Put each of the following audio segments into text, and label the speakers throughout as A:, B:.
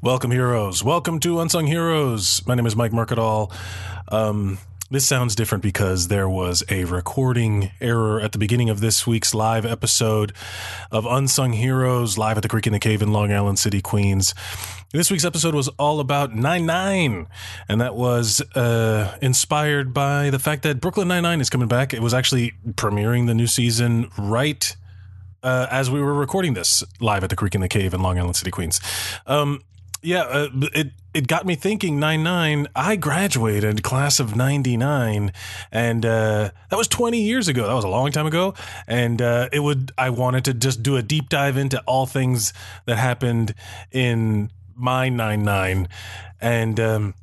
A: Welcome, heroes. Welcome to Unsung Heroes. My name is Mike Mercadal. Um, this sounds different because there was a recording error at the beginning of this week's live episode of Unsung Heroes live at the Creek in the Cave in Long Island City, Queens. This week's episode was all about 9 9, and that was uh, inspired by the fact that Brooklyn 9 9 is coming back. It was actually premiering the new season right uh, as we were recording this live at the Creek in the Cave in Long Island City, Queens. Um, yeah, uh, it it got me thinking. Nine nine. I graduated class of ninety nine, and uh, that was twenty years ago. That was a long time ago. And uh, it would. I wanted to just do a deep dive into all things that happened in my nine nine, and. Um,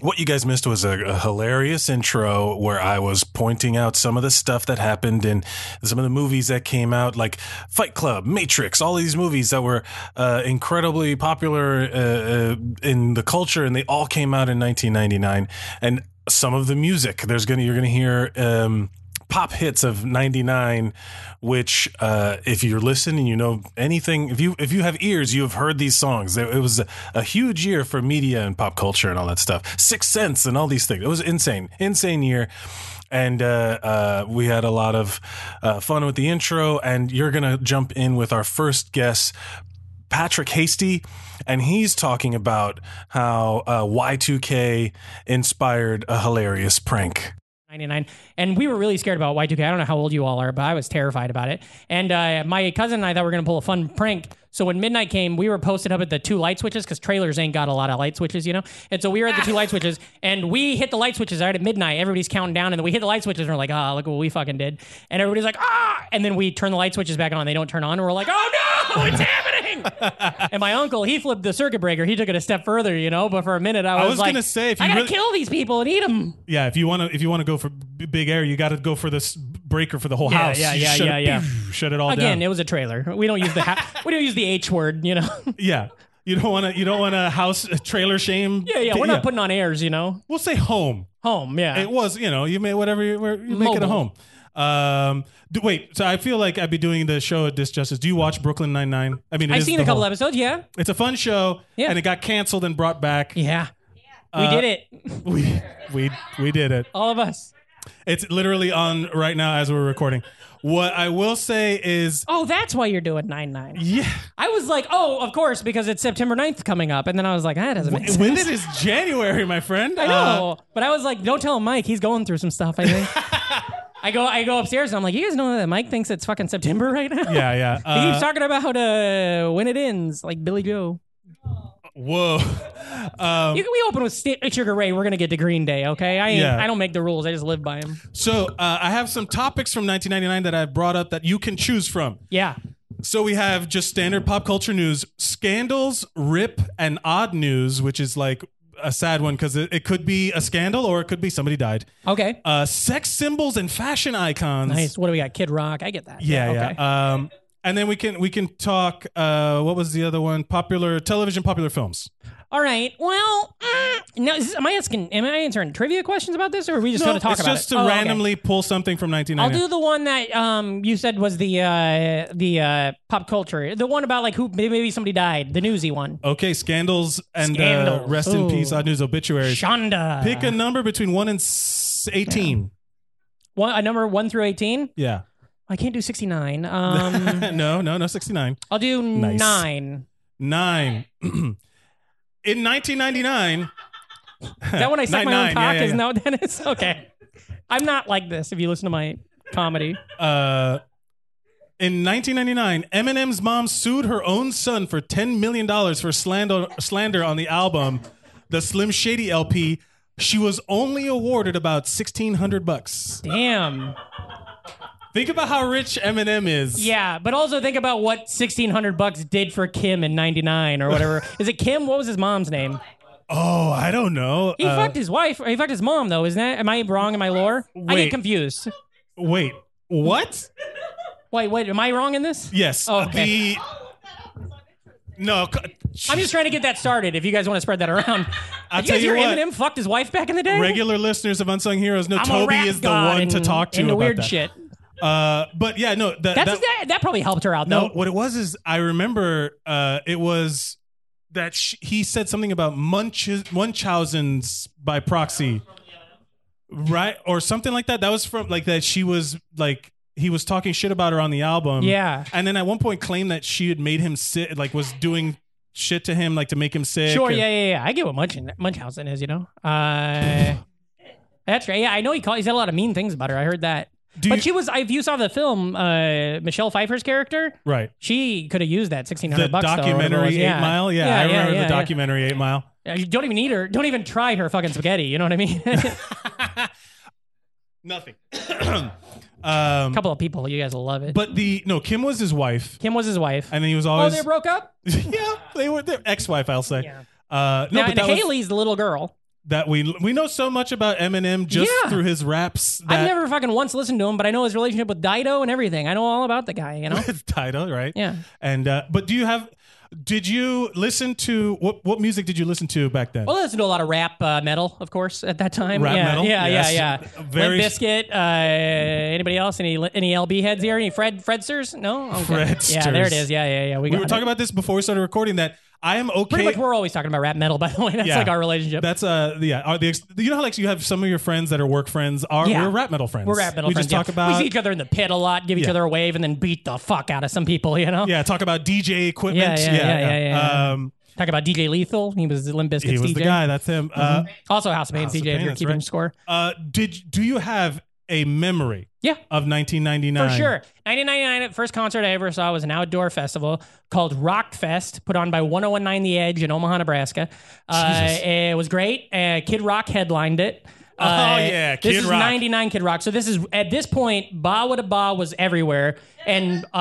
A: what you guys missed was a, a hilarious intro where I was pointing out some of the stuff that happened in some of the movies that came out, like Fight Club, Matrix, all these movies that were uh, incredibly popular uh, uh, in the culture, and they all came out in 1999. And some of the music, there's gonna you're gonna hear. Um, pop hits of 99 which uh, if you're listening you know anything if you if you have ears you have heard these songs it, it was a, a huge year for media and pop culture and all that stuff six sense and all these things it was insane insane year and uh, uh, we had a lot of uh, fun with the intro and you're gonna jump in with our first guest Patrick Hasty, and he's talking about how uh, Y2K inspired a hilarious prank.
B: 99 and we were really scared about y2k i don't know how old you all are but i was terrified about it and uh, my cousin and i thought we were going to pull a fun prank so when midnight came we were posted up at the two light switches because trailers ain't got a lot of light switches you know and so we were at the two light switches and we hit the light switches right at midnight everybody's counting down and then we hit the light switches and we're like ah look what we fucking did and everybody's like ah and then we turn the light switches back on they don't turn on and we're like oh no it's happening and my uncle he flipped the circuit breaker he took it a step further you know but for a minute i was,
C: I was
B: like
C: gonna say, if you
B: i gotta
C: really-
B: kill these people and eat them
C: Yeah, if you want to, if you want to go for b- big air, you got to go for this breaker for the whole
B: Yeah,
C: house.
B: yeah,
C: You
B: yeah,
C: shut
B: yeah,
C: it,
B: yeah.
C: Shut it all
B: Again,
C: down.
B: it was a trailer. We don't use the ha- we don't use the H word, you know.
C: yeah, you don't want to, you don't want to house uh, trailer shame.
B: yeah, yeah. We're not putting on airs, you know.
C: We'll say home.
B: Home, yeah.
C: It was, you know, you made whatever you, where- you make it a home.
B: Mobile.
C: Um, d- wait, so I feel like I'd be doing the show a disjustice. Do you watch Brooklyn Nine Nine? I mean, it
B: I've
C: is
B: seen
C: the
B: a couple
C: whole-
B: episodes. Yeah,
C: It's a fun show,
B: Yeah.
C: and it got canceled and brought back.
B: yeah.
C: Uh,
B: we did it,
C: We we we did it.
B: all of us.
C: It's literally on right now as we're recording. What I will say is,
B: Oh, that's why you're doing nine nine.
C: yeah.
B: I was like, oh, of course, because it's September 9th coming up, and then I was like, ah, that doesn't make sense.
C: When it is January, my friend. Uh,
B: I know, but I was like, don't tell Mike. He's going through some stuff. I think. I go, I go upstairs, and I'm like, you guys know that Mike thinks it's fucking September right now.
C: yeah, yeah.
B: He
C: Uh,
B: keeps talking about uh, when it ends, like Billy Joe.
C: whoa. Um,
B: You, we open with Sti- Sugar Ray. We're gonna get to Green Day, okay? I ain't,
C: Yeah.
B: I don't make the rules. I just live by them.
C: so uh, I have some topics from 1999 that I've brought up that you can choose from.
B: Yeah.
C: So we have just standard pop culture news, scandals, rip, and odd news, which is like a sad one because it, it could be a scandal or it could be somebody died.
B: Okay.
C: Uh, sex symbols and fashion icons.
B: nice. What do we got? Kid Rock. I get that.
C: Yeah, yeah.
B: Okay.
C: Um, and then we can we can talk. Uh, what was the other one? Popular television, popular films.
B: All right. Well, mm, now is this, am I asking? Am I answering trivia questions about this, or are we just
C: No,
B: gonna talk
C: it's
B: about
C: just
B: it?
C: to
B: Oh, okay.
C: randomly pull something from 1999.
B: I'll do the one that um you said was the uh the uh pop culture, the one about like who maybe somebody died, the newsy one.
C: Okay, scandals and Uh,
B: Scandals.
C: rest in
B: Ooh.
C: peace. Odd news obituaries.
B: Shonda.
C: Pick a number between one and s- eighteen.
B: one, a number one through eighteen.
C: Yeah.
B: I can't do sixty nine. Um,
C: no, no, no. Sixty-nine.
B: I'll do
C: Nice.
B: nine.
C: Nine. in 1999,
B: Is that when I suck
C: Nine,
B: my own
C: nine. Yeah,
B: cock?
C: yeah,
B: Isn't that what that is? Okay. I'm not like this if you listen to my comedy.
C: uh, in 1999, Eminem's mom sued her own son for 10 million dollars for slander slander on the album, the Slim Shady LP. She was only awarded about 1,600 bucks.
B: Damn.
C: Think about how rich Eminem is.
B: Yeah, but also think about what 1600 bucks did for Kim in 99 or whatever. is it Kim? What was his mom's name?
C: Oh, I don't know.
B: He
C: Uh,
B: fucked his wife. Or he fucked his mom though, isn't that? Am I wrong in my lore? I
C: Wait.
B: get confused.
C: Wait, what?
B: Wait, wait, am I wrong in this?
C: Yes.
B: Oh, okay.
C: The no. c-
B: I'm just trying to get that started if you guys want to spread that around.
C: I'll
B: Did
C: tell
B: you guys
C: you
B: hear
C: what.
B: Eminem fucked his wife back in the day?
C: regular listeners of Unsung Heroes. No,
B: I'm a
C: Toby
B: rap
C: is the
B: god
C: one to
B: and-
C: talk to
B: into
C: about
B: weird
C: that.
B: shit.
C: Uh, but yeah, no. That,
B: That's,
C: that,
B: that, that probably helped her out
C: no.
B: though.
C: What it was is I remember uh, it was that sh he said something about Munch- Munchausen's by proxy, right, or something like that. That was from like that she was like he was talking shit about her on the album.
B: Yeah.
C: and then at one point claimed that she had made him sit, like was doing shit to him, like to make him sick.
B: Sure,
C: and-
B: yeah, yeah, yeah. I get what Munch, Munchausen is, you know. Uh, that's right. Yeah, I know he called. He said a lot of mean things about her. I heard that.
C: Do
B: but
C: you-
B: she was, if you saw the film, uh, Michelle Pfeiffer's character,
C: Right.
B: she could have used that sixteen
C: The
B: hundred bucks. though, or whatever it
C: documentary
B: was.
C: Eight
B: yeah.
C: Mile. Yeah, I remember the documentary Eight Mile.
B: Yeah. You don't even need her. Don't even try her fucking spaghetti. You know what I mean? a
C: Nothing. um,
B: couple of people, you guys will love it.
C: but the no, Kim was his wife,
B: Kim was his wife.
C: and then he was
B: oh,
C: always
B: they broke up.
C: yeah, they were their ex-wife. I'll say.
B: Yeah.
C: Uh, no,
B: now,
C: but
B: and
C: that, was-
B: Haley's the little girl.
C: that we we know so much about Eminem just
B: Yeah.
C: through his raps. That
B: I've never fucking once listened to him, but I know his relationship with Dido and everything. I know all about the guy. You know.
C: with Tidal, right?
B: yeah.
C: And uh, but do you have? Did you listen to what what music did you listen to back then?
B: Well, I listened to a lot of rap uh, metal, of course, at that time.
C: Rap
B: yeah,
C: metal?
B: yeah,
C: Yes.
B: yeah, yeah.
C: Very-
B: Limp Bizkit. Uh, anybody else? Any any LB heads here? Any Fred Fredsters? No. Okay. Yeah, there it
C: Fredsters.
B: is. Yeah, yeah, yeah. We,
C: we
B: got
C: were
B: it.
C: talking about this before we started recording. That I am okay.
B: Pretty much, we're always talking about rap metal. By the way, that's
C: Yeah.
B: like our relationship.
C: That's uh yeah. Are the ex- you know how like you have some of your friends that are work friends are
B: Yeah.
C: we're rap metal friends.
B: we're rap metal.
C: We
B: friends,
C: just talk
B: yeah.
C: about
B: we see each other in the pit a lot, give each
C: Yeah.
B: other a wave, and then beat the fuck out of some people. You know.
C: yeah talk about DJ equipment.
B: Yeah, yeah, yeah, yeah, yeah, yeah.
C: Um,
B: Talk about DJ Lethal. He was Limp Bizkit's
C: he was
B: DJ.
C: the guy. That's him. Uh,
B: Mm-hmm. Also, House of Pain
C: House of
B: DJ. if
C: Pain,
B: you're
C: that's
B: keeping
C: right.
B: score.
C: uh, did do you have a memory
B: Yeah.
C: of 1999?
B: For sure. 1999, first concert I ever saw was an outdoor festival called Rock Fest, put on by 1019 The Edge in Omaha, Nebraska. Uh,
C: Jesus.
B: it was great. Uh, Kid Rock headlined it. Oh,
C: yeah, Kid
B: This is
C: Rock.
B: 99 Kid Rock. So this is, at this point, Ba Wada Ba was everywhere, and uh, uh,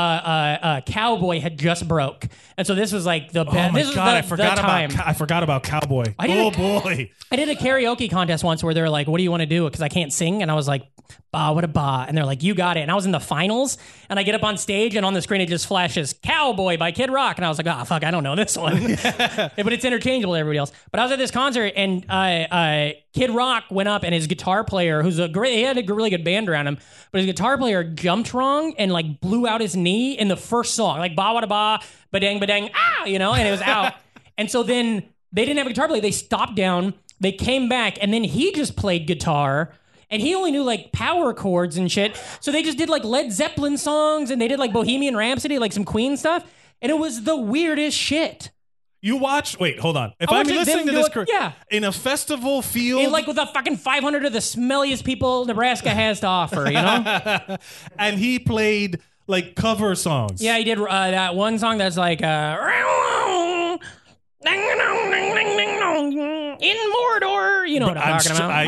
B: uh, Cowboy had just broke. And so this was like the
C: Oh
B: best.
C: my
B: this was
C: god,
B: the,
C: I forgot
B: the time.
C: about Cow- I forgot about Cowboy.
B: I
C: oh
B: didn't-
C: boy,
B: I did a karaoke contest once where they were like, "What do you want to do?" Because I can't sing, and I was like, "Bah, what a bah!" And they're like, "You got it." And I was in the finals, and I get up on stage, and on the screen it just flashes "Cowboy" by Kid Rock, and I was like, "Ah, fuck, I don't know this one," but it's interchangeable to everybody else. But I was at this concert, and uh, uh, Kid Rock went up, and his guitar player, who's a great, he had a really good band around him, but his guitar player jumped wrong and like blew out his knee in the first song, like "Bah, what a bah," badang, badang, ah, you know, and it was out. And so then they didn't have a guitar player. They stopped down. They came back, and then he just played guitar. And he only knew like power chords and shit. So they just did like Led Zeppelin songs and they did like Bohemian Rhapsody, like some Queen stuff. And it was the weirdest shit.
C: you watched. Wait, hold on. If
B: I
C: I'm
B: watched it,
C: listening
B: them
C: to
B: do
C: this,
B: it-
C: cor-
B: yeah.
C: in a festival field,
B: It, like with the fucking 500 of the smelliest people Nebraska has to offer, you know?
C: and he played like cover songs.
B: Yeah, he did uh, that one song that's like uh, in Mordor. You know what I'm,
C: I'm
B: talking
C: str-
B: about?
C: I,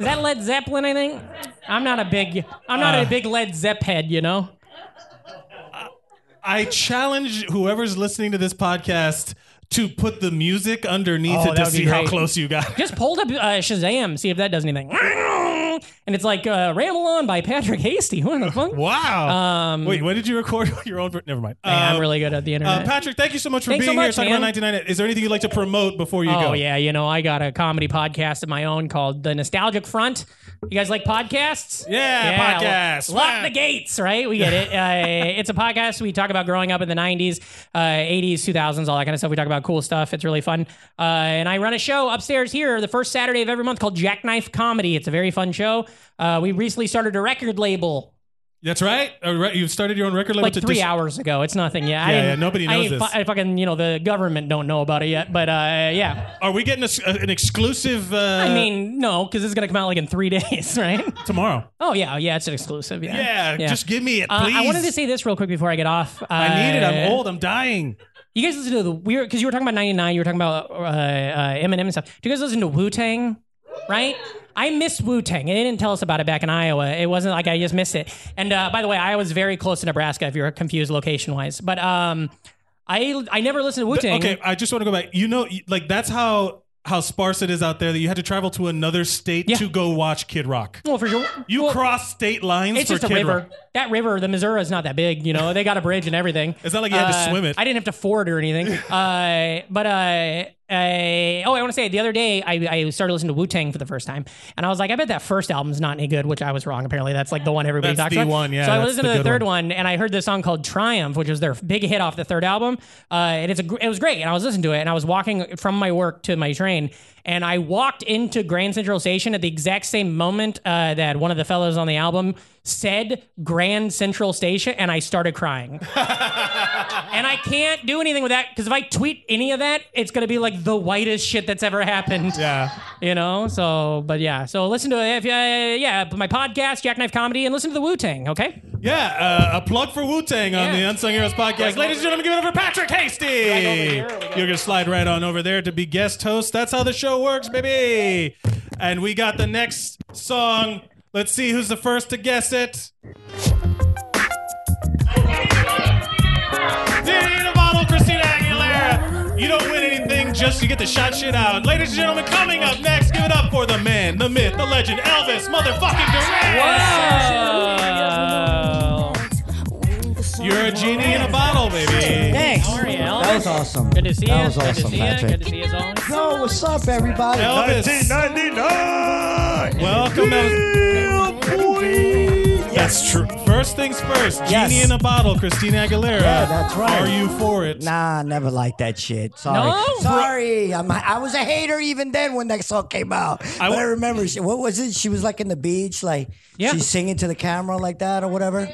B: Is that Led Zeppelin? I think. I'm not a big. I'm
C: Uh.
B: not a big Led Zepp head. You know.
C: I challenge whoever's listening to this podcast to put the music underneath
B: Oh, that
C: it to
B: would be
C: see how
B: great.
C: close you got.
B: Just pulled up uh, Shazam, see if that does anything. And it's like uh, "Ramble On" by Patrick Hasty. What the fuck?
C: Wow. Um, Wait, when did you record your own? ver- Never mind.
B: Man, I'm
C: Um,
B: really good at the
C: uh,
B: internet.
C: Patrick, thank you so much for
B: Thanks
C: being
B: so
C: here.
B: much,
C: Talking
B: man.
C: about 1999. Is there anything you'd like to promote before you go?
B: oh yeah, you know I got a comedy podcast of my own called The Nostalgic Front. You guys like podcasts?
C: Yeah, podcasts.
B: lo- Lock
C: Yeah.
B: the gates, right? We get it. Uh, it's a podcast. We talk about growing up in the '90s, uh, '80s, 2000s, all that kind of stuff. We talk about cool stuff. It's really fun. Uh, and I run a show upstairs here the first Saturday of every month called Jackknife Comedy. It's a very fun show. Uh, we recently started a record label
C: That's right. Uh, right, You've started your own record label.
B: like
C: to
B: three
C: dis-
B: hours ago. It's nothing. Yeah, I
C: Yeah,
B: didn't-
C: yeah, nobody
B: I
C: knows
B: ain't
C: this.
B: I fucking, you know, the government don't know about it yet. But uh, yeah.
C: Are we getting a s- uh, an exclusive? Uh,
B: I mean, no, because it's gonna come out like in three days, right?
C: tomorrow.
B: Oh yeah, yeah, it's an exclusive. Yeah,
C: Yeah, Just give me it,
B: Uh,
C: please.
B: I wanted to say this real quick before I get off. Uh,
C: I need it. I'm old. I'm dying.
B: You guys listen to the weird because you were talking about '99. You were talking about uh, uh, Eminem and stuff. Do you guys listen to Wu Tang? Right? I missed Wu Tang. They didn't tell us about it back in Iowa. It wasn't like I just missed it. And uh, by the way, Iowa's very close to Nebraska if you're confused location wise. But um, I I never listened to Wu Tang.
C: Okay, I just want to go back. You know, y- like that's how how sparse it is out there that you had to travel to another state
B: Yeah.
C: to go watch Kid Rock.
B: Well, for sure.
C: You
B: well,
C: cross state lines
B: It's
C: for
B: just a
C: Kid
B: river.
C: Rock.
B: That river, the Missouri, is not that big. You know, they got a bridge and everything.
C: It's not like you had to
B: Uh,
C: swim it.
B: I didn't have to ford or anything. Uh, but uh, Uh, oh, I want to say the other day I, I started listening to Wu Tang for the first time, and I was like, I bet that first album's not any good, which I was wrong. Apparently, that's like the one everybody
C: That's
B: talks
C: the
B: about.
C: one, yeah,
B: So I
C: that's
B: listened
C: the
B: to the
C: good
B: third one. and I heard this song called Triumph, which was their big hit off the third album. Uh, and it's a, gr- it was great. And I was listening to it, and I was walking from my work to my train, and I walked into Grand Central Station at the exact same moment uh, that one of the fellows on the album said Grand Central Station, and I started crying. And I can't do anything with that because if I tweet any of that, it's gonna be like the whitest shit that's ever happened.
C: Yeah.
B: You know. So, but yeah. So listen to it. If, uh, yeah, my podcast, Jackknife Comedy, and listen to the Wu Tang. Okay.
C: Yeah, uh, a plug for Wu Tang on
B: Yeah.
C: the Unsung Heroes podcast. Ladies and gentlemen, give it up for Patrick Hasty.
B: over here, we got-
C: You're going to slide right on over there to be guest host. That's how the show works, baby. And we got the next song. Let's see who's the first to guess it. Diddy in a bottle, Christina Aguilera. You don't win anything, just you get to shot shit out. Ladies and gentlemen, coming up next, give it up for the man, the myth, the legend, Elvis, motherfucking Duran.
B: Wow.
C: You're a genie in a bottle, baby.
B: Thanks. How are you,
D: That
B: Elvis?
D: was awesome.
B: Good to see you.
D: That was
B: Good to
D: awesome,
B: see you. Good
D: Patrick.
B: to see you as always.
D: Yo, what's up, everybody?
C: Elvis,
E: 1999.
C: welcome. Elvis.
A: That's true.
C: First things first, genie
D: Yes.
C: in a bottle, Christina Aguilera.
D: Yeah, that's right.
C: Are you for it?
D: Nah, never liked that shit. Sorry.
B: No?
D: Sorry. I'm, I was a hater even then when that song came out. I, but
C: I
D: I
C: w-
D: remember, she, what was it? She was like in the beach, like
B: Yeah.
D: she's singing to the camera like that or whatever.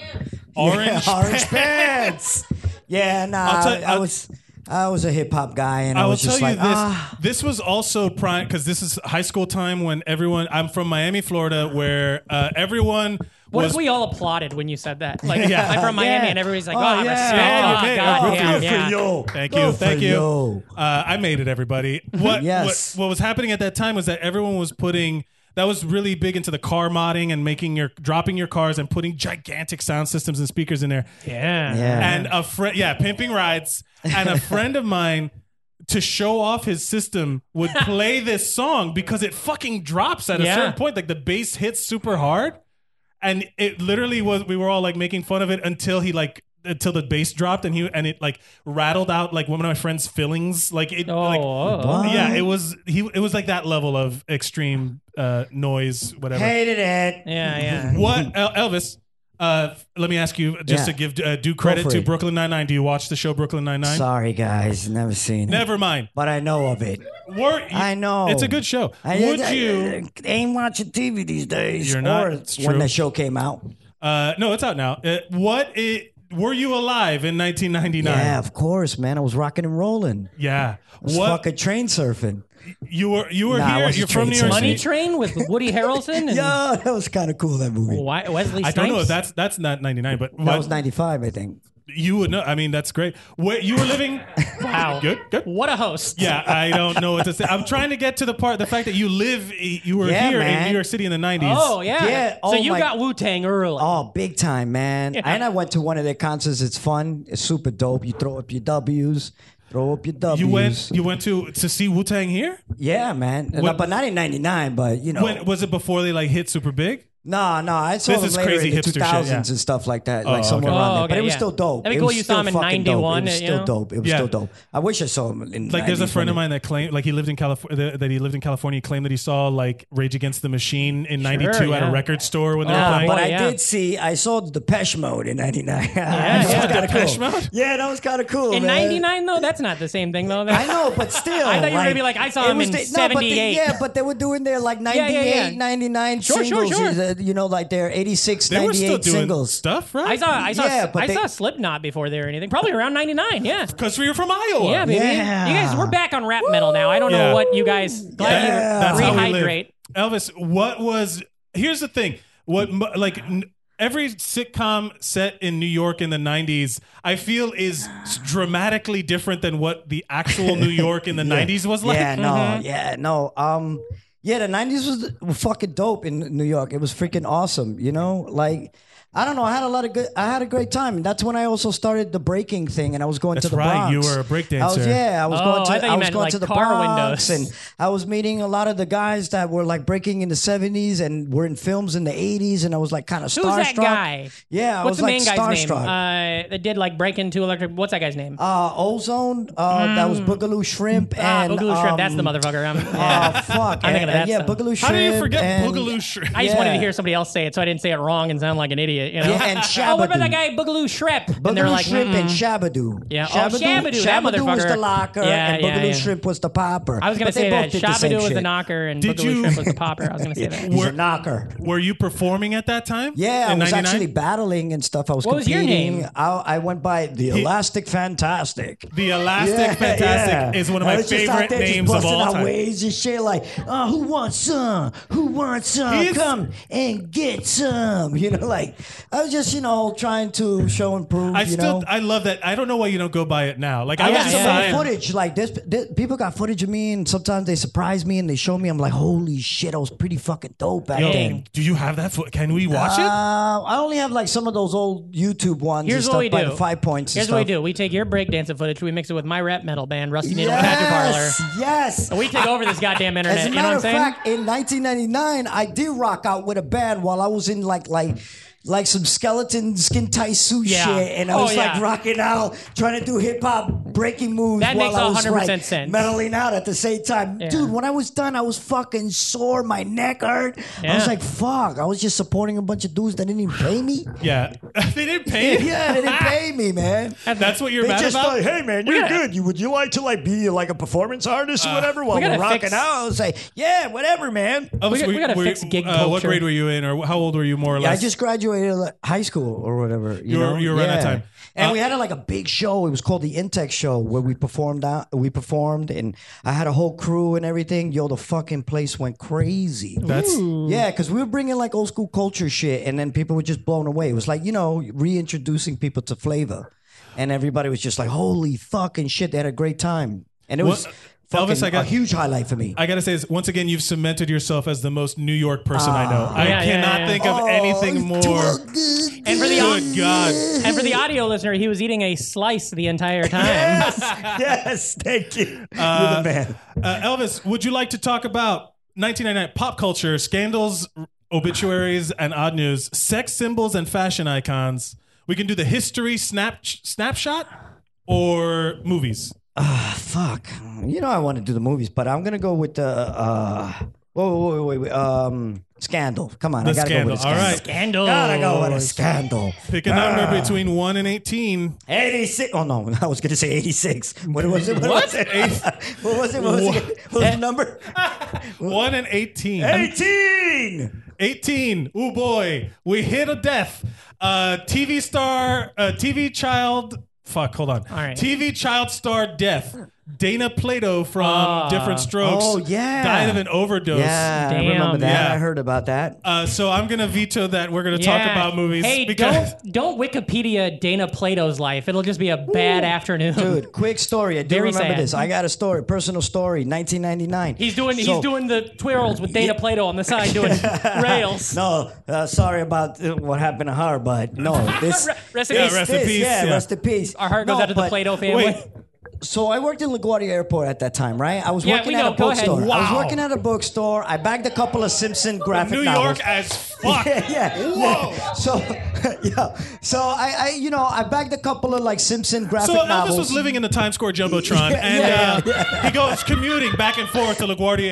C: Orange
D: Yeah, orange pants. Yeah, nah.
C: I'll tell-
D: I
C: I'll-
D: was I was a hip hop guy and I,
C: I will
D: was
C: tell
D: just
C: you
D: like,
C: this.
D: ah,
C: This was also prime because this is high school time when everyone. I'm from Miami, Florida, where uh, everyone
B: What
C: was.
B: if we all applauded when you said that? Like,
C: Yeah.
B: I'm from Miami,
D: Yeah.
B: and everybody's like,
D: Oh,
B: "Wow,
D: yeah.
B: respect.
D: Yeah,
C: you
B: Oh,
C: did.
B: God
C: Good for
B: damn,
C: you.
B: yeah.
C: Thank
D: Go
C: you,
D: for
C: thank you.
D: you.
C: Uh, I made it, everybody. What,
D: Yes.
C: what what was happening at that time was that everyone was putting that was really big into the car modding and making your dropping your cars and putting gigantic sound systems and speakers in there.
B: Yeah.
D: Yeah.
C: And a friend, yeah, pimping rides. And a friend of mine, to show off his system, would play this song because it fucking drops at a
B: Yeah.
C: certain point. Like the bass hits super hard, and it literally was. We were all like making fun of it until he like until the bass dropped and he and it like rattled out like one of my friend's fillings. Like it,
B: Oh,
C: like,
B: oh,
D: What?
C: yeah, it was he. It was like that level of extreme uh, noise, whatever.
D: hated it.
B: yeah, yeah.
C: What El- Elvis? Uh, f- let me ask you, just
D: Yeah.
C: to give uh, due credit
D: for
C: to
D: it.
C: Brooklyn Nine Nine. Do you watch the show Brooklyn Nine Nine?
D: Sorry, guys. Never seen it.
C: Never mind.
D: But I know of it.
C: Were you-
D: I know.
C: it's a good show.
D: I,
C: Would
D: I- I-
C: you?
D: I ain't watching TV these days.
C: You're not.
D: Or
C: It's true.
D: when that show came out.
C: Uh, no, it's out now. Uh, what it? Were you alive in 1999?
D: Yeah, of course, man. I was rocking and rolling.
C: Yeah.
D: Was
C: What
D: fucking train surfing.
C: you were? You were
D: Nah, I
C: here.
D: wasn't
C: You're from New
D: trained
C: York
D: to
B: Money
C: City.
B: Train with Woody Harrelson and
D: Yeah, that was kind of cool that movie.
B: Why- Wesley
C: I
B: Snipes.
C: don't know if that's that's not 99, but
D: That
C: what-
D: was ninety five, I think.
C: you would know. I mean, that's great. Where you were living?
B: wow.
C: Good, good.
B: What a host.
C: Yeah, I don't know what to say. I'm trying to get to the part. The fact that you live, you were
D: Yeah,
C: here in
D: man.
C: New York City in the 90s.
B: Oh yeah.
D: Yeah,
B: so
D: oh
B: you
D: my-
B: got Wu Tang early.
D: Oh, big time, man. And I went to one of their concerts. It's fun. It's super dope. You throw up your W's, throw up your W's.
C: You went. You went to to see Wu Tang here.
D: yeah, man. And- uh,
C: When-
D: but not in 99, but you know.
C: When was it before they like hit super big?
D: no, no. I saw
C: This
D: them
C: is
D: later
C: crazy
D: in the
C: hipster shit,
D: 2000s
C: yeah.
D: and stuff like that. like somewhere
B: okay.
D: around
B: Oh,
D: there. But
B: okay,
D: it was
B: yeah.
D: still dope.
B: That'd be
D: it
B: cool
D: was
B: you
D: still
B: saw 'em in
D: fucking dope.
B: 91,
D: It was
B: you
D: still
B: know?
D: dope. It was
C: Yeah.
D: still dope. I wish I saw him in
C: Like, there's a
D: 90s
C: friend of
D: when
C: mine that claimed, like, he lived in California, that he lived in California. He claimed that he saw like Rage Against the Machine in '92 at
B: yeah.
C: a record store when they
B: Oh,
C: were playing.
D: Ah, But I
B: yeah.
D: did see, I saw the Depeche Mode in '99.
B: Yeah,
D: that
B: yeah.
D: was kind of
C: Depeche
D: cool.
C: Mode?
D: Yeah, that was kind of cool.
B: in
D: man.
B: '99 though, that's not the same thing though.
D: I know, but still.
B: I thought you were gonna be like, I saw
D: it
B: him
D: was
B: in
D: the- no, but they-
B: 78.
D: yeah, but they were doing their like 98,
B: yeah, yeah.
D: 99
B: Sure, sure,
D: singles.
B: sure.
D: uh, You know, like their 86,
C: they were
D: 98
C: still doing
D: singles.
C: stuff, right?
B: I saw I saw
D: Yeah, but
B: I
D: they-
B: saw Slipknot before they were anything. Probably around '99. Yeah.
C: because we were from Iowa.
B: Yeah, baby.
D: Yeah.
B: You guys, we're back on rap metal now. I don't
C: Yeah.
B: know what you guys. Glad
D: Yeah.
C: That's
B: you
C: how we
B: rehydrate.
C: live. Elvis, what was? Here's the thing. What mo- like n- every sitcom set in New York in the '90s, I feel is s- dramatically different than what the actual New York in the '90s was like. Mm-hmm.
D: yeah, no,
B: Mm-hmm.
D: yeah, no. Um, yeah, the '90s was fucking dope in New York. It was freaking awesome. You know, like I don't know. I had a lot of good. I had a great time. That's when I also started the breaking thing, and I was going
C: That's
D: to the
C: right,
D: Bronx.
C: you were a breakdancer.
D: I was, yeah, I was
B: Oh,
D: going
B: I
D: to.
B: thought you
D: was
B: meant,
D: going
B: like,
D: to the
B: car
D: Bronx,
B: windows.
D: and I was meeting a lot of the guys that were like breaking in the '70s and were in films in the '80s, and I was like kind of
B: Who's
D: starstruck.
B: that guy?
D: Yeah, I
B: what's
D: was
B: the
D: like
B: main guy's
D: starstruck.
B: name? Uh, that did like break into electric. What's that guy's name?
D: Uh, Ozone. Uh, That was Boogaloo Shrimp
B: Ah,
D: and
B: Mm. Boogaloo Shrimp. That's
D: um,
B: the motherfucker. Um,
D: Oh
B: yeah.
D: fuck!
B: I'm thinking
D: and,
B: of that
D: yeah,
B: song.
D: Boogaloo Shrimp.
C: How do you forget
D: and,
C: Boogaloo Shrimp?
B: I just wanted to
D: yeah.
B: hear somebody else say it, so I didn't say it wrong and sound like an idiot. You know?
D: Yeah, and
B: oh, what about
D: Shabadoo.
B: that guy Boogaloo Shrimp? and they're
D: Boogaloo
B: like,
D: Shrimp and
B: mm-mm.
D: Shabadoo.
B: Yeah, oh, Shabadoo, that
D: Shabadoo was
B: motherfucker.
D: the locker,
B: Yeah,
D: and
B: yeah,
D: Boogaloo
B: yeah.
D: Shrimp was the popper.
B: I was gonna
D: But they
B: say
D: both
B: that
D: did the same
B: Shabadoo was the
D: shit.
B: knocker and
C: Did
B: Boogaloo
C: you-
B: Shrimp was the popper. I was gonna say that.
D: He's
C: Were-
D: a knocker.
C: Were you performing at that time?
D: Yeah, I
C: in
D: was
C: 99?
D: actually battling and stuff. I was
B: What was your
D: competing.
B: name?
D: I, I went by the Elastic Fantastic.
C: The Elastic Fantastic
D: yeah.
C: is one of
D: I
C: my
D: was just
C: favorite
D: out there just
C: names of
D: busting
C: all
D: out
C: time.
D: Waves and shit like, uh, who wants some? Who wants some?
C: He's-
D: Come and get some. You know, like I was just you know trying to show and prove.
C: I
D: you
C: still,
D: know?
C: I love that. I don't know why you don't go by it now. Like I
D: I
C: was
D: got
C: just
D: some
B: yeah,
C: saying,
D: footage. Like this, this, people got footage of me, and sometimes they surprise me and they show me. I'm like, holy shit, I was pretty fucking dope back
C: Yo,
D: then.
C: do you have that? Foot? Can we watch it?
D: Uh, I only have like some of those old YouTube ones.
B: Here's
D: and stuff
B: what we
D: by
B: do.
D: the five points. and
B: Here's what we
D: stuff.
B: do: we take your breakdancing footage, we mix it with my rap metal band, Rusty Needle Tattoo Parlor.
D: Yes, yes.
B: We take over this goddamn internet.
D: As a
B: you know
D: matter
B: what I'm
D: of
B: saying?
D: fact, in 1999, I did rock out with a band while I was in like like like some skeleton skin tight suit
B: Yeah.
D: shit, and I
B: Oh,
D: was like
B: yeah.
D: rocking out, trying to do hip hop breaking moves
B: That
D: while
B: makes
D: I was
B: 100%
D: like
B: sense.
D: meddling out at the same time. Dude, when I was done, I was fucking sore, my neck hurt. I
B: Yeah.
D: was like, fuck, I was just supporting a bunch of dudes that didn't even pay me.
C: Yeah, they didn't pay. you?
D: yeah, they didn't pay me, man.
C: That's what you're
D: They
C: mad
D: just
C: about.
D: thought, hey man, you're good. You would you like to like be like a performance artist
C: Uh,
D: or whatever while
B: Uh, we
D: we are
B: gotta
D: rocking
B: fix-
D: out? And say, yeah, whatever, man.
C: Oh,
B: We
C: so
B: got- we gotta
C: were you-
B: fix gig
C: uh, What
B: culture.
C: grade were you in, or how old were you, more or
D: Yeah, I
C: less?
D: just graduated like, high school or whatever. You,
C: You were-
D: know?
C: you were around that
D: Yeah.
C: time.
D: And
C: Uh,
D: we had a, like a big show. It was called the Intex Show where we performed out. We performed, and I had a whole crew and everything. Yo, the fucking place went crazy.
C: That's
D: Yeah, because we were bringing like old school culture shit, and then people were just blown away. It was like you know reintroducing people to flavor, and everybody was just like, "Holy fucking shit!" They had a great time, and it was
C: Well,
D: fucking
C: Elvis, I got-
D: a huge highlight for me.
C: I gotta say is once again you've cemented yourself as the most New York person I know.
D: Ah.
C: I
B: Yeah, yeah,
C: cannot
B: yeah.
C: think of
D: Oh,
C: anything more.
B: And for the
C: Good God!
B: and for the audio listener, he was eating a slice the entire time.
D: yes, thank you. You're the man.
C: Uh, Elvis, would you like to talk about 1999 pop culture scandals, obituaries, and odd news, sex symbols, and fashion icons? We can do the history snap snapshot or movies.
D: Ah, Fuck. You know I want to do the movies, but I'm gonna go with the. Uh, whoa, whoa, wait, wait, wait. Um, scandal. Come on,
C: The
D: I gotta
C: scandal.
D: go with a
C: All
D: scandal.
C: right,
B: Scandal.
D: Gotta go with a scandal.
C: pick a number between one and 18.
D: 86. Oh, no. I was going to say 86. What was it? What, was it? what was it? What was it?
C: What?
D: What was the number?
C: One and 18.
D: 18.
C: 18. Oh boy, we hit a death. Uh, TV star, uh, TV child. Fuck, hold on. All
B: right.
C: TV child star death. Dana Plato from Different Strokes.
D: Oh, yeah.
C: Died of an overdose.
D: Yeah,
B: Damn.
D: I remember that.
C: Yeah.
D: I heard about that.
C: Uh, so I'm gonna veto that. We're gonna talk
B: Yeah.
C: about movies.
B: Hey, don't don't Wikipedia Dana Plato's life. It'll just be a bad afternoon.
D: Dude, quick story. I do
B: Very
D: remember
B: sad.
D: this. I got a story, personal story, 1999.
B: He's doing
D: So-
B: he's doing the twirls with Dana Plato on the side doing rails.
D: No, uh, sorry about uh, what happened to her, but no. This,
B: Rest in
C: Yeah,
B: peace.
C: rest in
D: this,
C: peace,
D: Yeah,
C: yeah.
D: rest in peace.
B: Our heart goes
D: No,
B: out to the
D: but-
B: Plato family.
C: wait,
D: So I worked in LaGuardia Airport at that time, right? I was
B: Yeah,
D: working
B: we
D: at
B: know.
D: a
B: Go ahead.
D: bookstore. I was
C: Wow.
D: working at a bookstore. I bagged a couple of Simpson graphic
C: New
D: novels.
C: York as fuck.
D: yeah, yeah.
C: Whoa.
D: So, yeah. So I, I, you know, I bagged a couple of like Simpson graphic
C: So Elvis
D: novels.
C: was living in the Times Square jumbotron,
D: Yeah,
C: and
D: yeah,
C: uh, he goes commuting back and forth to LaGuardia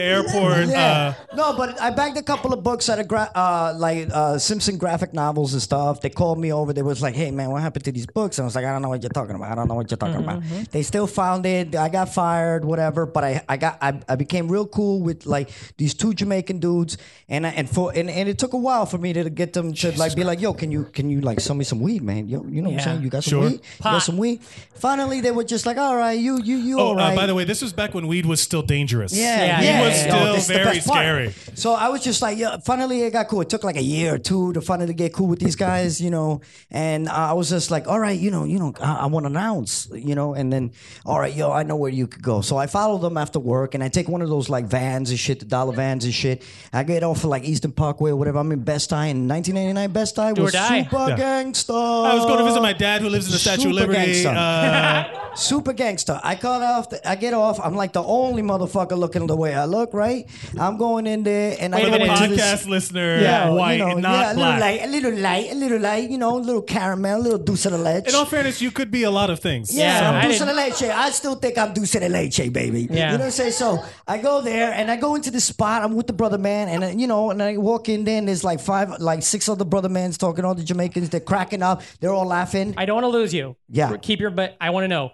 C: Airport.
D: Yeah.
C: Uh,
D: no, but I bagged a couple of books at a gra- uh, like uh, Simpson graphic novels and stuff. They called me over. They was like, "Hey, man, what happened to these books?" And I was like, "I don't know what you're talking about. I don't know what you're talking about." They still found it. I got fired, whatever. But I, I got I, I became real cool with like these two Jamaican dudes, and I, and for and, and it took a while for me to get them to like be like, "Yo, can you can you like sell me some weed, man? Yo, you know what I'm
B: Yeah.
D: saying? You got some
C: Sure.
D: weed? You got
B: Pot.
D: some weed?" Finally, they were just like, "All right, you you you
C: oh,
D: all right."
C: uh, by the way, this was back when weed was still dangerous.
B: Yeah,
D: Yeah,
B: yeah,
D: yeah,
B: It was
D: yeah.
C: still
D: Oh, this is the
C: very
D: best part.
C: scary.
D: So I was just like, yeah, finally it got cool. It took like a year or two to finally get cool with these guys, you know. And I was just like, all right, you know, you know, I, I want to announce, you know. And then, all right, yo, I know where you could go. So I follow them after work, and I take one of those like vans and shit, the dollar vans and shit. I get off of like Eastern Parkway or whatever. I'm in Best Eye in 1999. Best Eye
B: or
D: was
B: die.
D: su- Super gangster.
C: I was going to visit my dad who lives in the Statue of
D: Super
C: Liberty.
D: gangster.
C: Uh,
D: Super gangster. I cut off. The, I get off. I'm like the only motherfucker looking the way I look, right? I'm going in there and
B: Wait
D: I
B: a
C: for the
D: go
B: minute.
D: into
C: podcast
D: this-
C: listener,
D: Yeah, you
C: white,
D: know,
C: and not
D: yeah, a
C: black.
D: little light, a little light, a little light. You know, a little caramel, a little dulce de leche.
C: in all fairness, you could be a lot of things.
D: Yeah,
B: Yeah, I
D: I'm dulce de
B: didn't-
D: leche. I still think I'm dulce de leche, baby.
B: Yeah.
D: You know what I'm saying? So I go there and I go into the spot. I'm with the brother man, and uh, you know, and I walk in there, and there's like five, like six other brother mans talking. All the Jamaicans, they're cracking up. They're all laughing.
B: I don't want to lose you.
D: Yeah.
B: Keep your, but I want to know.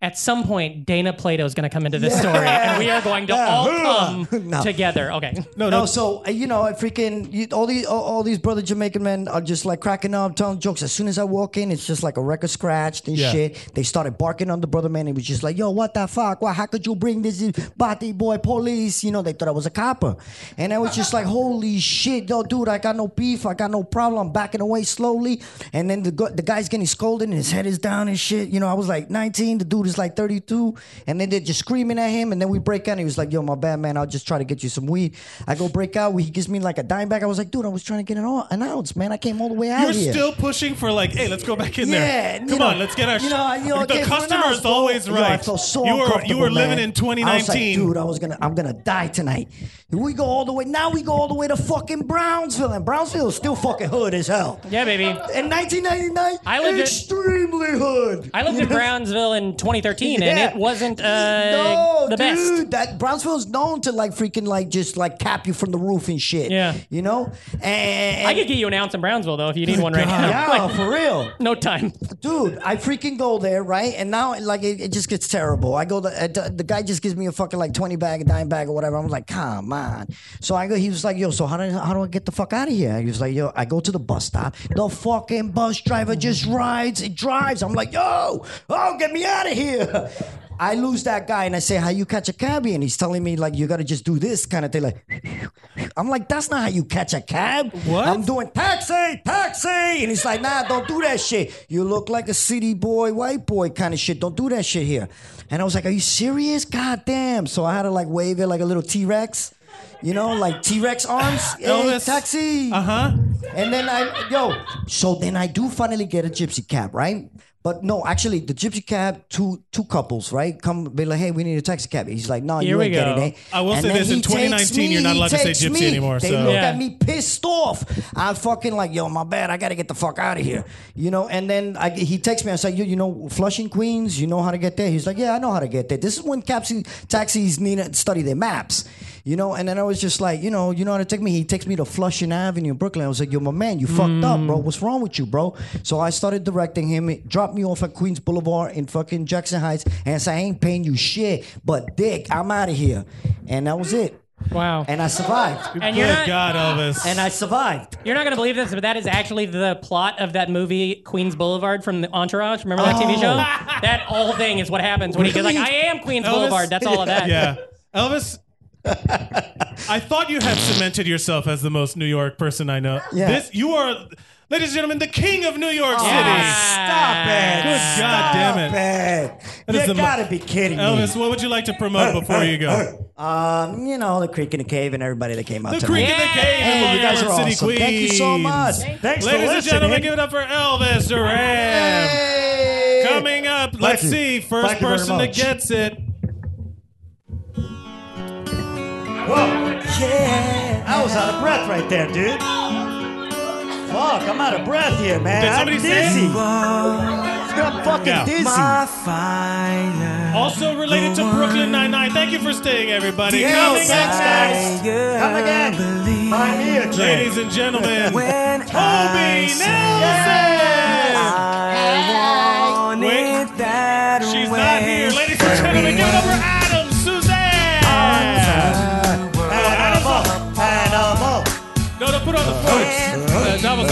B: At some point, Dana Plato is going to come into this
D: Yeah.
B: story, and we are going to all
D: Yeah.
B: come
D: No.
B: together. Okay.
D: No, no. So uh, you know, I freaking you, all these all, all these brother Jamaican men are just like cracking up, telling jokes. As soon as I walk in, it's just like a record scratched and
C: Yeah.
D: shit. They started barking on the brother man. It was just like, "Yo, what the fuck? Why? How could you bring this in? body boy police?" You know, they thought I was a copper, and I was just like, "Holy shit, yo, dude! I got no beef. I got no problem. I'm backing away slowly." And then the gu- the guy's getting scolded, and his head is down and shit. You know, I was like 19. The dude is like 32, and then they're just screaming at him. And then we break out. He was like, "Yo, my bad, man. I'll just try to get you some weed." I go break out. He gives me like a dime back. I was like, "Dude, I was trying to get an, o- an ounce, man. I came all the way out
C: You're
D: here."
C: still pushing for like, hey, let's go back in
D: Yeah,
C: there.
D: you
C: Come
D: know,
C: on, let's get our.
D: You know, you know,
C: the
D: okay, for
C: customer
D: now,
C: is
D: so-
C: always
D: yo,
C: right.
D: I felt so
C: you were you
D: uncomfortable,
C: were living
D: man.
C: in
D: I was
C: 2019.
D: like, dude, I was gonna, I'm gonna die tonight. We go all the way. Now we go all the way to fucking Brownsville, and Brownsville is still fucking hood as hell.
B: Yeah, baby.
D: In 1999,
B: I lived in-
D: extremely hood.
B: I lived in Brownsville in 2013, and
D: Yeah.
B: it wasn't uh,
D: no,
B: the best.
D: dude, that Brownsville's known to like freaking like just like cap you from the roof and shit.
B: Yeah.
D: you know. And
B: I could get you an ounce in Brownsville though if you need one right now.
D: yeah,
B: Like,
D: for real.
B: no time.
D: dude, I freaking go there, right? And now, like, it, it just gets terrible. I go, the, uh, the guy just gives me a fucking like twenty bag, a dime bag, or whatever. I'm like, come on. So I go. He was like, yo, so how do how do I get the fuck out of here? He was like, yo, I go to the bus stop. The fucking bus driver just rides. It drives. I'm like, yo, oh, get me out of here. I lose that guy and I say, How you catch a cabbie? And he's telling me, like, you gotta just do this kind of thing. Like, I'm like, that's not how you catch a cab. What? I'm doing taxi, taxi. And he's like, nah, don't do that shit. You look like a city boy, white boy kind of shit. Don't do that shit here. And I was like, are you serious? God damn. So I had to like wave it like a little T Rex. You know, like T Rex arms. Hey,
C: Elvis.
D: taxi.
C: Uh huh.
D: And then I, yo, so then I do finally get a gypsy cab, right? But no, actually, the gypsy cab, two two couples, right? Come be like, hey, we need a taxi cab. He's like, no,
B: Here
D: you
B: we
D: ain't
B: go.
D: getting it.
C: I will
D: And
C: say
D: then
C: this, in
D: he takes
C: 2019, you're not
D: he
C: allowed to say
D: takes
C: gypsy
D: me.
C: anymore,
D: They
C: so-
D: look
B: Yeah.
D: at me pissed off. I fucking like, yo, my bad. I gotta get the fuck out of here, you know. And then I, he texts me. I was like, you, you know, Flushing Queens, you know how to get there? He's like, yeah, I know how to get there. This is when capsi- taxis need to study their maps, you know. And then I was just like, you know, you know how to take me. He takes me to Flushing Avenue in Brooklyn. I was like, yo, my man, you fucked up, bro. What's wrong with you, bro? So I started directing him. He dropped me off at Queens Boulevard in fucking Jackson Heights, and I said, I ain't paying you shit, but dick, I'm out of here. And that was it.
B: Wow. And,
D: And I survived.
B: you're
C: Good
B: not
C: God, Elvis.
D: And I survived.
B: you're not gonna believe this, but that is actually the plot of that movie Queens Boulevard from the Entourage. Remember that TV
D: Oh.
B: show? That whole thing is what happens when he goes like,
D: Really?
B: "I am Queens
C: Elvis?
B: Boulevard." That's all of that.
C: yeah, Elvis. I thought you had cemented yourself as the most New York person I know.
D: Yeah.
C: This you are, ladies and gentlemen, the king of New York City.
D: Stop it.
C: Good God damn it.
D: it.
C: That is
D: You
C: the mo-
D: gotta be kidding
C: Elvis,
D: me.
C: what would you like to promote before you go?
D: Um, you know, the creek in the cave and everybody that came out
C: The
D: tonight.
C: Creek in
B: Yeah.
C: the Cave in
D: Hey, you guys are
C: Baltimore City,
D: awesome.
C: Queens.
D: Thank you so much. Thanks for
C: Ladies and
D: listening.
C: gentlemen, give it up for Elvis Duran.
D: Hey.
C: Coming up, let's
D: you.
C: see, first
D: Thank you very
C: person that
D: much.
C: gets it.
D: Yeah. I was out of breath right there, dude. Fuck, I'm out of breath here, man.
C: Did somebody
D: I'm
C: say it?
D: dizzy. I'm fucking
C: Yeah.
D: dizzy.
C: Also related to Brooklyn Nine-Nine. Thank you for staying, everybody.
D: Yeah,
C: Coming up
D: thanks, guys.
C: next.
D: Come again. Find me a drink.
C: Ladies and gentlemen, Toby Nelson! Wait, she's not here. Ladies and gentlemen, give it up for Adam Suzanne!
D: Animal, animal.
C: No, no, put on the floor. Uh, that was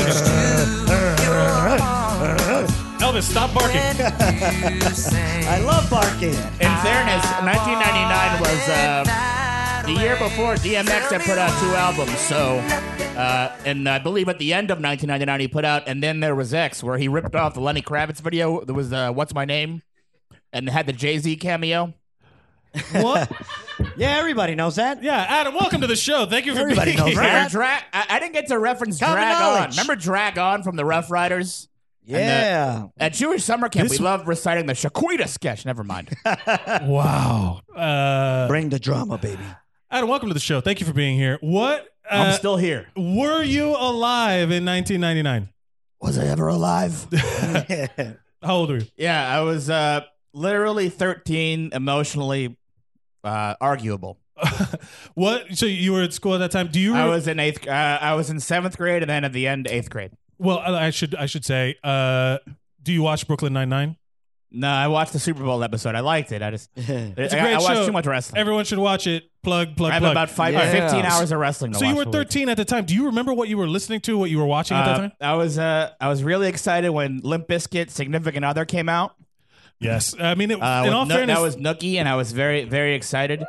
C: a- Elvis, stop barking.
D: I love barking.
F: In fairness, 1999 was uh, the year before DMX had put out two albums. So, uh, and I believe at the end of 1999 he put out, and then there was X, where he ripped off the Lenny Kravitz video. There was uh, "What's My Name," and had the Jay Z cameo.
C: What?
D: Yeah, everybody knows that.
C: Yeah, Adam, welcome to the show. Thank you for
D: Everybody
C: being
D: knows
C: here.
D: that.
F: Remember Drag? I, I didn't get to reference
D: Common
F: Drag On.
D: knowledge.
F: Remember Drag On from the Rough Riders? And the-
D: Yeah.
F: At Jewish summer camp,
C: This-
F: we loved reciting the Shaquita sketch. Never mind.
C: Wow. Uh,
D: Bring the drama, baby.
C: Adam, welcome to the show. Thank you for being here. What
F: I'm
C: uh,
F: still here.
C: were you alive in 1999?
F: Was I ever alive?
C: How old were you?
F: yeah, I was uh, literally 13, emotionally uh, arguable.
C: What? So you were at school at that time? Do you?
F: I
C: re-
F: was in eighth. Uh, I was in seventh grade, and then at the end, eighth grade.
C: well, I I should I should say. Uh, do you watch Brooklyn Nine Nine?
F: No, I watched the Super Bowl episode. I liked it. I just
C: It's a
F: I,
C: great
F: I watched
C: show.
F: too much wrestling.
C: Everyone should watch it. Plug plug
F: I have
C: plug.
F: about five,
D: Yeah.
F: 15 hours of wrestling. To
C: so you
F: watch
C: were
F: a week.
C: 13 at the time. Do you remember what you were listening to? What you were watching at that
F: Uh,
C: time?
F: I was uh, I was really excited when Limp Bizkit Significant Other came out.
C: Yes. I mean, it,
F: Uh,
C: in
F: with
C: all
F: Nu-
C: fairness,
F: that was Nookie, and I was very very excited.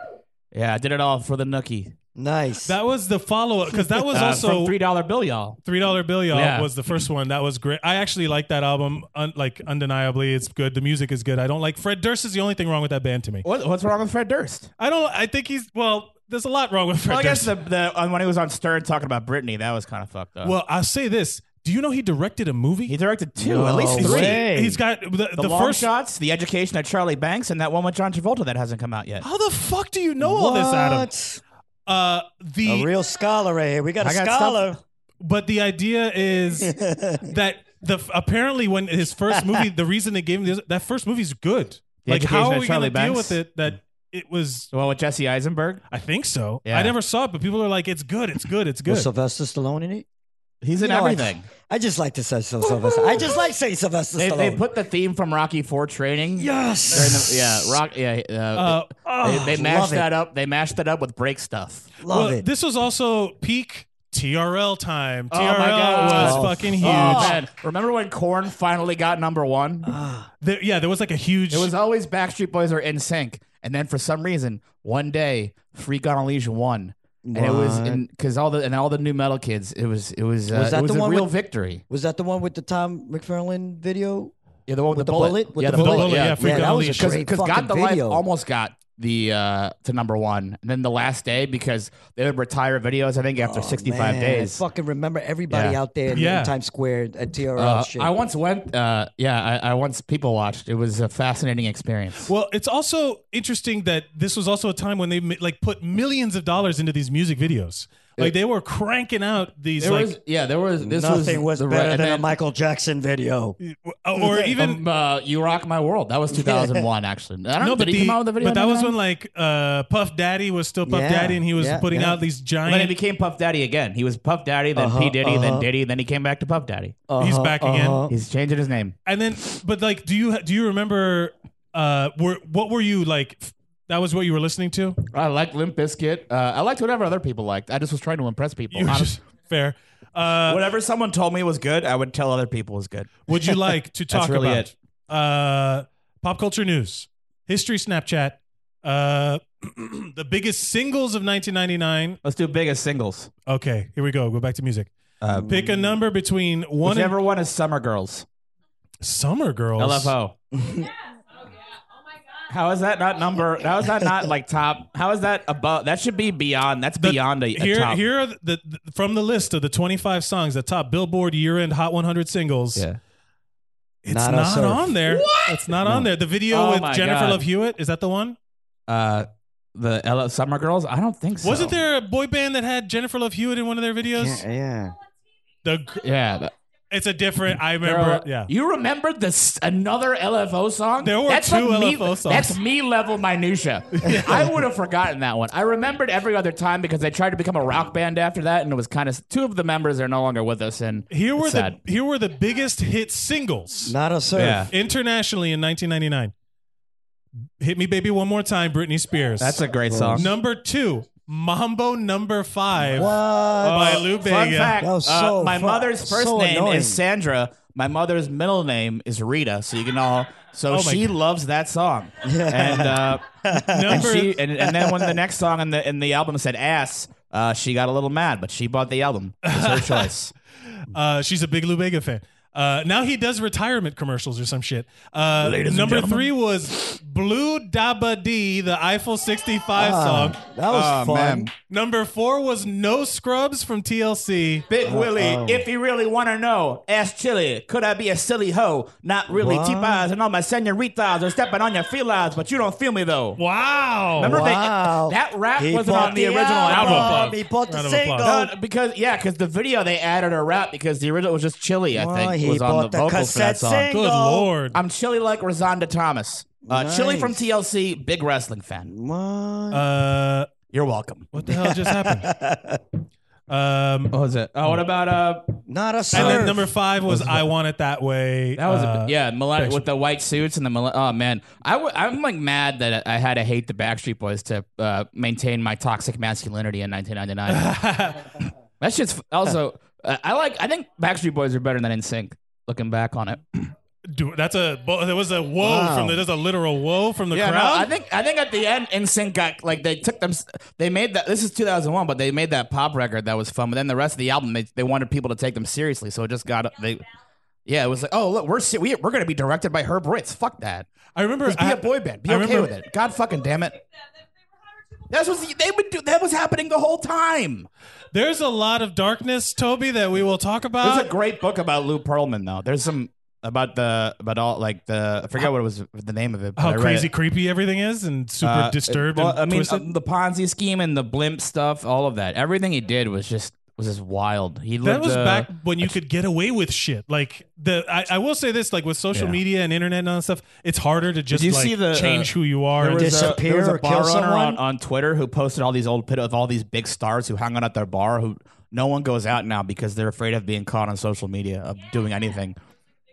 F: Yeah, I did it all for the Nookie.
D: Nice.
C: that was the follow up because that was
F: Uh,
C: also
F: from three dollar bill, y'all.
C: Three Dollar Bill, y'all,
F: Yeah.
C: was the first one. That was great. I actually like that album, un- like undeniably. It's good. The music is good. I don't like Fred Durst. Is the only thing wrong with that band to me.
F: What, what's wrong with Fred Durst?
C: I don't. I think he's well. There's a lot wrong with Fred
F: Well, I guess
C: Durst.
F: the, the on- when he was on Stern talking about Britney, that was kind of fucked up.
C: well, I'll say this. Do you know he directed a movie?
F: he directed two, at least
D: No
F: three.
D: way.
C: He's got the,
F: The,
C: the
F: long
C: first.
F: shots, the education of Charlie Banks, and that one with John Travolta that hasn't come out yet.
C: How the fuck do you know all this, Adam?
D: What?
C: Uh,
D: A
C: the
F: Oh,
D: real scholar right here. We got a
F: I got
D: scholar.
C: but the idea is that the apparently when his first movie, the reason they gave him this, that first movie's good.
F: The
C: like how are
F: Education of
C: we gonna
F: Charlie
C: deal
F: Banks?
C: with it that it was?
F: The one with Jesse Eisenberg.
C: I think so.
F: Yeah.
C: I never saw it, but people are like, it's good, it's good, it's good.
D: Was Sylvester Stallone in it?
F: He's in
D: You know, I-
F: everything.
D: I, just like to say so, Sylvester. I just like saying Sylvester
F: They,
D: Stallone.
F: they put the theme from Rocky Four Training. During
D: yes. oh,
F: the- yeah, rock. Yeah, uh,
C: Uh,
F: they, they mashed
D: love it.
F: that up. They mashed that up with break stuff.
D: Love
C: well,
D: it.
C: This was also peak TRL time.
F: Oh,
C: TRL
F: my God.
C: was
D: Oh.
C: fucking huge.
F: Oh man, remember when Corn finally got number one?
C: There- yeah, there was like a huge.
F: It was always Backstreet Boys or In Sync, and then for some reason, one day, Free Gun Legion won, and it was
D: What?
F: because all the and all the new metal kids. It was it was uh,
D: Was that
F: it was
D: the
F: a
D: one
F: real
D: with-
F: victory.
D: was that the one with the Tom McFarlane video?
F: Yeah, the one with,
D: the bullet? With
F: yeah,
D: the
F: the bullet.
D: bullet?
C: Yeah,
F: Yeah,
C: Free
D: yeah,
C: Gun
D: that was
C: Unleashed.
D: a great
F: because
D: fucking
F: God the Life
D: video.
F: almost got the uh to number one, and then the last day because they would retire videos. I think after
D: Oh,
F: 65
D: man,
F: days.
D: I fucking remember everybody
F: Yeah.
D: out there in
C: Yeah.
D: in Times Square at TRL
F: Uh,
D: shit.
F: I once went. Uh, yeah, I, I once people watched. It was a fascinating experience.
C: well, it's also interesting that this was also a time when they ma- like put millions of dollars into these music videos. Like they were cranking out these
F: there
C: like
F: was yeah, there was this
D: Nothing was,
F: the
D: better
F: re-
D: than a
F: and then,
D: Michael Jackson video.
C: Oh, or even
F: um, uh, you rock my world. That was 2001 actually. I don't
C: no,
F: know,
C: but
F: did he
C: the-
F: come out with a video?
C: but that
F: in
C: was
F: 99?
C: when like uh, Puff Daddy was still Puff
D: Yeah,
C: Daddy, and he was
D: yeah,
C: putting
D: yeah.
C: out these
F: And then he
C: giant.
F: became Puff Daddy again. He was Puff Daddy, then P Diddy, then Diddy, then he came back to Puff Daddy.
C: he's back again,
F: He's changing his name.
C: and then but like, do you do you remember? Uh, were what were you like? f- That was what you were listening to.
F: I liked Limp Bizkit. Uh, I liked whatever other people liked. I just was trying to impress people.
C: You were
F: Honest-
C: just fair. Uh,
F: whatever someone told me was good, I would tell other people was good.
C: would you like to talk
F: really
C: about? Uh, pop culture news, history, Snapchat, uh, the biggest singles of 1999.
F: Let's do biggest singles.
C: Okay, here we go. Go back to music.
F: Uh,
C: Pick a number between one
F: Whichever one is Summer Girls.
C: and Summer Girls.
F: LFO. Oh, How is that not number? How is that not like top? How is that above? That should be beyond. That's
C: The-
F: beyond a, a
C: here,
F: top.
C: here are the, the from the list of the 25 songs that top Billboard year-end Hot 100 singles.
F: Yeah.
C: It's not,
D: Not a surf.
C: on there. It's not on there. The video
F: Oh my
C: with Jennifer
F: God.
C: Love Hewitt is that the one?
F: Uh, the L- Summer Girls. I don't think so.
C: Wasn't there a boy band that had Jennifer Love Hewitt in one of their videos?
D: Yeah, yeah.
C: The gr-
F: Yeah. th-
C: it's a different. I
F: there
C: remember.
F: are-
C: yeah.
F: You remembered this another LFO song?
C: There were
F: that's
C: two
F: like me,
C: LFO songs.
F: That's me level minutia. I would have forgotten that one. I remembered every other time because I tried to become a rock band after that, and it was kind of two of the members are no longer with us. And
C: Here were
F: it's
C: the
F: sad.
C: here were the biggest hit singles
D: Not a surf.
F: Yeah.
C: internationally in 1999. Hit me, baby, one more time, Britney Spears.
F: That's a great song.
C: number two, Mambo number five
D: What?
C: by Lou
F: Oh, Fun
C: Bega.
F: fact:
D: That was
F: uh,
D: so
F: my
D: fu-
F: mother's first
D: so
F: name
D: annoying.
F: is Sandra. My mother's middle name is Rita. So you can all. So
C: Oh my
F: she
C: God.
F: loves that song. And uh, and
C: Number
F: she and, and then when the next song in the in the album said ass, uh, she got a little mad, but she bought the album. It was her choice.
C: Uh, she's a big Lou Bega fan. Uh, now he does retirement commercials or some shit. Uh,
E: Ladies and
C: number
E: gentlemen.
C: three was Blue Dabba D, the Eiffel 65
D: Ah,
C: song.
D: that was
E: Ah,
D: fun.
E: man.
C: Number four was No Scrubs from TLC.
F: Big
D: Oh,
F: Willie, if you really want to know, ask Chili, could I be a silly hoe? Not really.
D: What?
F: Cheap eyes and all my senoritas are stepping on your felines, but you don't feel me though.
C: Wow.
F: Remember
D: Wow.
F: they, that rap
D: He
F: wasn't
D: bought
F: on the
D: the
F: original
D: album.
F: album.
C: Round of
D: He
C: applause.
D: bought the
C: Round of applause.
D: single.
F: No, because yeah, because the video they added a rap because the original was just Chili. I
D: Well,
F: think
D: he
F: was on the
D: bought the
F: vocals for that
D: cassette
F: song.
D: single.
C: Good lord.
F: I'm Chili like Rosanda Thomas. Uh, Chili
D: Nice.
F: from TLC, big wrestling fan.
D: What?
C: Uh,
F: You're welcome.
C: what the hell just happened? Um,
F: What was it? Oh, what about uh?
D: Not a
C: and
D: surf.
C: then number five was I Want It That Way.
F: That was
C: Uh,
F: a, yeah, millenn- with the white suits and the millenn- oh man, I w- I'm like mad that I had to hate the Backstreet Boys to uh, maintain my toxic masculinity in 1999. that shit's f- also uh, I like I think Backstreet Boys are better than NSYNC. Looking back on it,
C: Dude, that's a bo- there was a whoa
D: Wow.
C: from the there's a literal whoa from the
F: yeah, no, I
C: crowd.
F: think I think at the end NSYNC got like they took them they made that this is 2001, but they made that pop record that was fun. But then the rest of the album they, they wanted people to take them seriously, so it just got they. Yeah, it was like, oh look, we're se- we, we're gonna be directed by Herb Ritz. Fuck that.
C: I, remember
F: Just be
C: I-
F: a boy band. Be
C: I
F: okay
C: remember-
F: with it. God fucking damn it. That's what they would do. That was happening the whole time.
C: There's a lot of darkness, Toby, that we will talk
F: There's
C: about.
F: a great book about Lou Pearlman though. There's some about the about all like the I forgot what it was the name of it. but I
C: How
F: read
C: Oh, crazy,
F: it.
C: creepy everything is, and super
F: Uh,
C: disturbed.
F: well,
C: and
F: I mean,
C: twisted.
F: uh, the Ponzi scheme and the blimp stuff, all of that. Everything he did was just was just wild. He
C: that
F: lived,
C: was
F: uh,
C: back when you could get away with shit. Like the, I, I will say this, like with social
F: Yeah.
C: media and internet and all that stuff, it's harder to just
F: you
C: like
F: see the, uh,
C: change who you are.
F: There
C: and
F: was,
C: just-
F: a, there was
D: Disappear
F: a
D: or kill
F: bar owner
D: someone?
F: on, on Twitter who posted all these old pit of all these big stars who hung out at their bar who no one goes out now because they're afraid of being caught on social media of doing anything.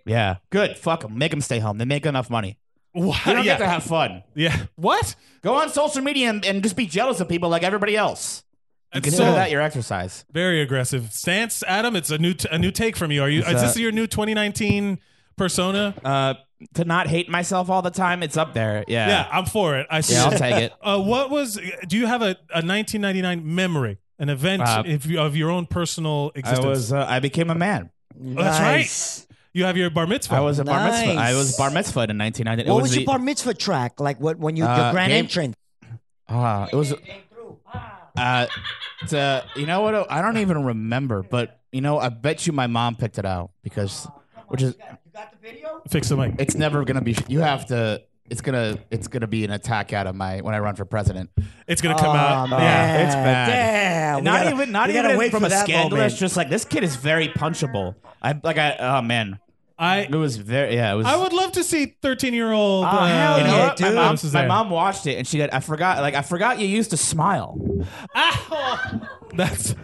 F: Yeah, good. Fuck them. Make them stay home. They make enough money.
C: Wow,
F: You don't
C: yeah,
F: get to have fun.
C: yeah. What?
F: Go on social media and, and just be jealous of people like everybody else. You
C: That's
F: consider
C: so-
F: that your exercise.
C: Very aggressive stance, Adam. It's a new, t- a new take from you. Are you? Is
F: uh,
C: this your new 2019 persona?
F: Uh, to not hate myself all the time, it's up there. Yeah.
C: yeah, I'm for it. I see.
F: Yeah, I'll
C: it.
F: take it.
C: Uh, what was? Do you have a, a 1999 memory, an event
F: Uh,
C: if you, of your own personal
F: I
C: existence?
F: was. Uh, I became a man.
C: that's right.
D: Nice.
C: you have your bar mitzvah.
F: I was a bar mitzvah.
D: Nice.
F: I was bar mitzvah in 1990.
D: What
F: it
D: was,
F: the,
D: your bar mitzvah track? Like what when you
F: Uh,
D: your grand
F: Gabe-
D: entrance?
F: Ah, it was. Uh, it's, uh, you know what? I don't even remember, but you know, I bet you my mom picked it out because, which is,
C: Fix the mic.
F: it's never gonna be. You have to. It's gonna. It's gonna be an attack out of my when I run for president.
C: It's gonna come out.
D: Oh, man.
C: Yeah.
F: it's bad.
D: Damn. we
F: not
D: gotta-
F: even. Not
D: we gotta
F: even
D: wait
F: from
D: for
F: a
D: that
F: scandalous.
D: moment.
F: Just like this kid is very punchable. I like. I oh man,
C: I
F: it was very. Yeah, it was.
C: I would love to see uh, 13 year
F: Oh,
C: old.
D: Ah, hell
F: You know
D: yeah,
F: Uh, what? my
D: dude.
F: mom,
C: This is
F: my
C: there.
F: mom watched it and she said, "I forgot. Like I forgot you used to smile."
C: That's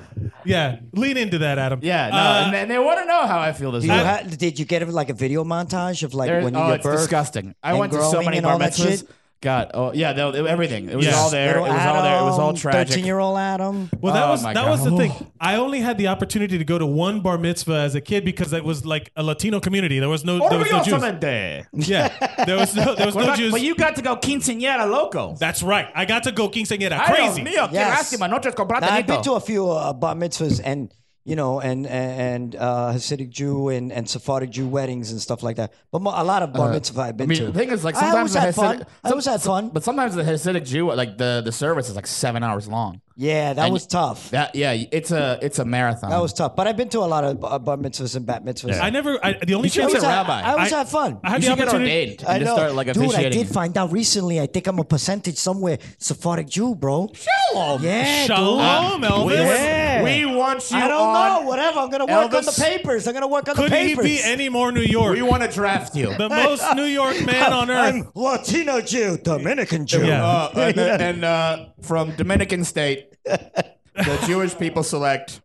C: yeah. Lean into that, Adam.
F: Yeah, no,
C: Uh,
F: and, they- and they want to know how I feel this.
D: Do you
F: week.
D: ha- did you get like a video montage of like
F: There's-
D: when you
F: oh,
D: get
F: it's
D: birth?
F: disgusting. I
D: and
F: went to so
D: growing
F: many
D: and
F: bar
D: all that
F: mitzvahs.
D: shit?
F: God, oh yeah, no, it- everything. It was
C: Yes.
F: all there. It
D: Little
F: was all there. It was all
D: Adam,
F: tragic.
D: Thirteen-year-old Adam.
C: well, that
F: Oh
C: was
F: my
C: that
F: God.
C: was the thing. I only had the opportunity to go to one bar mitzvah as a kid because it was like a Latino community. There was no there was no Jews.
F: Orgullosamente.
C: Yeah, there was no there was
F: What
C: no
F: about-
C: Jews.
F: But you got to go quinceañera loco.
C: That's right. I got to go quinceañera.
F: Ay, Dios
C: Crazy.
F: mío, qué
D: Yes.
F: lástima, no te compraste
D: Now, I've been
F: nito.
D: to a few uh, bar mitzvahs and you know and and, and uh, Hasidic Jew and, and Sephardic Jew weddings and stuff like that. But mo- a lot of bar mitzvahs I've
F: Uh, I
D: been
F: mean,
D: to.
F: the thing is, like,
D: I always
F: sometimes the
D: had fun.
F: Hasidic-
D: I always had fun.
F: But sometimes the Hasidic Jew, like the the service is like seven hours long.
D: yeah, that
F: and- um,
D: was tough.
F: That yeah, it's a it's a marathon.
D: That was tough. But I've been to a lot of uh, bar mitzvahs and bat mitzvahs.
C: I never. I, the only
F: should
C: chance
F: be
D: always
F: a
D: had,
F: rabbi.
D: I always
C: I-
D: had fun.
C: I had the
F: you should get
C: opportunity.
F: ordained and just start like
D: dude. I
F: officiating.
D: did find out recently. I think I'm a percentage somewhere Sephardic Jew, bro.
F: Shalom.
D: Yeah, dude.
C: Shalom,
F: We,
C: Elvis.
D: Yeah.
F: we want you
D: I don't
F: on.
D: know. Whatever. I'm gonna work on
F: Elvis.
D: the papers. I'm gonna work on
C: Could
D: the
C: he
D: papers.
C: be any more New York?
F: We want to draft you.
C: the most New York man on earth.
D: I'm Latino Jew, Dominican Jew.
C: Yeah.
F: Uh, and and, uh, from Dominican State, the Jewish people select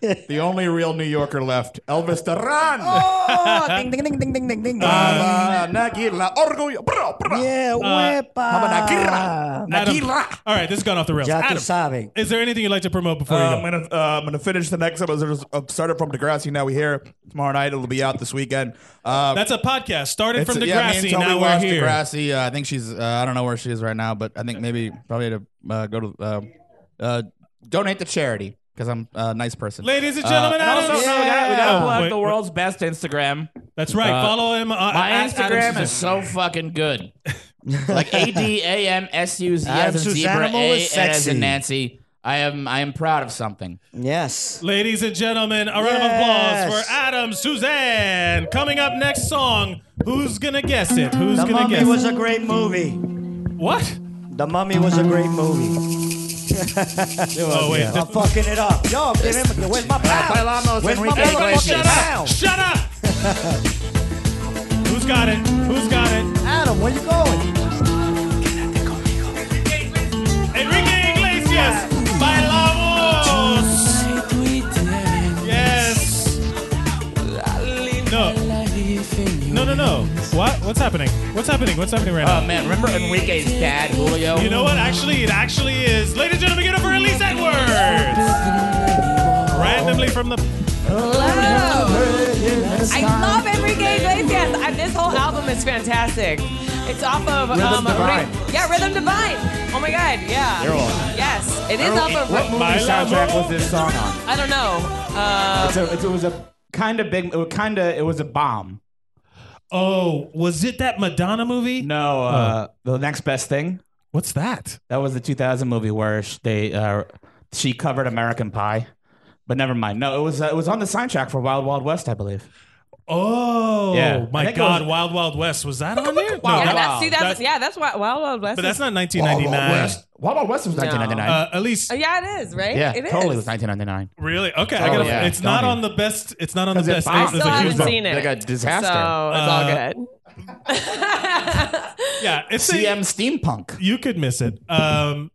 F: the only real New Yorker left, Elvis Duran.
D: Oh, ding, ding, ding, ding, ding, ding, ding.
F: Baba Nagila Orgullo. Bra, bra.
D: yeah,
F: Baba Nagila.
D: wepa.
C: Adam-
F: Nagila.
C: All right, this has gone off the rails.
D: Ya tu
C: Adam,
D: sabe.
C: is there anything you'd like to promote before
F: Uh,
C: you
F: I'm
C: go?
F: gonna uh, I'm gonna finish the next episode. I started from Degrassi. Now we here tomorrow night. It'll be out this weekend. Uh,
C: That's a podcast. Started from
F: It's- yeah, me and
C: Degrassi.
F: Toby
C: now we're
F: watched
C: here.
F: Degrassi. Uh, I think she's. Uh, I don't know where she is right now, but I think maybe probably to uh, go to uh, uh, donate to charity.
G: because I'm a nice person.
C: Ladies
F: Uh,
C: and gentlemen,
H: And
C: Adam.
H: also, no, we gotta, we gotta
C: Yeah.
H: plug
C: Wait,
H: the
C: wait.
H: world's best Instagram.
C: That's right.
H: Uh,
C: Follow him. Uh,
F: My
C: at Adam
F: Instagram is
C: Suzanne.
F: so fucking good. Like A D A M S U Z
H: Adam
F: as in zebra,
H: Susanimal
F: A
H: is
F: as in
H: sexy.
F: Nancy. I am I am proud of something.
D: Yes.
C: Ladies and gentlemen, a round of applause
D: Yes.
C: for Adam Suzanne. Coming up next song. Who's gonna guess it? Who's
D: The
C: gonna
D: Mummy
C: guess
D: was
C: it?
D: a great movie.
C: What?
D: The Mummy was a great movie.
C: Oh wait.
D: I'm fucking it up. Yo, I'm giving him. Where's my pound?
F: Bailamos
D: Where's my
F: Enrique Iglesias.
D: motherfucking
C: Shut up!
D: pound?
C: Shut up! Who's got it? Who's got it?
D: Adam, where you going?
C: Enrique Iglesias. Bailamos. Yes. No. No, no, no. What? What's happening? What's happening? What's happening right now?
F: Oh man, remember Enrique's dad, Julio?
C: You know what? Actually, it actually is. Ladies and gentlemen, get up for Elise Edwards. Randomly from the.
I: Oh,
J: I love Enrique Iglesias. I, this whole album is fantastic. It's off of um,
D: Divine.
J: Ri- yeah, Rhythm Divine. Oh my God, yeah. Yes, it is off of.
H: What movie soundtrack was this song on?
J: I don't know. Uh,
H: So it was a kind of big, kind of it was a bomb.
C: Oh, was it that Madonna movie? Oh.
H: No, uh, the next best thing.
C: What's that?
H: That was the 2000 movie where sh- they uh, she covered American Pie, but never mind. No, it was uh, it was on the soundtrack for Wild Wild West, I believe.
C: Oh,
H: Yeah. I
C: my
H: think it
C: God!
H: was-
C: Wild Wild West was that on there? No,
H: Wild
J: yeah,
H: Wow.
C: that-
J: that's 2000.
C: That-
J: yeah, that's why Wild Wild West.
C: but
J: is-
C: that's not 1999.
H: Wild Wild West was 1999.
C: Uh, Elise,
J: oh, yeah, it is right.
H: yeah,
J: it is.
H: totally was 1999.
C: really? Okay, I gotta,
H: Oh, yeah.
C: it's not
H: Don't
C: on the best. It's not on the
H: 'Cause it
C: best.
H: bombed.
C: It
J: Still
C: was a Uh, huge
J: haven't
C: bomb.
J: seen it.
F: Like a disaster.
J: So it's all good.
C: Yeah, it's a-
F: CM Steampunk.
C: you could miss it. Um,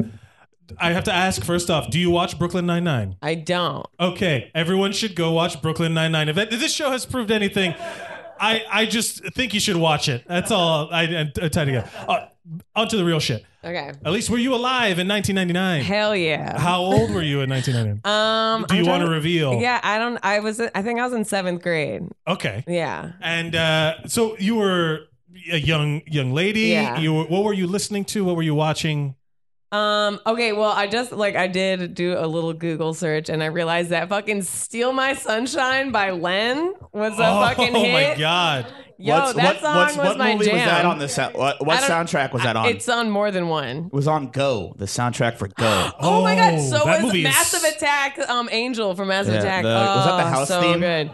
C: I have to ask first off. Do you watch Brooklyn Nine Nine?
J: I don't.
C: Okay, everyone should go watch Brooklyn Nine Nine. If that- if this show has proved anything, I, I just think you should watch it. That's all. I, I, I tied together. Uh, onto the real shit.
J: Okay.
C: At least were you alive in 1999?
J: Hell yeah.
C: How old were you in 1999?
J: um,
C: Do you
J: I'm
C: want to
J: trying-
C: reveal?
J: Yeah, I don't. I was. I think I was in seventh grade.
C: Okay.
J: Yeah.
C: And uh, so you were a young young lady.
J: Yeah.
C: You were, what were you listening to? What were you watching?
J: Um, okay, well, I just like I did do a little Google search and I realized that fucking Steal My Sunshine by Len was a fucking
C: oh
J: hit.
C: my god!
J: Yo, that song was
H: what
J: my
H: movie
J: jam.
H: was that on? The sa- what what
J: I don't-
H: soundtrack was that on?
J: It's on more than one.
H: it was on Go, the soundtrack for Go.
J: Oh, my god, so
C: that
J: was
C: movie is-
J: Massive Attack, um Angel from Massive
H: Yeah,
J: Attack.
H: the- was that the
J: Oh,
H: house
J: so
H: theme?
J: good.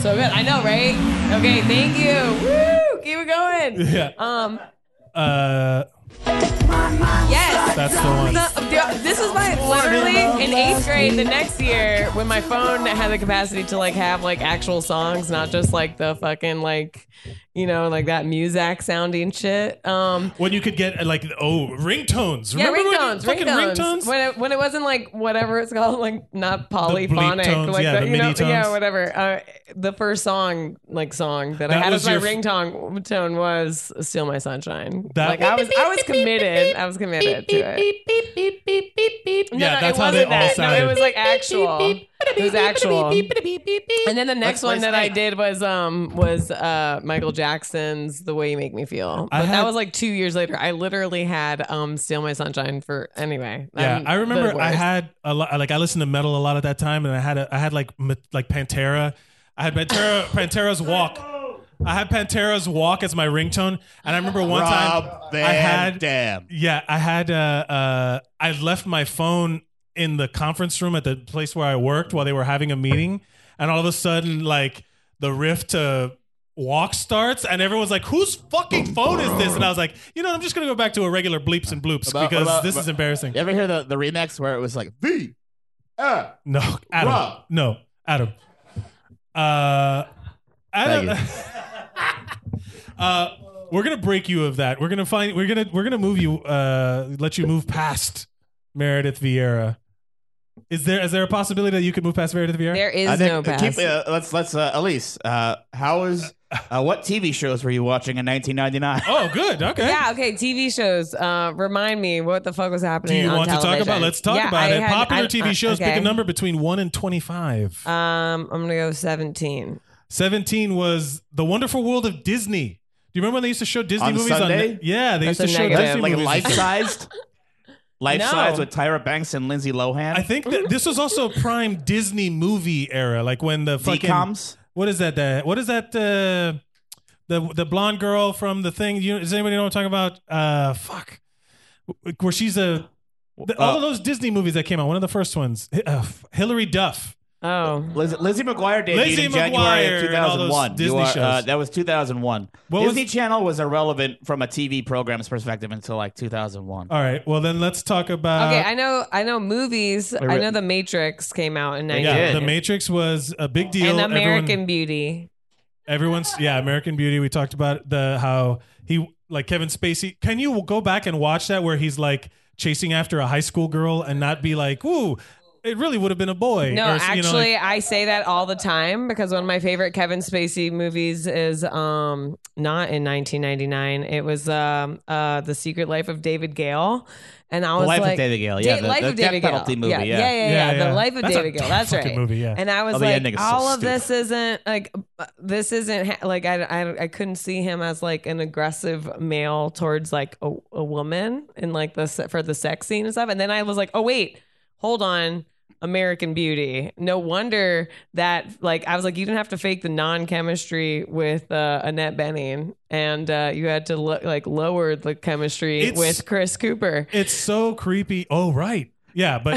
J: So good. I know, right? Okay, thank you. Woo! Keep it going.
C: Yeah.
J: Um
C: Uh,
J: yes.
C: that's the one.
J: The- the- this was my literally in eighth grade the next year when my phone had the capacity to like have like actual songs, not just like the fucking like you know like that Muzak sounding shit. Um,
C: When you could get uh, like oh ringtones.
J: yeah,
C: Remember when
J: ringtones,
C: you- fucking
J: ringtones.
C: ringtones.
J: When it when it wasn't like whatever it's called, like not polyphonic,
C: tones,
J: like
C: yeah, the
J: you know,
C: MIDI
J: yeah,
C: tones.
J: whatever. Uh, the first song like song that, I
C: That
J: had
C: was
J: as my
C: your f-
J: ringtone tone was "Steal My Sunshine."
C: That-
J: like I was I was committed. I was committed to it. No,
C: Yeah,
J: no,
C: that's
J: it
C: how
J: wasn't
C: they all
J: that. No,
C: sounded.
J: it was like actual. It was actual. And then the next one that I did was um was uh Michael Jackson's "The Way You Make Me Feel,"
C: I
J: but
C: had-
J: that was like two years later. I literally had um "Steal My Sunshine" for anyway.
C: Yeah,
J: I'm
C: I remember
J: the
C: I
J: worst.
C: had a lot. Like I listened to metal a lot at that time, and I had a, I had like ma- like Pantera. I had Pantera Pantera's Walk. I had Pantera's Walk as my ringtone, and I remember one time
F: Rob Van
C: I had
F: Dam.
C: yeah I had uh, uh I left my phone in the conference room at the place where I worked while they were having a meeting, and all of a sudden like the riff to Walk starts and everyone's like, "Whose fucking phone is this?" And I was like, "You know, I'm just gonna go back to a regular bleeps and bloops
F: About-
C: because
F: about-
C: this is
F: about-
C: embarrassing."
F: You ever hear the, the remix where it was like the uh,
C: No, Adam.
F: Rob.
C: No, Adam. Uh, Adam. uh, we're gonna break you of that. We're gonna find. We're gonna. We're gonna move you. Uh, let you move past Meredith Vieira. Is there is there a possibility that you could move past Meredith Vieira?
J: there is
H: I
J: no
H: think,
J: past.
H: keep, uh, let's let's uh, Elise. Uh, how is uh, what TV shows were you watching in 1999?
C: Oh, good. Okay.
J: yeah, okay. TV shows. Uh, remind me what the fuck was
C: Do
J: happening.
C: you
J: on
C: want to
J: television.
C: talk about? Let's talk
J: Yeah,
C: about
J: I
C: it.
J: had-
C: Popular
J: I-
C: TV
J: uh,
C: shows. Pick
J: okay.
C: a number between one and twenty-five.
J: Um, I'm gonna go 17.
C: Seventeen was the Wonderful World of Disney. Do you remember when they used to show Disney
F: On
C: movies
F: Sunday?
C: on? Yeah, they
J: That's
C: used
J: a
C: to show
J: negative.
C: Disney
H: like
C: movies.
H: life sized? Life
J: No.
H: Size with Tyra Banks and Lindsay Lohan.
C: I think that this was also prime Disney movie era, like when the fucking
H: Decoms?
C: What is that? That what is that? Uh, the the blonde girl from the thing. You, does anybody know what I'm talking about? Uh, fuck, where she's a. the- all of
H: Uh,
C: those Disney movies that came out, one of the first ones, Hi- uh, Hillary Duff.
J: Oh,
H: Liz- Lizzie McGuire debuted
C: Lizzie
H: in January
C: McGuire
H: of
C: and all those
H: 2001. You
C: Disney
H: are, Uh,
C: shows.
H: that was 2001.
C: What
H: Disney
C: was-
H: Channel was irrelevant from a TV program's perspective until like 2001.
C: All right, well then let's talk about.
J: okay. I know. I know movies. I
H: re-
J: know The Matrix came out in
C: yeah,
H: did.
J: 1990.
C: The Matrix was a big deal.
J: And American
C: Everyone-
J: Beauty.
C: Everyone's yeah, American Beauty. We talked about the how he like Kevin Spacey. Can you go back and watch that where he's like chasing after a high school girl and not be like, "Ooh, it really would have been a boy."
J: No,
C: Or, you know,
J: actually,
C: like-
J: I say that all the time because one of my favorite Kevin Spacey movies is um not in 1999. It was um uh The Secret Life of David Gale, and I was
H: Life of
J: like
H: David Gale, yeah,
J: Da-
H: the-
J: Life
H: the
J: of
H: death
J: David
H: penalty
J: Gale.
H: movie,
J: yeah,
H: yeah.
J: yeah, yeah,
C: Yeah,
J: yeah.
C: yeah.
J: The Life of
C: That's a
J: David Gale. That's
C: fucking
J: right.
C: movie, yeah.
J: And I was
H: Oh, the ending
J: like,
H: is so
J: all of
H: stupid.
J: this isn't like uh, this isn't ha- like I, I I couldn't see him as like an aggressive male towards like a, a woman and like the se- for the sex scene and stuff. And then I was like, oh wait, hold on. American Beauty. No wonder that, like, I was like, you didn't have to fake the non-chemistry with uh, Annette Bening, and uh, you had to lo- like lower the chemistry
C: It's-
J: with Chris Cooper
C: it's so creepy. Oh, right. Yeah, but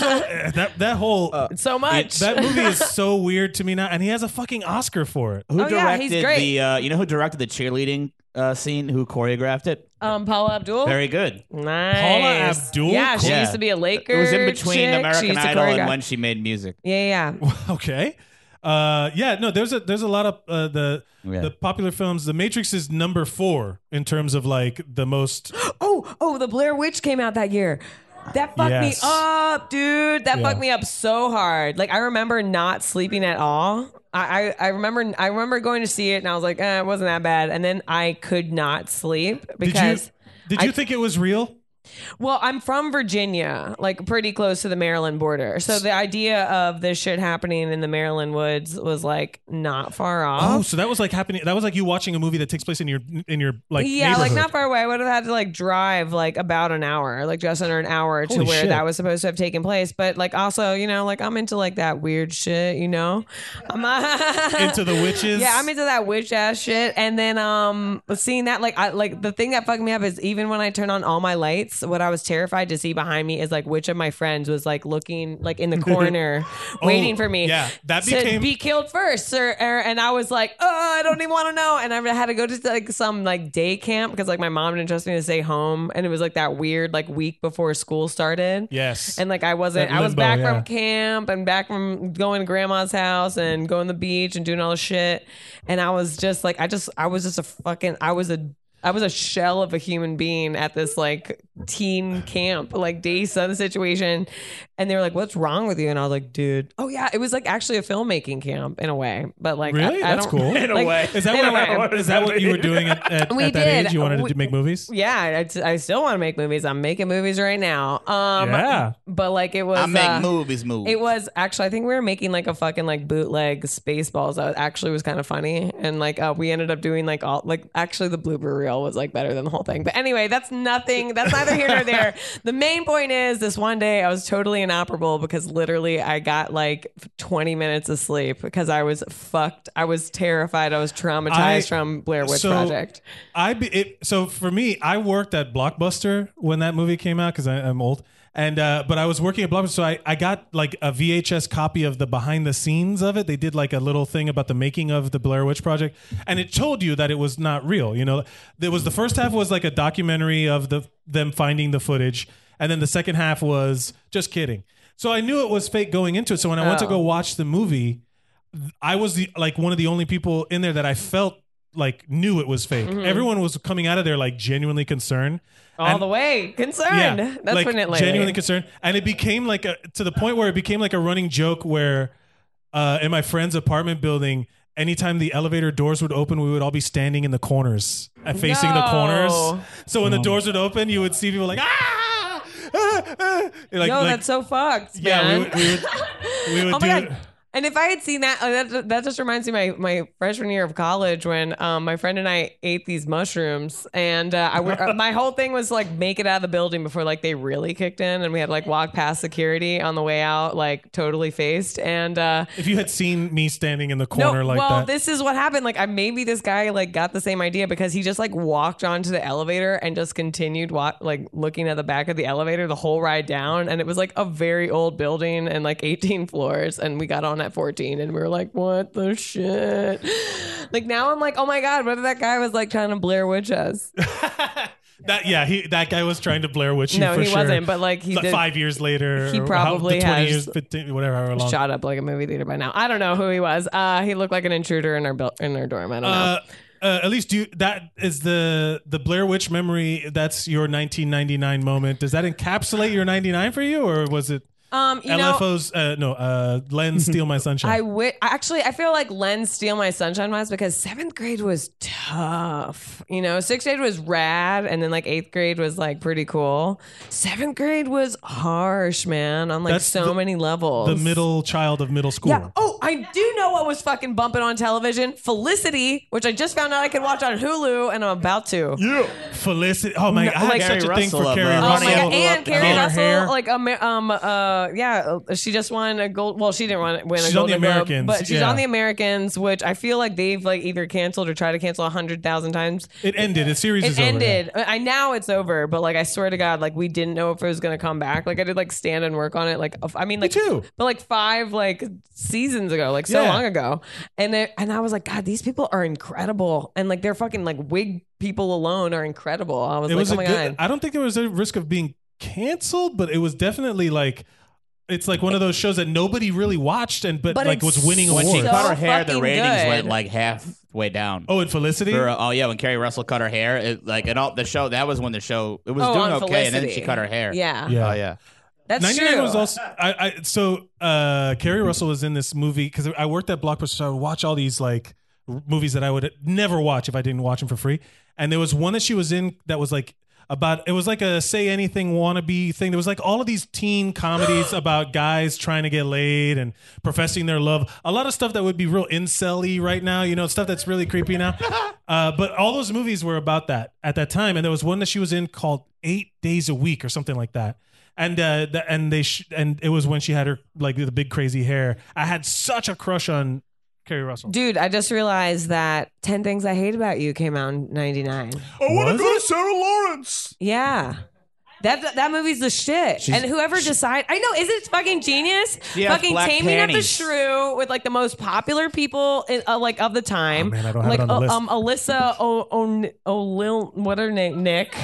C: so eh, that that whole
J: so much.
C: that movie is so weird to me now and he has a fucking Oscar for it.
H: Who
J: Oh, yeah, he's
H: directed
J: great.
H: the? Uh, you know who directed the cheerleading uh, scene? Who choreographed it?
J: Um, Paula Abdul.
H: Very good.
J: nice.
C: Abdul?
J: Yeah, she
H: Yeah.
J: used to be a Laker.
H: It was in between
J: chick. she
H: American
J: used to
H: Idol and
J: choreograph-
H: when she made music.
J: Yeah, yeah.
C: okay. Uh, yeah, no, there's a there's a lot of uh, the
H: Yeah.
C: the popular films. The Matrix is number 4 in terms of like the most
J: Oh, oh, the Blair Witch came out that year. That fucked
C: Yes.
J: me up, dude. That
C: Yeah.
J: fucked me up so hard. Like I remember not sleeping at all. I, I, I remember I remember going to see it and I was like, eh, it wasn't that bad. And then I could not sleep because
C: Did you, did you think it was real?
J: Well, I'm from Virginia, like pretty close to the Maryland border. So the idea of this shit happening in the Maryland woods was like not far
C: Oh,
J: off.
C: so that was like happening. That was like you watching a movie that takes place in your in your like
J: yeah, like
C: neighborhood.
J: not far away. I would have had to like drive like about an hour, like just under an hour to
C: Holy
J: where
C: shit.
J: that was supposed to have taken place. But like also, you know, like I'm into like that weird shit, you know? I'm
C: into the witches.
J: Yeah, I'm into that witch ass shit. And then um seeing that like I like the thing that fucked me up is even when I turn on all my lights, what I was terrified to see behind me is like which of my friends was like looking like in the corner waiting for me.
C: Oh, yeah, that
J: to
C: became-
J: be killed first, or, or- and I was like, oh, I don't even want to know. And I had to go to like some like day camp because like my mom didn't trust me to stay home, and it was like that weird like week before school started.
C: Yes.
J: And like I wasn't,
C: That
J: I was
C: limbo,
J: back
C: yeah.
J: from camp and back from going to grandma's house and going to the beach and doing all the shit. And I was just like, I just, I was just a fucking, I was a, I was a shell of a human being at this like teen camp, like day sun situation. And they were like, what's wrong with you? And I was like, dude, oh yeah. It was like actually a filmmaking camp in a way, but like,
C: really.
J: I, I
C: That's
J: don't-
C: cool.
H: In a
J: Like-
H: way,
C: Is that
J: in a
C: what,
J: way.
C: what is that what you were doing at, at,
J: We
C: at that
J: did.
C: age? You wanted
J: We-
C: to make movies.
J: Yeah, I, I still want to make movies. I'm making movies right now. Um,
C: Yeah.
J: But like it was.
H: I make
J: uh,
H: movies, movies.
J: It was actually, I think we were making like a fucking like bootleg Spaceballs that actually was kind of funny. And like, uh, we ended up doing like all, like, actually the blooper reel was like better than the whole thing. But anyway, that's nothing. That's neither here nor there. The main point is this one day I was totally inoperable because literally I got like 20 minutes of sleep because I was fucked. I was terrified. I was traumatized
C: I-
J: from Blair Witch Project.
C: I be, it, so for me, I worked at Blockbuster when that movie came out because I'm old, and uh, but I was working at Blockbuster, so I, I got like a VHS copy of the behind the scenes of it. They did like a little thing about the making of the Blair Witch Project, and it told you that it was not real. You know, there was the first half was like a documentary of the them finding the footage, and then the second half was just kidding. So I knew it was fake going into it. So when I went to
J: Oh.
C: go watch the movie. I was the like one of the only people in there that I felt like knew it was fake. Everyone was coming out of there like genuinely concerned.
J: Mm-hmm. All
C: And-
J: the way. Concerned.
C: yeah,
J: That's
C: like
J: when it landed.
C: genuinely concerned, and it became like a to the point where it became like a running joke where uh, in my friend's apartment building. Anytime the elevator doors would open, we would all be standing in the corners, uh, facing the
J: No.
C: corners. So
K: Mm.
C: when the doors would open, you would see people like ah, ah, ah. Like-
J: no,
C: like-
J: that's so fucked.
C: yeah.
J: man.
C: We would, we would, we would
J: oh
C: do.
J: my god. And if I had seen that, oh, that, that just reminds me of my my freshman year of college when um, my friend and I ate these mushrooms, and uh, I were, my whole thing was like make it out of the building before like they really kicked in, and we had to, like walk past security on the way out, like totally faced, and. Uh,
C: If you had seen me standing in the corner like
J: well,
C: that,
J: this is what happened. Like, I maybe this guy like got the same idea because he just like walked onto the elevator and just continued wa- like looking at the back of the elevator the whole ride down, and it was like a very old building and like 18 floors, and we got on at 14, and we were like, what the shit? Like now I'm like, oh my god, whether that guy was like trying to Blair Witch us?
C: that yeah, he, that guy was trying to Blair Witch you
J: No,
C: for
J: he
C: sure.
J: wasn't, but, like, he
C: Th-
J: did-
C: five years later,
J: he
C: or how-
J: probably
C: the twenty
J: has
C: years, 15, whatever, however long.
J: Shot up like a movie theater by now. I don't know who he was. Uh, he looked like an intruder in our buil- in our dorm. I don't know.
C: Uh, uh, at least you that is the the Blair Witch memory. That's your 1999 moment. Does that encapsulate your 99 for you, or was it
J: Um, you know,
C: LFO's? uh, no, uh, Len steal my sunshine.
J: I wi- actually I feel like Len steal my sunshine was because seventh grade was tough. You know, sixth grade was rad, and then like eighth grade was like pretty cool. Seventh grade was harsh, man, on like
C: That's
J: so
C: the-
J: many levels.
C: the middle child of middle school.
J: Yeah. Oh, I do know what was fucking bumping on television. Felicity, which I just found out I could watch on Hulu, and I'm about to.
C: You, Felicity. Oh my! I had
J: like-
C: such a
F: Carrie
C: thing for
F: Russell,
C: Carrie
F: uh,
J: Oh
C: Russell.
J: my god! And Carrie
C: Her
J: Russell,
C: hair.
J: like um, um, uh, yeah, she just won a gold. Well, she didn't win, win a
C: She's on
J: Golden
C: The
J: Globe,
C: Americans,
J: but she's
C: yeah.
J: on the Americans, which I feel like they've like either canceled or tried to cancel a hundred thousand times.
C: It ended. The series
J: It
C: is over.
J: ended. I now it's over, but like I swear to God, like we didn't know if it was gonna come back. Like I did like stand and work on it. Like I mean, like
C: too.
J: but like five like seasons ago, like so
C: Yeah.
J: long ago, and it, and I was like, God, these people are incredible, and like they're fucking like wig people alone are incredible. I was
C: It
J: like,
C: was
J: oh
C: a
J: my God.
C: good. I don't think there was a risk of being canceled, but it was definitely like. It's like one of those shows that nobody really watched, and but,
J: But
C: like
J: it's
C: was winning
J: so-
F: When
C: awards.
F: she cut her hair, the
J: fucking
F: ratings
J: good.
F: went like halfway down.
C: Oh, and Felicity.
F: For, uh, oh yeah, when Carrie Russell cut her hair, it, like and all the show that was when the show it was
J: Oh,
F: doing
J: on
F: okay, and then she
J: Felicity.
F: cut her hair.
J: Yeah,
F: Oh yeah.
J: that's
C: 99
J: true.
C: was also I, I so uh Carrie Russell was in this movie because I worked at Blockbuster, so I would watch all these like r- movies that I would never watch if I didn't watch them for free. And there was one that she was in that was like about it was like a say anything wannabe thing. There was like all of these teen comedies about guys trying to get laid and professing their love. A lot of stuff that would be real incel-y right now, you know, stuff that's really creepy now. Uh, but all those movies were about that at that time. And there was one that she was in called Eight Days a Week or something like that and uh, the, and they sh- and it was when she had her like the big crazy hair. I had such a crush on Carrie Russell.
J: Dude, I just realized that 10 Things I Hate About You came out in 99.
C: I want to go
J: Yeah. That, that movie's the shit. and whoever decide, I know, is it fucking genius?
F: has
J: Fucking
F: black
J: taming of the
F: panties.
J: shrew with like the most popular people in, uh, like of the time.
C: Oh, man, I don't have
J: like
C: it on the
J: uh,
C: list.
J: um Alyssa O O O'Lil what her name Nick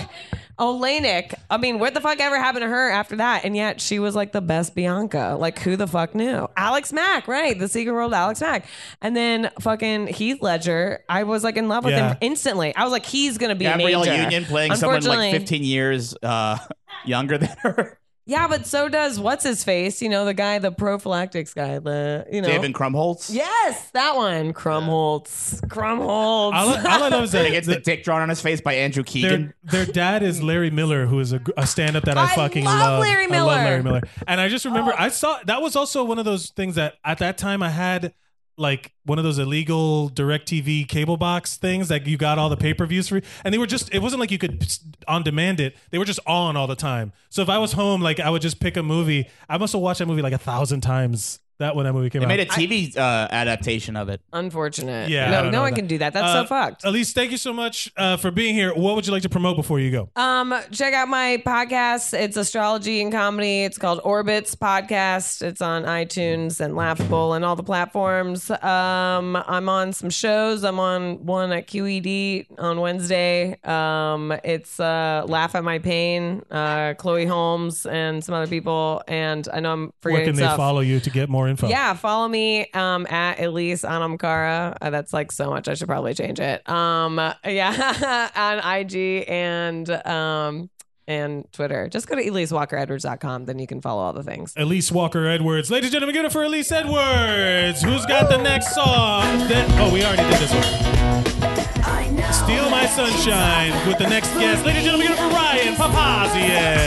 J: Olenek. I mean, what the fuck ever happened to her after that? And yet she was like the best Bianca. Like who the fuck knew? Alex Mack, right? The Secret World, Alex Mack. And then fucking Heath Ledger. I was like in love with
C: Yeah.
J: him instantly. I was like, he's gonna be
F: Gabrielle
J: a major.
F: Union playing someone like
J: Unfortunately-
F: 15 years uh, younger than her.
J: Yeah, but so does what's his face? You know, the guy, the prophylactics guy, the you know.
F: David Crumholtz.
J: Yes, that one. Crumholtz. Crumholtz.
C: all, I- all I love is
F: And
C: that
F: he gets the dick drawn on his face by Andrew Keegan.
C: their their dad is Larry Miller, who is a, a stand up that I,
J: I
C: fucking
J: love Larry
C: I love
J: Miller. Oh.
C: Larry Miller, and I just remember I saw that was also one of those things that at that time I had like one of those illegal DirecTV cable box things that you got all the pay per views for, and they were just it wasn't like you could on demand it; they were just on all the time. So if I was home, like I would just pick a movie. I must have watched that movie like a thousand times. That when that movie came
F: They
C: out,
F: made a TV uh, adaptation of it.
J: Unfortunate.
C: Yeah, I
J: No,
C: don't
J: no
C: know
J: one
C: that.
J: can do that. That's
C: Uh,
J: so fucked.
C: Elise, thank you so much uh, for being here. What would you like to promote before you go?
J: Um, check out my podcast. It's astrology and comedy. It's called Orbits Podcast. It's on iTunes and Laughable and all the platforms. Um, I'm on some shows. I'm on one at QED on Wednesday. Um, it's uh, Laugh at My Pain, uh, Chloe Holmes, and some other people. And I know I'm forgetting
C: Where can they
J: stuff.
C: follow you to get more info?
J: Yeah, follow me um, at Elise Anamkara. Uh, that's like so much. I should probably change it. Um, yeah, on IG and um, and Twitter. Just go to EliseWalkerEdwards.com. Then you can follow all the things.
C: Elise Walker Edwards. Ladies and gentlemen, give it up for Elise Edwards. Who's got the next song? That, oh, we already did this one. Steal My Sunshine with the next guest. Ladies and gentlemen, give it up for Ryan Papazian.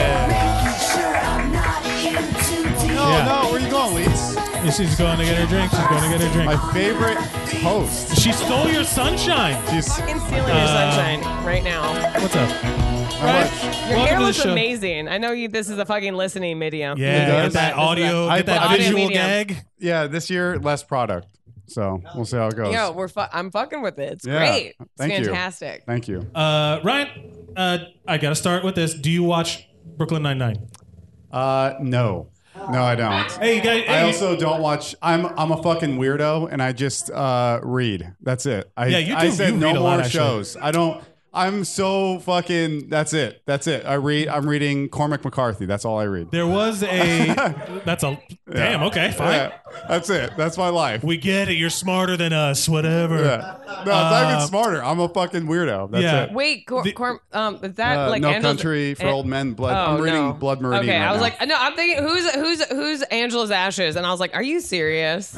E: No,
C: Yeah.
E: no, where you going, Leeds?
C: And she's going to get her drink. She's going to get her drink.
G: My favorite host.
C: She stole your sunshine.
G: She's
J: Fucking stealing your
C: Uh,
J: sunshine right now.
C: What's up?
G: I watch.
J: Your
C: welcome
J: hair
C: to the
J: looks
C: show.
J: amazing. I know you. This is a fucking listening medium.
C: Yeah,
G: does.
C: get that
J: This is
C: audio,
G: I
C: get that
G: thought- audio
C: visual
J: medium.
C: gag.
G: Yeah, this year less product. So we'll see how it goes.
J: Yo, we're fu- I'm fucking with it. It's
G: Yeah.
J: great. It's
G: Thank you.
J: fantastic.
G: Thank you.
C: Uh, Ryan, uh, I got to start with this. Do you watch Brooklyn Nine Nine?
G: Uh, no, no, I don't.
C: Hey, you guys.
G: I
C: hey,
G: also don't watch. I'm I'm a fucking weirdo, and I just uh, read. That's it. I,
C: Yeah, you do-
G: I said
C: you
G: no
C: read a
G: more
C: lot, actually.
G: shows. I don't. I'm so fucking. That's it. That's it. I read. I'm reading Cormac McCarthy. That's all I read.
C: there was a. that's a. Damn. Okay. Fine.
G: Yeah, that's it. That's my life.
C: We get it. You're smarter than us. Whatever. Uh,
G: yeah. No, it's not even smarter. I'm a fucking weirdo. That's
C: yeah.
G: it.
J: Wait, Cor-
C: The-
J: Corm- um, is that
G: Uh,
J: like
G: no
J: Angela's-
G: country for
J: An-
G: old men. Blood.
J: Oh,
G: I'm reading
J: no.
G: Blood Meridian.
J: Okay,
G: right
J: I was
G: now.
J: like, no, I'm thinking who's who's who's Angela's ashes, and I was like, are you serious?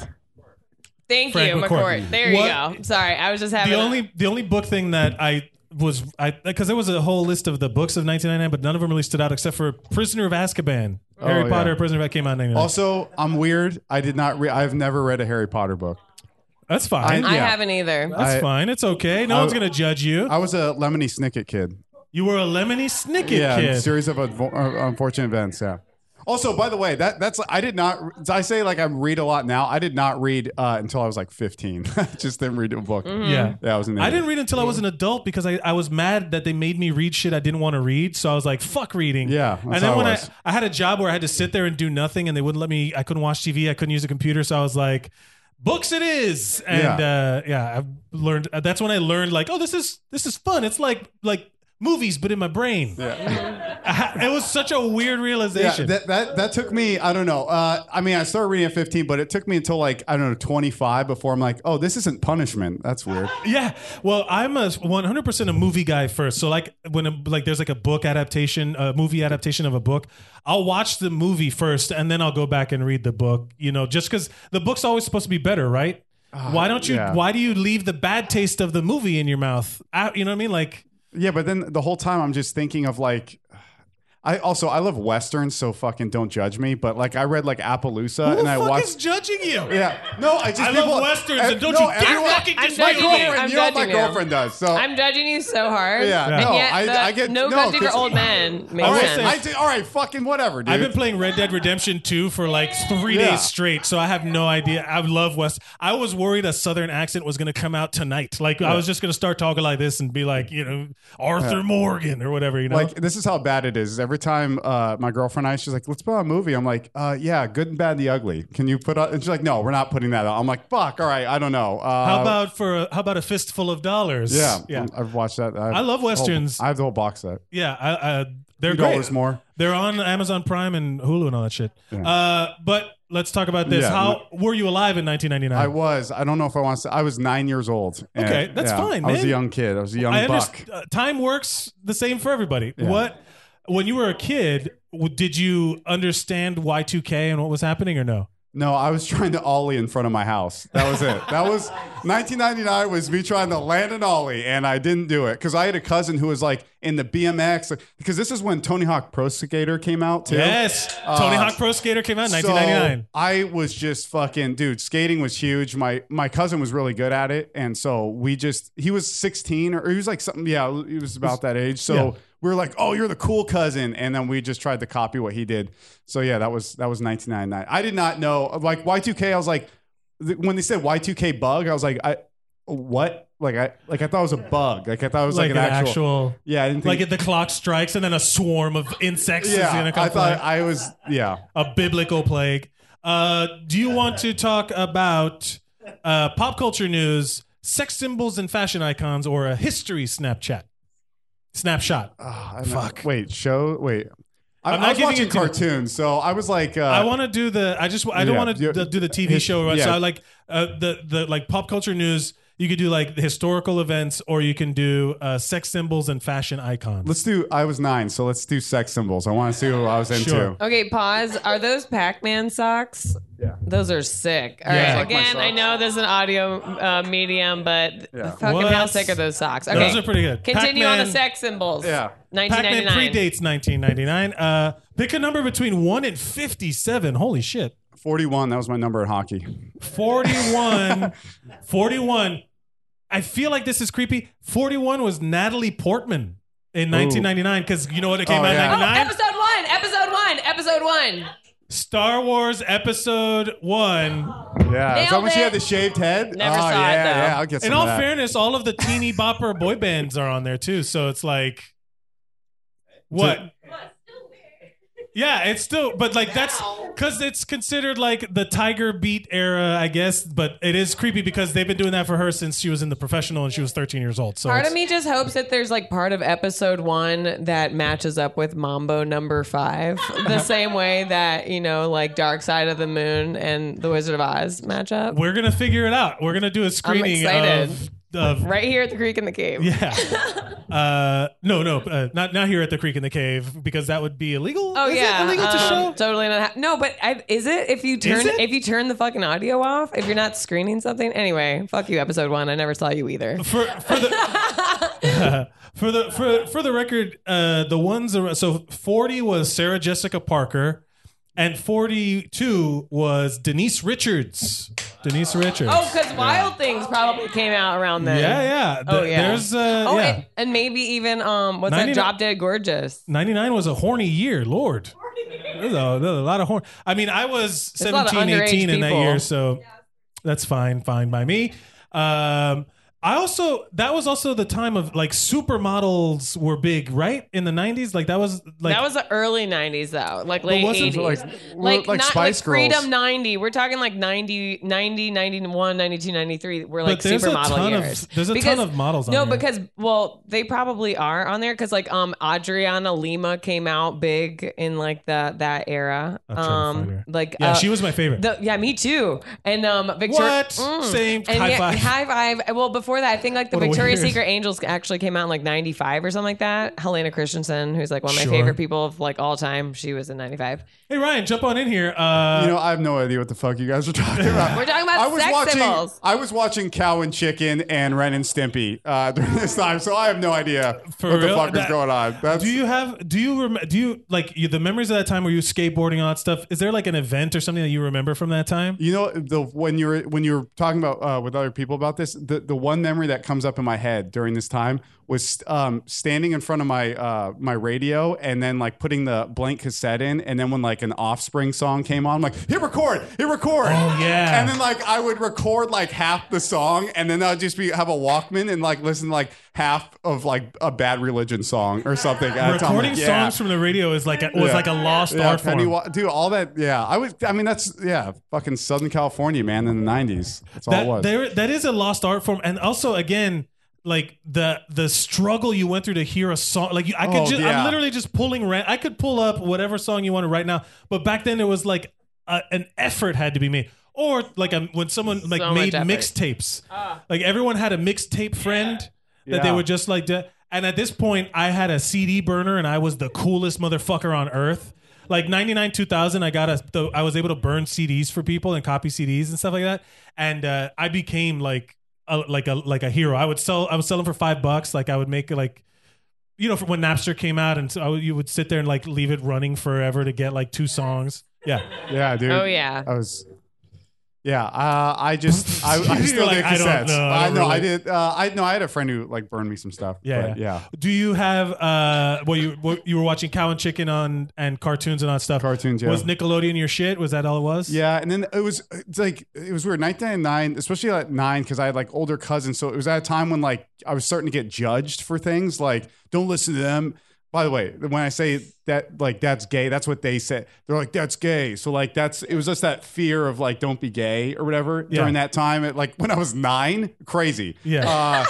J: Thank
C: Frank
J: you,
C: McCourt.
J: McCourt. There
C: What-
J: you go. Sorry, I was just having
C: the
J: a-
C: only the only book thing that I was I because there was a whole list of the books of 1999, but none of them really stood out except for Prisoner of Azkaban. Harry
G: Oh, yeah.
C: Potter, Prisoner of Azkaban came out in 99.
G: Also, I'm weird. I did not. Re- I've never read a Harry Potter book.
C: that's fine.
G: I-
J: I
G: yeah.
J: haven't either.
C: that's
G: I-
C: fine. It's okay. No
G: I-
C: one's gonna judge you.
G: I was a Lemony Snicket kid.
C: you were a lemony snicket
G: yeah,
C: kid.
G: series of unvo- uh, unfortunate events. Yeah. Also, by the way, that that's I did not. I say like I read a lot now. I did not read uh, until I was like 15. I Just didn't read a book.
C: Mm-hmm. Yeah.
G: Yeah, I was an
C: I
G: idiot.
C: didn't read until I was an adult because I, I was mad that they made me read shit I didn't want to read. So I was like, fuck reading.
G: Yeah, that's
C: And
G: how
C: then
G: I
C: when I,
G: was.
C: I had a job where I had to sit there and do nothing and they wouldn't let me, I couldn't watch TV, I couldn't use a computer. So I was like, books it is. And yeah, uh, yeah I've learned, uh, that's when I learned like, oh, this is, this is fun. It's like, like movies, but in my brain. Yeah. it was such a weird
G: Yeah,
C: realization.
G: that, that that took me. I don't know. Uh, I mean, I started reading at 15, but it took me until like I don't know 25 before I'm like, oh, this isn't punishment. That's weird.
C: Yeah. Well, I'm a 100% a movie guy first. So like when a, like there's like a book adaptation, a movie adaptation of a book, I'll watch the movie first and then I'll go back and read the book, you know, just cuz the book's always supposed to be better, right? why don't you
G: Uh-huh. yeah.
C: why do you leave the bad taste of the movie in your mouth? Ah, you know what I mean? Like
G: Yeah, but then the whole time I'm just thinking of like. I also I love westerns, so fucking don't judge me. But like I read like Appaloosa,
C: who
G: and
C: the
G: I
C: fuck
G: watched.
C: is judging you?
G: Yeah. No, I just
C: I
G: people,
C: love westerns,
G: ev-
C: and don't
G: no,
C: you dare
G: everyone-
C: fucking
J: I'm
C: just
G: my
J: judging you.
G: girlfriend.
J: I'm
G: you know what my
J: judging you.
G: girlfriend does. So
J: I'm judging you so hard.
G: Yeah,
J: and
G: no,
J: yet
G: I-
J: the
G: I get-
J: no,
G: no,
J: country for
G: 'cause-
J: old men. Makes
G: all right,
J: sense.
G: I did- all right, fucking whatever, dude.
C: I've been playing Red Dead Redemption 2 for like three
G: Yeah.
C: days straight, so I have no idea. I love West. I was worried a Southern accent was going to come out tonight. Like, I was just going to start talking like this and be like, you know, Arthur Morgan or whatever, you know?
G: like this is how bad it is. Every time uh, my girlfriend and I, she's like, "Let's put on a movie." I'm like, uh, "Yeah, good and bad, and the ugly." Can you put on? And she's like, "No, we're not putting that on." I'm like, "Fuck, all right, I don't know." Uh,
C: how about for a, how about a fistful of dollars?
G: Yeah,
C: yeah,
G: Mm, I've watched that. I've-
C: I love
G: the whole-
C: westerns.
G: I have the whole box set.
C: yeah. I, I, they're
G: Two
C: great.
G: dollars more.
C: They're on Amazon Prime and Hulu and all that shit. Uh, but let's talk about this.
G: Yeah.
C: how were you alive in 1999?
G: I was. I don't know if I want to. I was nine years old. and-
C: Okay, that's fine,
G: I was
C: man.
G: a young kid. I was a young
C: I
G: buck.
C: understand. Uh, time works the same for everybody. What when you were a kid, w- did you understand Y two K and what was happening or no?
G: No, I was trying to ollie in front of my house. That was it. That was 1999 was me trying to land an ollie, and I didn't do it because I had a cousin who was like in the BMX because this is when Tony Hawk Pro Skater came out too. Uh,
C: Yes, Tony Hawk Pro Skater came out in
G: So
C: 1999.
G: I was just fucking dude. Skating was huge. My my cousin was really good at it, and so we just he was 16 or he was like something. Yeah, he was about that age. So
C: Yeah.
G: we were like, oh, you're the cool cousin, and then we just tried to copy what he did. So yeah, that was that was 1999. I did not know like Y2K. I was like, th- when they said Y2K bug, I was like, I what? Like I like I thought it was a bug. Like I thought it was like, an, actual, Yeah, I didn't think.
C: like if the clock strikes and then a swarm of insects is
G: yeah,
C: gonna come.
G: I thought
C: flying.
G: I was yeah.
C: a biblical plague. Uh, do you want to talk about uh, pop culture news, sex symbols and fashion icons, or a history Snapchat snapshot?
G: Fuck. Wait, show. Wait. I,
C: I'm
G: I'm
C: not
G: not was
C: giving
G: watching
C: it to you.
G: cartoons, so I was like, uh,
C: I want to do the. I just. I don't
G: Yeah.
C: want to
G: Yeah.
C: do the TV
G: His-
C: show. Right? So
G: yeah.
C: I like uh, the the like pop culture news. You could do like the historical events, or you can do uh, sex symbols and fashion icons.
G: let's do. I was nine, so let's do sex symbols. I want to see who I was into.
C: Sure.
J: Okay, pause. Are those Pac-Man socks? Yeah. Those are sick. All right.
C: Yeah. I like
G: my
J: Again, I
G: socks.
J: know there's an audio uh, medium, but fucking how
C: What?
J: sick are those socks? Okay.
C: Those are pretty good.
J: Continue on the
C: Pac-Man-
J: sex symbols.
G: Yeah.
C: Pac-Man
J: 1999.
C: predates 1999. Uh, pick a number between one and 57. Holy shit!
G: 41. That was my number in hockey.
C: 41. 41. I feel like this is creepy. 41 was Natalie Portman in 1999 because you know what it came
G: Oh,
C: out in
G: yeah.
J: Oh,
C: 99?
J: episode one, episode one, episode one.
C: Star Wars Episode 1.
G: Yeah. is that
J: Nailed
G: when she
J: it.
G: had the shaved head?
J: Never
G: oh,
J: saw it,
G: yeah,
J: though.
G: Yeah, I'll get some
C: In all
G: of that.
C: fairness, all of the teeny bopper boy bands are on there too. So it's like, what? Yeah, it's still, but like that's because it's considered like the Tiger Beat era, I guess. But it is creepy because they've been doing that for her since she was in the professional and she was 13 years old. So
J: Part
C: it's-
J: of me just hopes that there's like part of episode one that matches up with Mambo number five, the same way that, you know, like Dark Side of the Moon and The Wizard of Oz match up.
C: we're gonna figure it out. We're gonna do a screening
J: excited.
C: of, of
J: Right here at the creek in the cave.
C: yeah. Uh, no, no, uh, not not here at the Creek in the Cave because that would be illegal.
J: Oh
C: is
J: yeah,
C: it illegal to
J: Um,
C: show.
J: Totally not. Ha- no, but I, is it if you turn
C: it?
J: if you turn the fucking audio off if you're not screening something? Anyway, fuck you, episode one. I never saw you either.
C: for for the for the for for the record, uh, the ones ar- so forty was Sarah Jessica Parker, and forty two was Denise Richards. Denise Richards.
J: Oh, because Wild Things probably came out around then.
C: yeah, yeah.
J: Oh
C: Th-
J: yeah.
C: There's uh,
J: oh,
C: yeah.
J: and, and maybe even um, what's
C: 99
J: that? Drop Dead Gorgeous.
C: Ninety nine was a horny year, Lord. There's a, there's a lot of horn. I mean, I was
J: There's a lot of
C: 17,
J: underage
C: 18 in that
J: people.
C: year, so that's fine, fine by me. Um, I also that was also the time of like supermodels were big, right? In the nineties, like that was like
J: that was the early '90s though, like late
G: wasn't it
J: '80s,
G: like- like
J: not
G: Spice
J: like
G: Girls?
J: Freedom '90. We're talking like 90, 90, 91, 92, 93. We're like
C: But there's a
J: supermodel
C: ton of-
J: years.
C: there's a ton of models on
J: No,
C: here.
J: because well, they probably are on there because like um Adriana Lima came out big in like the that era.
C: I'm trying to
J: Um,
C: find her.
J: like
C: yeah,
J: uh,
C: she was my favorite.
J: The, yeah, me too. And um, Victoria.
C: What? Same.
J: And
C: High
J: yeah,
C: five.
J: High five. Well, before that, I think like the
C: What a
J: Victoria's
C: weird-
J: Secret Angels actually came out in like '95 or something like that. Helena Christensen, who's like one of my
C: Sure.
J: favorite people of like all time, she was in '95.
C: hey Ryan, jump on in here. Uh,
G: You know, I have no idea what the fuck you guys are talking about.
J: We're talking about
G: I was
J: sex
G: watching,
J: symbols.
G: I was watching Cow and Chicken and Ren and Stimpy uh, during this time, so I have no idea
C: For
G: what the
C: real?
G: fuck is
C: That-
G: going on. That's,
C: do you have do you rem- do you like you, the memories of that time where you skateboarding and all that stuff? Is there like an event or something that you remember from that time?
G: You know, the when you were when you were talking about uh, with other people about this, the the one memory that comes up in my head during this time was um, standing in front of my uh, my radio and then like putting the blank cassette in, and then when like an Offspring song came on, I'm like hit record, hit record.
C: Oh, yeah.
G: And then like I would record like half the song, and then I'd just be have a Walkman and like listen to, like half of like a Bad Religion song or something. at a time.
C: Recording
G: Like, yeah.
C: songs from the radio is like a, was
G: Yeah.
C: like a lost
G: Yeah,
C: art form.
G: Penny Wa- dude, all that. Yeah, I was. I mean, that's yeah, fucking Southern California, man, in the '90s. That's all
C: that,
G: it was.
C: There, that is a lost art form, and also again, like the the struggle you went through to hear a song. Like you, I could
G: Oh,
C: just, I'm
G: yeah.
C: literally just pulling. Ran- I could pull up whatever song you wanted right now, but back then it was like a, an effort had to be made. Or like um, when someone like
J: So much
C: made
J: effort.
C: mixtapes, like everyone had a mixtape friend that they
G: Yeah.
C: would just like. do- and at this point, I had a CD burner, and I was the coolest motherfucker on earth. Like ninety nine two thousand, I got a. The, I was able to burn CDs for people and copy CDs and stuff like that. And uh, I became like a, like a like a hero. I would sell. I would sell them for five bucks. Like I would make like you know, from when Napster came out, and so I would- you would sit there and like leave it running forever to get like two songs. Yeah,
G: yeah, dude.
J: Oh yeah.
G: I was. Yeah, uh, I just I, I
C: You're
G: still
C: like,
G: did
C: I don't
G: cassettes.
C: know, I
G: I
C: don't
G: know I
C: really-
G: did. Uh, I know I had a friend who like burned me some stuff.
C: yeah,
G: but, yeah.
C: Do you have uh? Well, you well, you were watching Cow and Chicken on and cartoons and all that stuff.
G: Cartoons, yeah.
C: Was Nickelodeon your shit? Was that all it was?
G: Yeah, and then it was it's like it was weird. 1999, especially at nine, because I had like older cousins, so it was at a time when like I was starting to get judged for things like don't listen to them. By the way, when I say that like that's gay, that's what they said. They're like that's gay. So like that's it was just that fear of like don't be gay or whatever
C: Yeah.
G: during that time. It, like when I was nine, crazy.
C: Yeah.
G: Uh,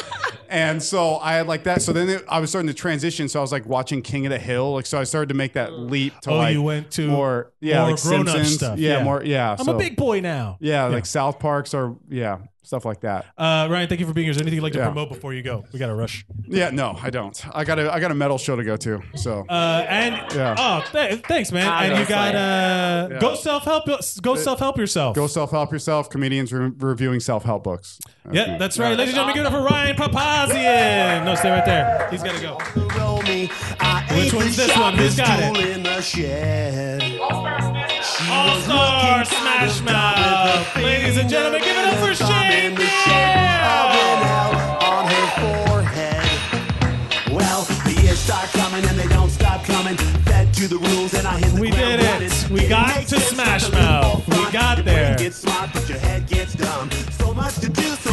G: and so I had like that. So then it, I was starting to transition. So I was like watching King of the Hill. Like so I started to make that leap to
C: Oh,
G: like
C: you went to
G: more yeah
C: more
G: like
C: grown-up
G: Simpsons
C: stuff.
G: Yeah,
C: Yeah.
G: more yeah.
C: I'm
G: so-
C: a big boy now.
G: yeah, like South Parks or yeah, stuff like that.
C: Uh, Ryan, thank you for being here. Is there anything you'd like to
G: Yeah.
C: promote before you go? We got to rush.
G: Yeah, no, I don't. I got a I got a metal show to go to. So
C: Uh, and
G: Yeah.
C: oh, th- thanks, man. And you got uh, go self help. Go self help yourself.
G: Uh, go self help yourself. Comedians re- reviewing self help books.
C: yeah, that's right, ladies and gentlemen. Give it up for Ryan Papazian. No, stay right there. He's gotta go. Which one's this one? Who's got it?
E: In the shed.
C: All star. are Smash Mouth. Ladies and gentlemen, give it up for Shane
L: on his forehead. Well, the years start coming and they don't stop coming. Fed to the rules and I hit the
C: We
L: ground
C: did
L: running.
C: it. We got to Smash Mouth. We got there. You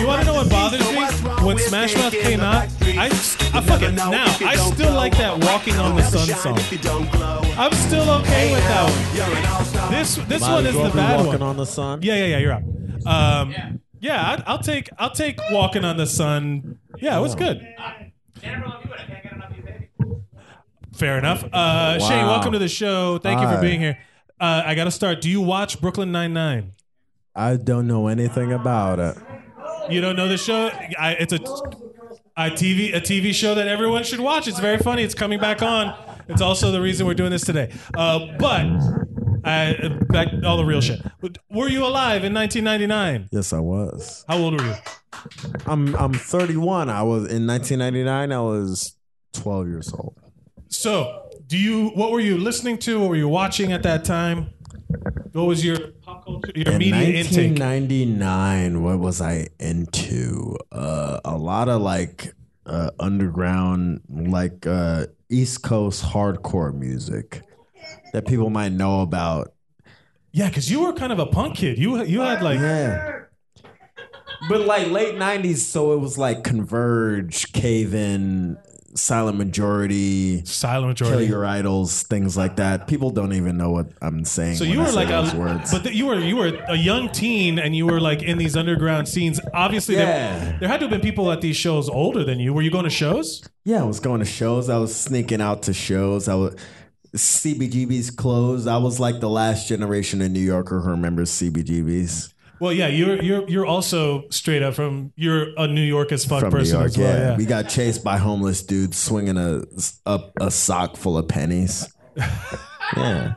C: want to know what bothers me? When Smash Mouth came out, I, I fuck it now. I still like that "Walking on the Sun" song. I'm still okay with that one. This this
K: Miley
C: one is the
K: Gorman
C: bad
K: walking
C: one.
K: on the sun.
C: Yeah, yeah, yeah. You're up. Um, yeah, I'd, I'll take I'll take "Walking on the Sun." Yeah, it
K: Oh.
C: was good. Fair enough. Uh, Shane,
K: Wow.
C: welcome to the show. Thank you for
K: Hi.
C: being here. Uh, I got to start. Do you watch Brooklyn Nine Nine?
K: I don't know anything about it.
C: You don't know the show? I, it's a, a TV a TV show that everyone should watch. It's very funny. It's coming back on. It's also the reason we're doing this today. Uh, but I, back all the real shit. Were you alive in 1999?
K: Yes, I was.
C: How old were you?
K: I'm I'm 31. I was in 1999. I was 12 years old.
C: So, do you? What were you listening to? What were you watching at that time? What was your pop culture, your
K: in
C: media intake?
K: 1999, what was I into? Uh, a lot of like uh, underground, like uh, East Coast hardcore music that people might know about.
C: Yeah, because you were kind of a punk kid. You you had like
K: yeah. But like late 90s, so it was like Converge, Cave In, Silent Majority,
C: Silent
K: Kill
C: Majority.
K: Your Idols, things like that. People don't even know what I'm saying.
C: So
K: when
C: you
K: I
C: were
K: say
C: like
K: those
C: a,
K: words.
C: but th- you were you were a young teen, and you were like in these underground scenes. Obviously, there,
K: Yeah.
C: there had to have been people at these shows older than you. Were you going to shows?
K: Yeah, I was going to shows. I was sneaking out to shows. I was CBGB's closed. I was like the last generation in New Yorker who remembers CBGB's.
C: Well, yeah, you're you're you're also straight up from you're a New York as fuck
K: From New
C: person
K: York,
C: as well.
K: yeah.
C: yeah.
K: we got chased by homeless dudes swinging a up a sock full of pennies. yeah,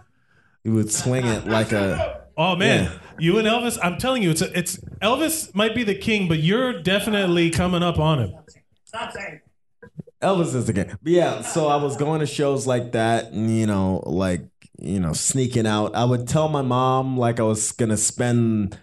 K: we would swing it like a.
C: Oh man,
K: Yeah.
C: you and Elvis. I'm telling you, it's a, it's Elvis might be the king, but you're definitely coming up on him.
K: Elvis is the game. But yeah, so I was going to shows like that, and you know, like you know, sneaking out. I would tell my mom like I was gonna spend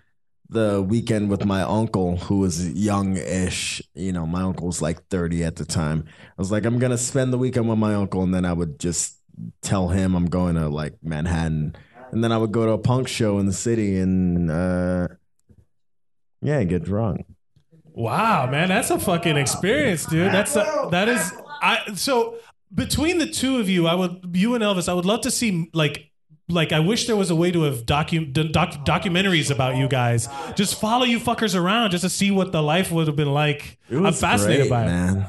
K: the weekend with my uncle who was young-ish. You know, my uncle was like 30 at the time. I was like, I'm gonna spend the weekend with my uncle, and then I would just tell him I'm going to like Manhattan. And then I would go to a punk show in the city and uh yeah, get drunk.
C: Wow, man, that's a fucking experience, dude. That's a, that is I so between the two of you, I would you and Elvis, I would love to see like like I wish there was a way to have docu- doc, documentaries about you guys. Just follow you fuckers around just to see what the life would have been like. I'm fascinated
K: Great,
C: by it.
K: man.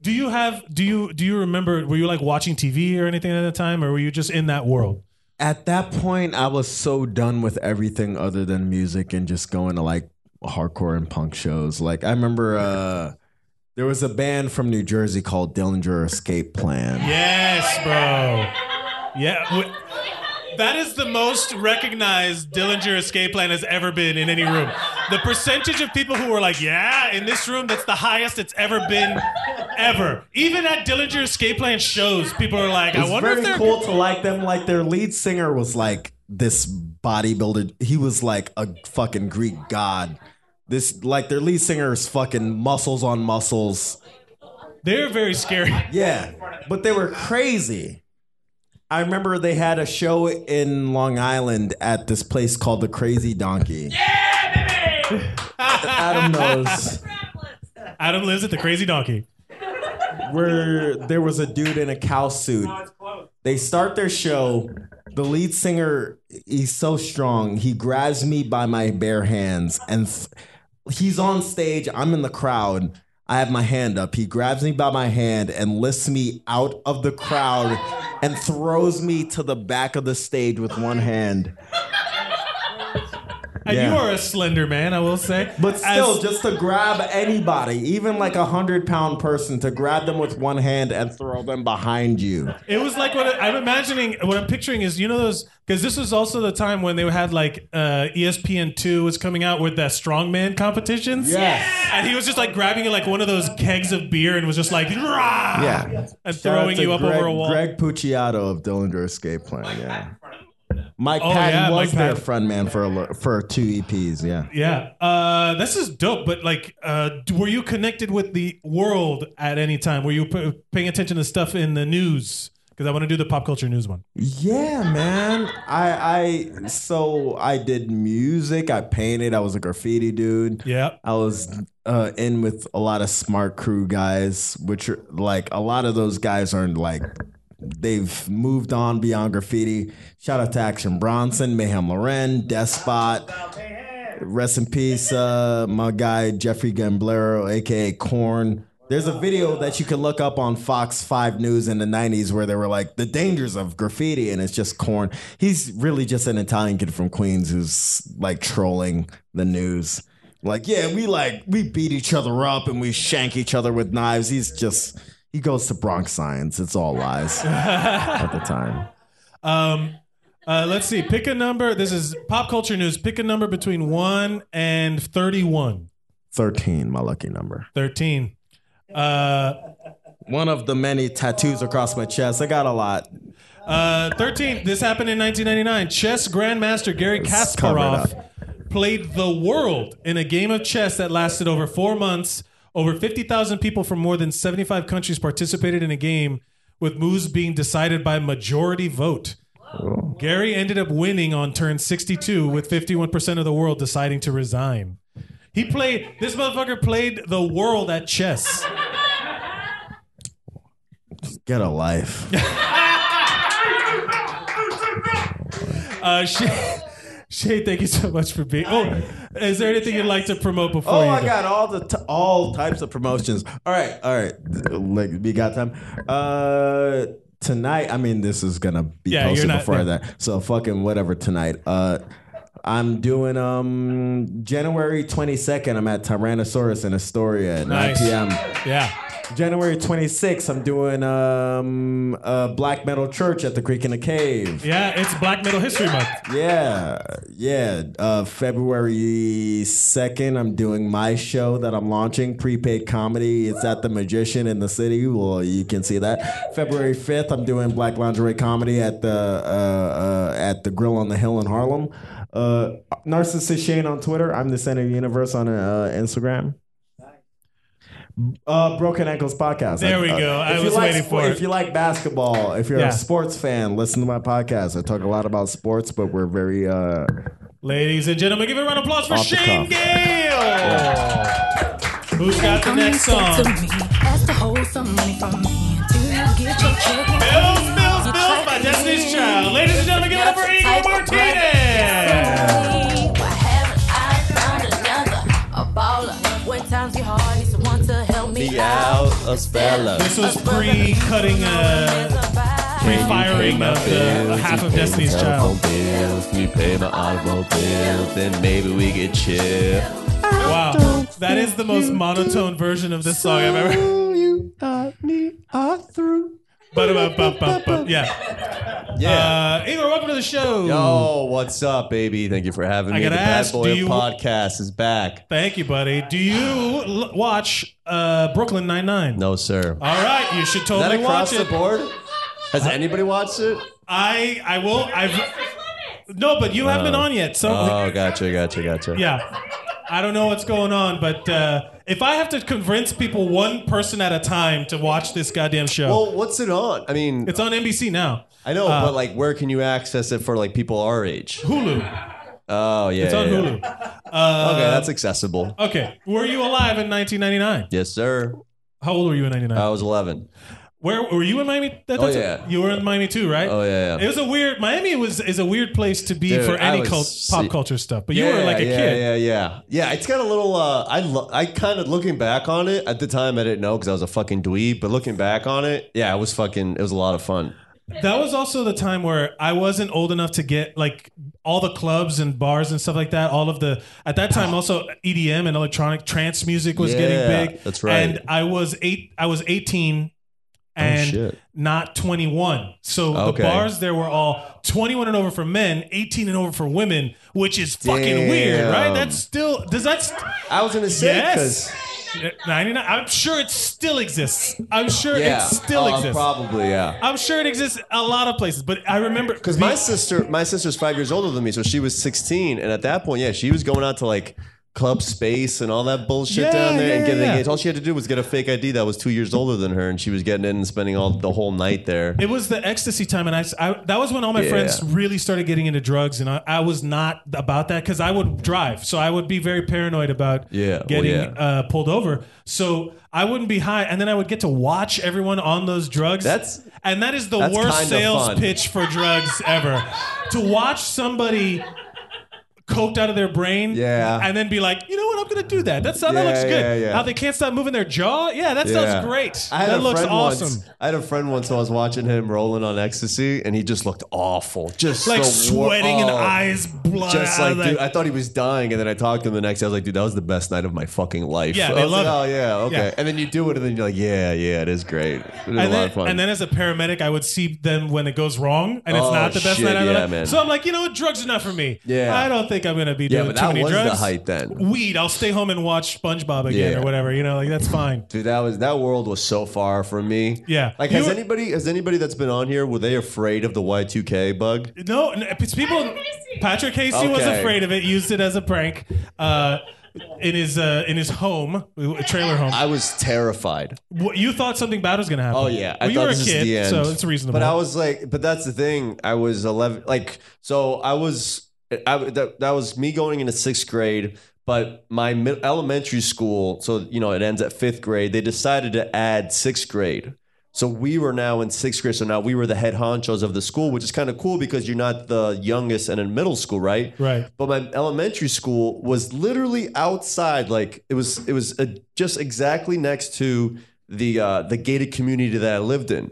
C: Do you have do you do you remember were you like watching TV or anything at the time or were you just in that world?
K: At that point, I was so done with everything other than music and just going to like hardcore and punk shows. Like I remember uh there was a band from New Jersey called Dillinger Escape Plan.
C: Yes, bro. Yeah. w- That is the most recognized Dillinger escape plan has ever been in any room. The percentage of people who were like, yeah, in this room, that's the highest it's ever been, ever. Even at Dillinger escape plan shows, people are like, I
K: It's
C: wonder if
K: very
C: they're.
K: cool to like them. Like their lead singer was like this bodybuilder. He was like a fucking Greek god. This like their lead singer is fucking muscles on muscles.
C: They're very scary.
K: Yeah, but they were crazy. I remember they had a show in Long Island at this place called the Crazy Donkey. Yeah, Adam knows.
C: Adam lives at the Crazy Donkey.
K: Where there was a dude in a cow suit. They start their show. The lead singer, he's so strong. He grabs me by my bare hands and th- he's on stage. I'm in the crowd. I have my hand up. He grabs me by my hand and lifts me out of the crowd and throws me to the back of the stage with one hand.
C: And
K: Yeah.
C: you are a slender man, I will say.
K: But still,
C: As-
K: just to grab anybody, even like a hundred pound person, to grab them with one hand and throw them behind you.
C: It was like what I'm imagining. What I'm picturing is you know those because this was also the time when they had like uh, ESPN two was coming out with that strongman competitions.
K: Yes.
C: and he was just like grabbing like one of those kegs of beer and was just like rah,
K: Yeah.
C: and
K: Shout out
C: throwing
K: to
C: you up
K: Greg,
C: over a wall.
K: Greg Pucciato of Dillinger Escape Plan. Yeah. Mike
C: Oh,
K: Patton
C: yeah,
K: was
C: Mike
K: their
C: Patton.
K: front man for a, lo- for two EPs. Yeah.
C: Yeah, uh, this is dope. But like, uh, d- were you connected with the world at any time? Were you p- paying attention to stuff in the news? Because I want to do the pop culture news one.
K: Yeah, man. I I so I did music. I painted. I was a graffiti dude.
C: Yeah.
K: I was uh, in with a lot of smart crew guys, which are like a lot of those guys aren't like they've moved on beyond graffiti. Shout out to Action Bronson, Mayhem Loren, Despot. Rest in peace, uh, my guy Jeffrey Gamblero, aka Corn. There's a video that you can look up on Fox 5 News in the 90s where they were like, the dangers of graffiti, and it's just Corn. He's really just an Italian kid from Queens who's like trolling the news. Like, yeah, we like, we beat each other up and we shank each other with knives. He's just, he goes to Bronx Science. It's all lies at the time.
C: Um, uh, let's see. Pick a number. This is pop culture news. Pick a number between one and thirty-one.
K: 13, my lucky number.
C: Thirteen. Uh,
K: One of the many tattoos across my chest. I got a lot.
C: Uh, 13. This happened in 1999. Chess grandmaster Gary Kasparov played the world in a game of chess that lasted over four months. Over 50,000 people from more than 75 countries participated in a game with moves being decided by majority vote. Gary ended up winning on turn 62 with 51% of the world deciding to resign. He played, this motherfucker played the world at chess.
K: Get a life.
C: Uh, Shay, Shay, thank you so much for being. Oh, is there anything you'd like to promote before?
K: Oh,
C: you
K: I
C: go?
K: got all the t- all types of promotions. All right, all right. Like we got time. Uh, tonight. I mean, this is gonna be
C: Yeah, you're
K: posted
C: not-
K: before
C: yeah.
K: that. So fucking whatever tonight. Uh, I'm doing um January 22nd. I'm at Tyrannosaurus in Astoria at 9 p.m.
C: Yeah.
K: January 26th, I'm doing um, uh, Black Metal Church at the Creek in the Cave.
C: Yeah, it's Black Metal History Month.
K: Yeah, yeah. Uh, February 2nd, I'm doing my show that I'm launching, prepaid comedy. It's at The Magician in the City. Well, you can see that. February 5th, I'm doing Black Lingerie Comedy at the, uh, uh, at the Grill on the Hill in Harlem. Uh, Narcissist Shane on Twitter. I'm the center of the universe on uh, Instagram. Uh, Broken Ankles podcast.
C: There we
K: uh,
C: go. I
K: if you
C: was
K: like
C: waiting
K: sport-
C: for it.
K: If you like basketball, if you're
C: Yeah.
K: a sports fan, listen to my podcast. I talk a lot about sports, but we're very uh,
C: Ladies and gentlemen, give a round of applause for
K: Off the
C: Shane
K: cuff.
C: Gale. Who's got the
M: Come and
C: next
M: talk
C: song?
M: to me. Ask to hold some money from me until you get your check.
C: Bills, bills, bills by Destiny's Child. Ladies and gentlemen, give it up for Igor Martinez.
M: A baller. When times get hard, need someone to help me out.
K: a speller.
C: This was pre-cutting, uh, pre-firing of the half of Destiny's Child.
N: Bills, we pay my automobiles, then maybe we get chill.
C: Wow, that is the most monotone version of this song I've ever.
K: you
D: Uh,
K: got me all through.
C: Ba-da-ba-ba-ba-ba. Yeah.
N: Yeah.
C: Uh, Igor, welcome to the show.
N: Yo, what's up, baby? Thank you for having
C: I
N: me. The
C: gotta ask,
N: Bad Boy
C: do you-
N: podcast is back.
C: Thank you, buddy. Do you l- watch uh, Brooklyn Nine Nine?
N: No, sir.
C: All right, you should
N: that
C: totally
N: across
C: watch it.
N: the board? Has anybody watched it?
C: I I will. I've no, Oh, but you haven't been on yet. So
N: oh, gotcha, gotcha, gotcha.
C: yeah, I don't know what's going on, but uh, if I have to convince people one person at a time to watch this goddamn show,
N: Well, what's it on? I mean,
C: it's on NBC now.
N: I know,
C: Uh,
N: but like, where can you access it for like people our age?
C: Hulu.
N: Oh yeah,
C: It's on
N: yeah, yeah.
C: Hulu. Uh,
N: okay, that's accessible.
C: okay. Were you alive in 1999?
N: Yes, sir.
C: How old were you in '99?
N: I was 11.
C: Where were you in Miami? That,
N: Oh,
C: that's a-
N: yeah.
C: you were in Miami too, right?
N: Oh, yeah, yeah.
C: It was a weird. Miami was is a weird place to be
N: Dude,
C: for
N: I
C: any
N: was
C: cult,
N: se-
C: pop culture stuff. But you were
N: Yeah,
C: like a
N: yeah,
C: kid.
N: Yeah, yeah, yeah. It's got a little. Uh, I lo- I kind of looking back on it at the time. I didn't know because I was a fucking dweeb. But looking back on it, yeah, it was fucking. It was a lot of fun.
C: That was also the time where I wasn't old enough to get like all the clubs and bars and stuff like that. All of the at that time also EDM and electronic trance music was
N: Yeah,
C: getting big.
N: that's right.
C: And I was eight. I was eighteen.
N: Oh,
C: And
N: shit.
C: not 21. So
N: Okay.
C: the bars there were all 21 and over for men, 18 and over for women, which is fucking weird, right?
N: Damn.
C: That's still, does that, st-
N: Um, I was gonna say
C: Yes.
N: because
C: 99. I'm sure it still exists. I'm sure
N: yeah,
C: it still
N: uh,
C: exists.
N: Probably, yeah.
C: I'm sure it exists a lot of places, but I remember
N: Because my sister, my sister's five years older than me, so she was 16, and at that point, yeah, she was going out to like club space and all that bullshit
C: Yeah,
N: down there,
C: yeah,
N: and getting
C: yeah.
N: engaged. All she had to do was get a fake ID that was two years older than her, and she was getting in and spending all the whole night there.
C: It was the ecstasy time, and I, I- that was when all my
N: Yeah.
C: friends really started getting into drugs, and I, I was not about that because I would drive, so I would be very paranoid about
N: Yeah, well,
C: getting
N: yeah.
C: uh, pulled over. So I wouldn't be high, and then I would get to watch everyone on those drugs. That's and that is the
N: that's
C: worst
N: kinda
C: sales
N: fun.
C: pitch for drugs ever. to watch somebody coked out of their brain,
N: Yeah.
C: and then be like, you know what, I'm gonna do that. That's, that
N: Yeah,
C: looks good.
N: yeah, yeah.
C: How they can't stop moving their jaw. Yeah, Ah, that
N: Yeah.
C: sounds great.
N: I had
C: that
N: a
C: looks
N: friend
C: awesome.
N: Once, I had a friend once who I was watching him rolling on ecstasy, and he just looked awful, just
C: Like
N: so wore-
C: sweating and
N: oh.
C: eyes blood.
N: Just
C: out
N: like,
C: of that.
N: dude, I thought he was dying, and then I talked to him the next day. I was like, dude, that was the best night of my fucking life.
C: Yeah,
N: I
C: they
N: was like,
C: love
N: Oh
C: it.
N: yeah, okay.
C: Yeah.
N: And then you do it, and then you're like, yeah, yeah, it is great. It was a
C: and,
N: lot
C: then,
N: of fun.
C: and then as a paramedic, I would see them when it goes wrong, and it's
N: Oh,
C: not the best
N: shit,
C: night I've
N: yeah,
C: ever.
N: man.
C: So I'm like, you know what, drugs are not for me.
N: Yeah.
C: I don't think I'm gonna be
N: yeah,
C: doing
N: but
C: too
N: that
C: many
N: was
C: drugs.
N: the hype then.
C: Weed. I'll stay home and watch SpongeBob again
N: Yeah.
C: or whatever. You know, like that's fine.
N: Dude, that was that world was so far from me.
C: Yeah.
N: Like,
C: You
N: has
C: were-
N: anybody has anybody that's been on here were they afraid of the Y2K bug?
C: No, n- it's people. Patrick Casey was
N: Okay.
C: afraid of it. Used it as a prank. Uh, in his uh, in his home, a trailer home.
N: I was terrified.
C: What, you thought something bad was gonna happen?
N: Oh yeah,
C: well,
N: I
C: you
N: thought
C: were a
N: this is
C: kid,
N: the end.
C: so it's reasonable.
N: But I was like, but that's the thing. I was eleven. Like, so I was, I that, that was me going into sixth grade. But my mid- elementary school, so you know, it ends at fifth grade. They decided to add sixth grade. So we were now in sixth grade. So now we were the head honchos of the school, which is kind of cool because you're not the youngest and in middle school, right?
C: Right.
N: But my elementary school was literally outside, like it was it was uh, just exactly next to the uh, the gated community that I lived in.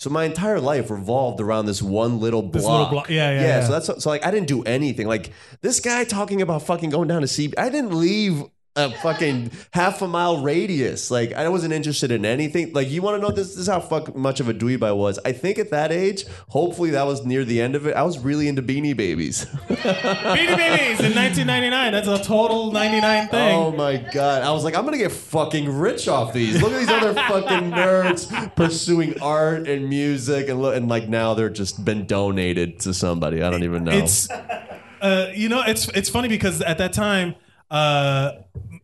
N: So my entire life revolved around this one little block.
C: This little block. Yeah, yeah, yeah.
N: So that's so like I didn't do anything. Like this guy talking about fucking going down to sea. I didn't leave a fucking half a mile radius. Like I wasn't interested in anything. Like you want to know this, this is how fuck much of a dweeb I was. I think at that age, hopefully that was near the end of it. I was really into Beanie Babies.
C: Beanie Babies in 1999. That's a total 99 thing.
N: Oh my god! I was like, I'm gonna get fucking rich off these. Look at these other fucking nerds pursuing art and music, and look, and like now they're just been donated to somebody. I don't even know.
C: It's uh, you know, it's it's funny because at that time, uh,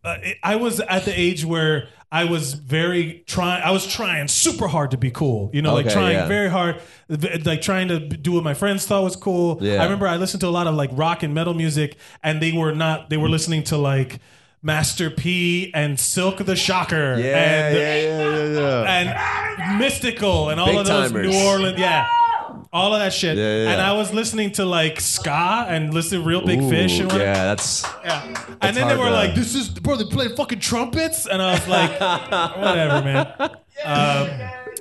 C: uh, I was at the age where I was very trying. I was trying super hard to be cool. You know, like
N: Okay,
C: trying
N: yeah.
C: very hard, v- like trying to do what my friends thought was cool.
N: Yeah.
C: I remember I listened to a lot of like rock and metal music, and they were not. They were listening to like. Master P and Silk the Shocker
N: yeah,
C: and
N: yeah, yeah, yeah, yeah.
C: and mystical and all
N: Big
C: of those
N: timers.
C: New Orleans, yeah, all of that shit.
N: Yeah, yeah,
C: And
N: yeah.
C: I was listening to like ska and listen to Real Big Fish and
N: yeah,
C: whatever.
N: that's
C: and then they
N: hard
C: were
N: to-
C: like, "This is bro, they played fucking trumpets," and I was like, "Whatever, man." Um,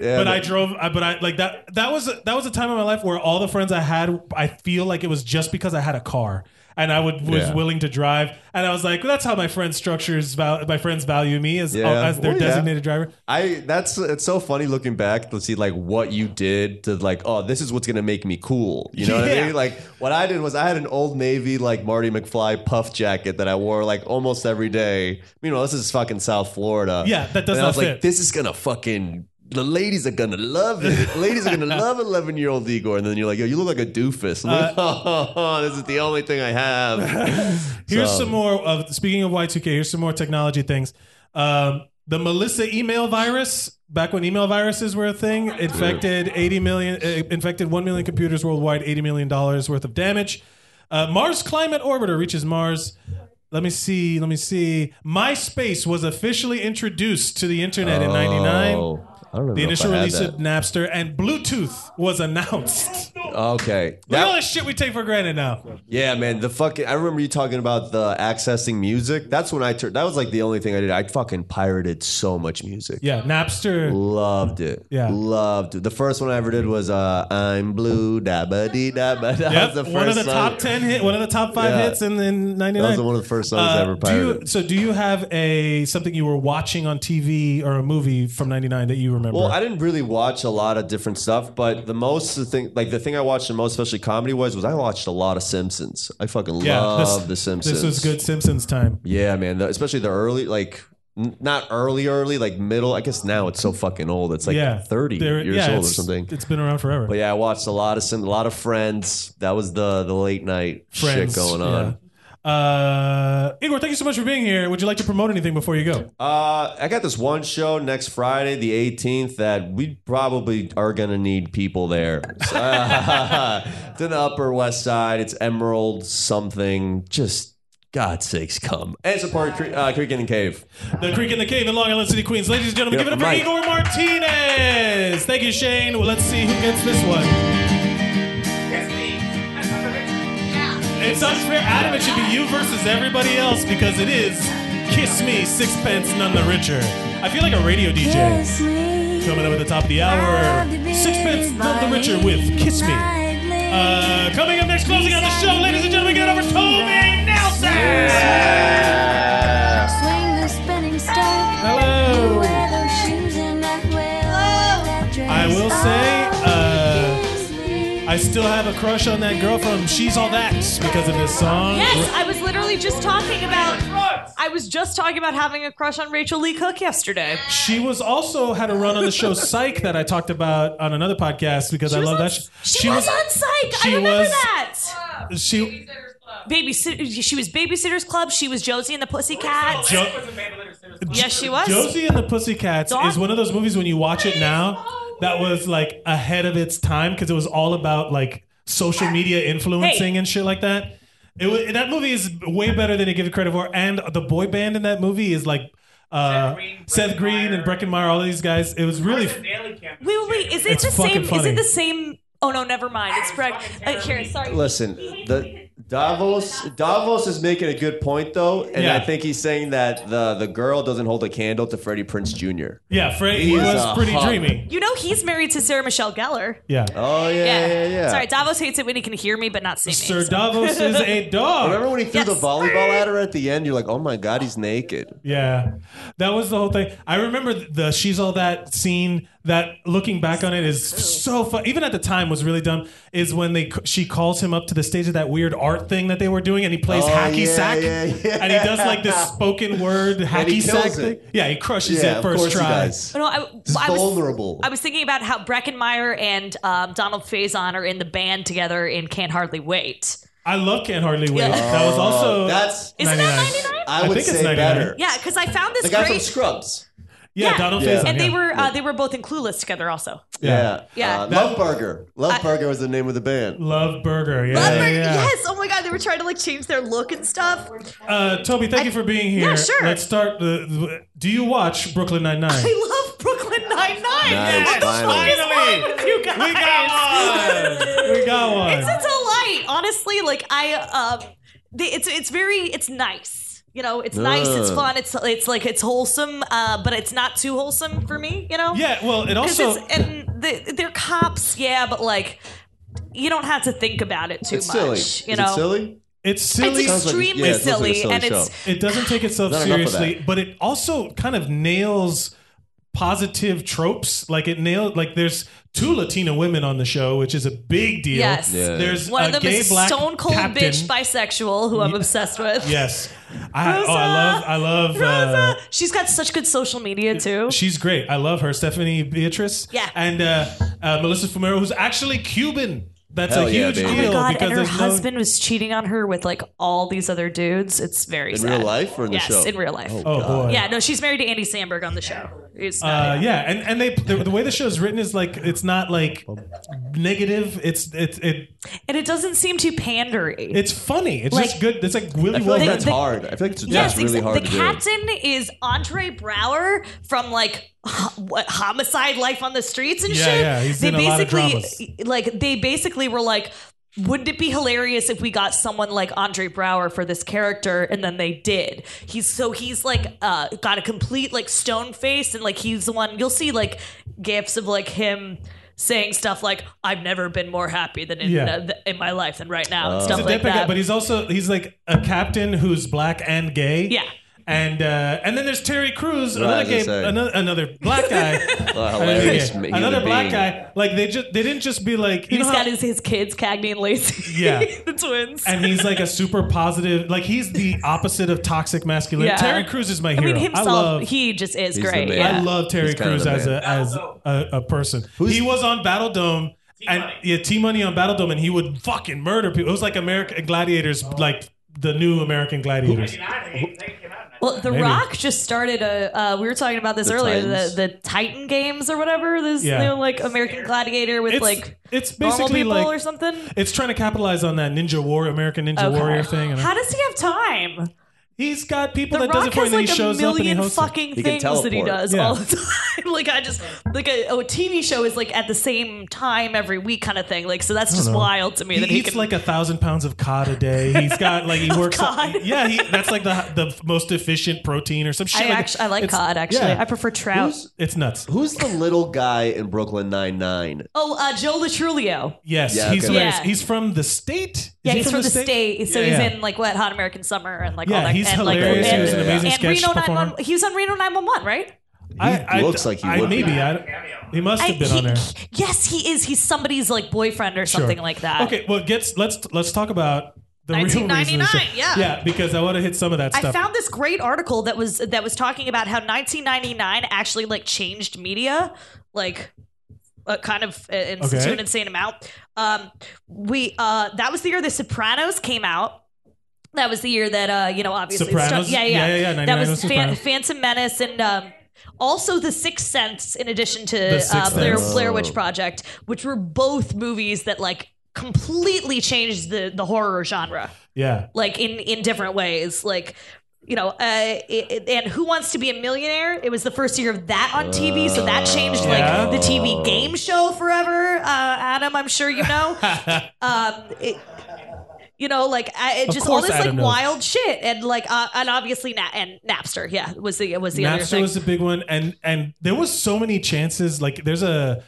N: Yeah,
C: but
N: but-
C: I drove. I, but I like that. That was that was a time in my life where all the friends I had, I feel like it was just because I had a car and I would was
N: Yeah.
C: willing to drive, and I was like, "That's how my friend structures val- my friends value me as
N: Yeah.
C: Oh, as their
N: Well, yeah.
C: designated driver."
N: I that's it's so funny looking back to see like what you did to like oh this is what's gonna make me cool you know what I
C: Yeah.
N: mean like what I did was I had an old navy like Marty McFly puff jacket that I wore like almost every day meanwhile this is fucking South Florida
C: Yeah, that does
N: and I
C: not
N: was like
C: fit.
N: this is gonna fucking the ladies are gonna love it ladies are gonna love eleven year old Igor and then you're like yo you look like a doofus Look- this is the only thing I have
C: Uh, Here's
N: So-
C: some more of speaking of Y2K. Here's some more technology things. Um, the Melissa email virus, back when email viruses were a thing, infected 80 million, uh, infected 1 million computers worldwide, 80 million dollars worth of damage. Uh, Mars climate orbiter reaches Mars. Let me see. Let me see. MySpace was officially introduced to the internet in
N: Oh,
C: '99.
N: I don't even know
C: The
N: if
C: initial
N: I had
C: release
N: that.
C: of Napster and Bluetooth was announced.
N: okay
C: Look at all the shit we take for granted now.
N: Yeah, man. The fucking. I remember you talking about the accessing music. That's when I turned. That was like the only thing I did. I fucking pirated so much music.
C: Yeah, Napster.
N: Loved it.
C: Yeah.
N: Loved it. The first one I ever did was uh, I'm Blue, da ba dee da ba. That
C: Yep,
N: was the first
C: one of the
N: song.
C: top ten hit, one of the top five
N: Yeah.
C: hits in, in
N: That
C: '99.
N: was one of the first songs I ever
C: do
N: pirated.
C: you, so, do you have a something you were watching on TV or a movie from '99 that you remember?
N: Well, I didn't really watch a lot of different stuff, but the most the thing, like the thing I watched the most, especially comedy wise, was I watched a lot of Simpsons. I fucking love
C: this-
N: the Simpsons.
C: This was good Simpsons time.
N: Yeah, man. The, especially the early, like n- not early, early, like middle. I guess now it's so fucking old. It's like
C: Yeah.
N: 30
C: They're-
N: years
C: yeah,
N: old or
C: it's-
N: something.
C: It's been around forever.
N: But yeah, I watched a lot of Sim, a lot of Friends. That was the the late night
C: Friends,
N: shit going on.
C: yeah. Uh, Igor, thank you so much for being here. Would you like to promote anything before you go?
N: Uh, I got this one show next Friday, the 18th, that we probably are going to need people there. it's in the Upper West Side. It's Emerald something. Just, God's sakes, come. And support Cre- uh, Creek in the Cave.
C: The Creek in the Cave in Long Island City, Queens. Ladies and gentlemen,
N: Get
C: give it
N: off
C: up for
N: the
C: Igor Martinez. Thank you, Shane. Well, let's see who gets this one. It's unfair. Adam, it should be you versus everybody else because it is Kiss Me, Sixpence, None the Richer. I feel like a radio DJ. Coming up at the top of the hour, Sixpence, None the Richer with Kiss Me. Uh, coming up next, closing out the show, ladies and gentlemen, get over Toby Nelson!
M: Swing the spinning stick.
C: Hello.
M: You wear those shoes and that will. That dress.
C: I will say, uh, I still have a crush on that girl from She's All That because of this song.
I: Yes, I was literally just talking about. I was just talking about having a crush on Rachel Lee Cook yesterday.
C: She was also had a run on the show Psych that I talked about on another podcast because I
I: was
C: love
I: on-
C: that. sh-
I: She, was, on Psych.
C: she
I: I remember
C: was-
I: that.
C: She
I: Babysitter. She was Babysitters Club. She was Josie and the Pussycats.
C: Jo-
I: yes, she was.
C: Josie and the Pussycats
I: Dog-
C: is one of those movies when you watch it now that was like ahead of its time because it was all about like social media influencing and shit like that. It was, that movie is way better than it gives it credit for, and the boy band in that movie is like uh, Seth Green and Breckenmeyer, all of these guys. It was really.
I: Wait, wait, wait. Is it
C: It's
I: the
C: fucking
I: same? Is
C: funny.
I: it the same? Oh no, never mind. It's Greg. Uh, here, sorry.
N: Listen, the Davos Davos is making a good point though, and
C: Yeah.
N: I think he's saying that the the girl doesn't hold a candle to Freddie Prince Jr.
C: Yeah, Fred, he
N: He's
C: was
N: a
C: pretty
N: hunk.
C: dreamy.
I: You know he's married to Sarah Michelle Gellar.
C: Yeah.
N: Oh yeah, yeah, yeah.
I: Sorry, Davos hates it when he can hear me but not see me.
C: Sir
I: so.
C: Davos is a dog.
N: Remember when he threw the volleyball at her at the end? You're like, oh my god, he's naked.
C: Yeah, that was the whole thing. I remember the she's all that scene. That looking back on it is so fun. Even at the time was really dumb. Is when they she calls him up to the stage of that weird art thing that they were doing, and he plays
N: Oh,
C: hacky
N: yeah,
C: sack,
N: yeah, yeah.
C: and he does like this spoken word
N: And he
C: hacky sack
N: kills
C: thing.
N: it.
C: Yeah, he crushes
N: Yeah,
C: it
N: of
C: first
N: course he
C: try.
N: does.
I: No, I,
N: Just
I: I was
N: vulnerable.
I: I was thinking about how Breckenmeyer and um, Donald Faison are in the band together in Can't Hardly Wait.
C: I love Can't Hardly Wait.
I: Yeah.
C: That was also
N: Oh, that's-
I: Isn't that 99?
N: I would
C: think it's
N: say
C: 99.
N: better.
I: Yeah, because I found this
N: The guy
I: great.
N: from Scrubs.
C: Yeah, Donald Faison.
I: and they were uh, they were both in Clueless together also.
N: Yeah.
I: Yeah.
N: Uh, Love Burger. Love Burger was the name of the band.
C: Love Burger. Yeah.
I: Love Burger- Yes. Oh my God, they were trying to like change their look and stuff.
C: Uh, Toby, thank you for being here.
I: Yeah, sure.
C: Let's start. The, the- do you watch Brooklyn Nine Nine?
I: I love Brooklyn Nine Nine.
C: Nice,
I: what the fuck is
C: finally.
I: wrong with you guys?
C: We got one. We got one.
I: It's a delight, honestly. Like I, um, the, it's it's very it's nice. You know, it's nice. It's
C: Ugh.
I: fun. It's it's like it's wholesome, uh, but it's not too wholesome for me. You know.
C: Yeah, well, it
I: 'Cause
C: also-
I: it's- and the, they're cops, yeah, but like you don't have to think about it too
N: It's
I: much.
N: silly. Is
I: You
N: it
I: know,
N: silly?
C: It's silly.
I: It's Sounds like- extremely yeah, it sounds like a silly, silly and it's- show.
C: it doesn't take itself
N: Not enough of
C: seriously,
N: that.
C: but it also kind of nails positive tropes. Like it nailed. Like there's two Latina women on the show, which is a big deal.
I: Yes.
C: There's
I: one
C: a
I: of them
C: gay
I: is
C: black
I: stone cold
C: captain.
I: bitch bisexual who I'm obsessed with.
C: Yes. I, oh, I love. I love. Uh,
I: She's got such good social media too.
C: She's great. I love her, Stephanie Beatrice.
I: Yeah.
C: And uh, uh, Melissa Fumero, who's actually Cuban. That's
N: Hell
C: a
N: yeah,
C: huge
N: baby.
C: deal
N: Oh my
I: Oh my God, and
C: because
I: her
C: there's no-
I: husband was cheating on her with like all these other dudes. It's very
N: In
I: sad.
N: real life or in the
I: yes,
N: show?
I: in real life.
N: Oh,
C: Oh, God. boy.
I: Yeah, no, she's married to Andy Samberg on the show. It's not
C: Uh, yeah, and and they the, the way the show's written is like it's not like negative. It's it's it,
I: and it doesn't seem too pandery.
C: it's funny. It's just
I: Like-
C: good. It's like
N: I
C: Willy
N: feel like
C: Wonka.
N: that's hard. I feel like it's, that's really
I: exactly.
N: hard
I: the
N: to do.
I: captain is Andre Brower from like ho- what homicide life on the streets and
N: Yeah,
I: shit.
N: yeah, he's
I: they
N: in a lot of
I: basically
N: dramas.
I: like they basically were like wouldn't it be hilarious if we got someone like Andre Brower for this character and then they did. He's so he's like uh got a complete like stone face and like he's the one you'll see like gifs of like him saying stuff like I've never been more happy than in
C: Yeah.
I: uh, th- in my
N: Uh,
I: life than right now and
C: He's
I: stuff
C: a
I: like
C: deadpan guy,
I: that.
C: but he's also he's like a captain who's black and gay.
I: Yeah.
C: And uh, and then there's Terry Crews,
N: Right, I
C: another
N: was gonna
C: game,
N: say.
C: another, another black guy,
N: A hilarious
C: Another
N: human
C: another black
N: being.
C: guy. Like they just they didn't just be like you
I: He's
C: know
I: got
C: how,
I: his, his kids, Cagney and Lacey.
C: Yeah.
I: the twins.
C: and he's like a super positive. Like he's the opposite of toxic masculinity.
I: Yeah.
C: Terry Crews is my
I: I
C: hero.
I: mean, himself,
C: love,
I: he just is
C: He's the
I: great.
C: man.
I: Yeah.
C: I love Terry
N: He's kinda
C: Crews
N: the
C: as
N: man.
C: a as a, a person. he was on Battle Dome and yeah, T Money on Battle Dome, and he would fucking murder people. It was like American
N: Oh.
C: Gladiators, like the new American Gladiators.
I: Well, The
C: Maybe.
I: Rock just started a. Uh, we were talking about this
C: The
I: earlier.
C: Titans.
I: The the Titan Games or whatever. This
C: Yeah.
I: new like American Gladiator with
C: It's-
I: like
C: it's
I: normal
C: basically
I: people
C: like-
I: or something.
C: It's trying to capitalize on that Ninja War, American Ninja
I: Okay.
C: Warrior thing. and-
I: How does he have time?
C: He's got people
I: the
C: that does
I: Rock
C: it for him,
I: has
C: and
I: like
C: he shows
I: a
C: up and he
I: million
C: hosts it.
I: fucking
C: He can
I: things that he
C: teleport.
I: does
C: Yeah.
I: all the time. like I just like a, a TV show is like at the same time every week kind of thing. Like so that's
C: I don't
I: just
C: know.
I: wild to me
C: He
I: that
C: eats
I: he can.
C: like a thousand pounds of cod a day. He's got like he works.
I: cod.
C: yeah, he, that's like the the most efficient protein or some shit.
I: I
C: like
I: actually I like
C: it's-
I: cod actually.
N: yeah.
I: I prefer trout.
N: Who's-
C: it's nuts.
N: Who's the little guy in Brooklyn Nine Nine?
I: oh, uh, Joe Latrulio.
C: Yes,
N: Yeah,
C: he's
N: okay.
C: hilarious.
I: Yeah.
C: He's from the state. Is
I: Yeah,
C: he
I: he's from, the state, so
C: Yeah,
I: he's
C: yeah.
I: in like what Hot American Summer and like
C: Yeah,
I: all that.
C: he's
I: and, like,
C: hilarious.
I: And,
C: He was an amazing
I: and
C: sketch
I: Reno
C: performer.
I: 911. He was on Reno 911, right?
C: I, I,
N: looks like he
C: I,
N: would be.
C: maybe I, he must have
I: I-
C: been
I: he-
C: on there.
I: Yes, he is. He's somebody's like boyfriend or
C: Sure.
I: something like that.
C: Okay, well, gets let's let's talk about the real reason. of the
I: 1999,
C: show.
I: yeah.
C: yeah, because I want to hit some of that
I: I
C: stuff.
I: found this great article that was that was talking about how 1999 actually like changed media, like uh, kind of uh, in,
M: Okay.
I: to an insane amount. Um, we uh, that was the year The Sopranos came out. That was the year that uh, you know obviously
M: Sopranos?
I: yeah,
M: Yeah,
I: yeah,
M: yeah, yeah, 99
I: That was,
M: was
I: Fan-
M: Sopranos.
I: Phantom Menace and. Um, also, The Sixth Sense, in addition
M: The
I: to
M: Sixth
I: uh, Blair,
M: Sense.
I: Blair Witch Project, which were both movies that like completely changed the the horror genre
C: yeah,
I: like in in different ways like you know uh it, it- and who wants to be a millionaire it was the first year of that on tv so that
C: Oh,
I: changed
M: Yeah.
I: like the tv game show forever uh adam i'm sure you know um it, you know like I, it
M: Of
I: just all
M: course
I: this like
C: Adam knows.
I: wild shit and like uh, and obviously Na- and napster yeah was the was the other
C: Napster
I: thing
C: was a big one, and and there was so many chances. Like, there's a,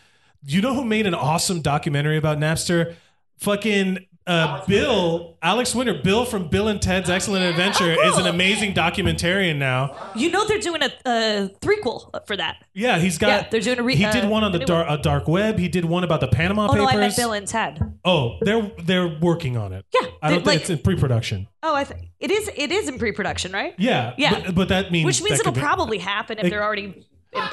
C: you know, who made an awesome documentary about Napster? Fucking uh, Bill, Alex Winter, Bill from Bill and
I: Oh,
C: Ted's Excellent Adventure is an amazing documentarian now.
I: you know they're doing a, a threequel for that
C: Yeah, he's got.
I: Yeah, they're doing a re-
C: he
I: uh,
C: did one on the
I: a new
C: dark, uh, dark web. He did one about the Panama
I: oh no
C: Papers.
I: i meant bill and ted
C: Oh, they're they're working on it. Yeah, I don't
I: they're,
C: think it's in pre-production.
I: oh i think it is it is in pre-production right
C: Yeah,
I: yeah
C: but, but that means
I: Which means
C: that
I: it'll
C: could be-
I: probably happen if
C: It-
I: they're already in
C: Dang,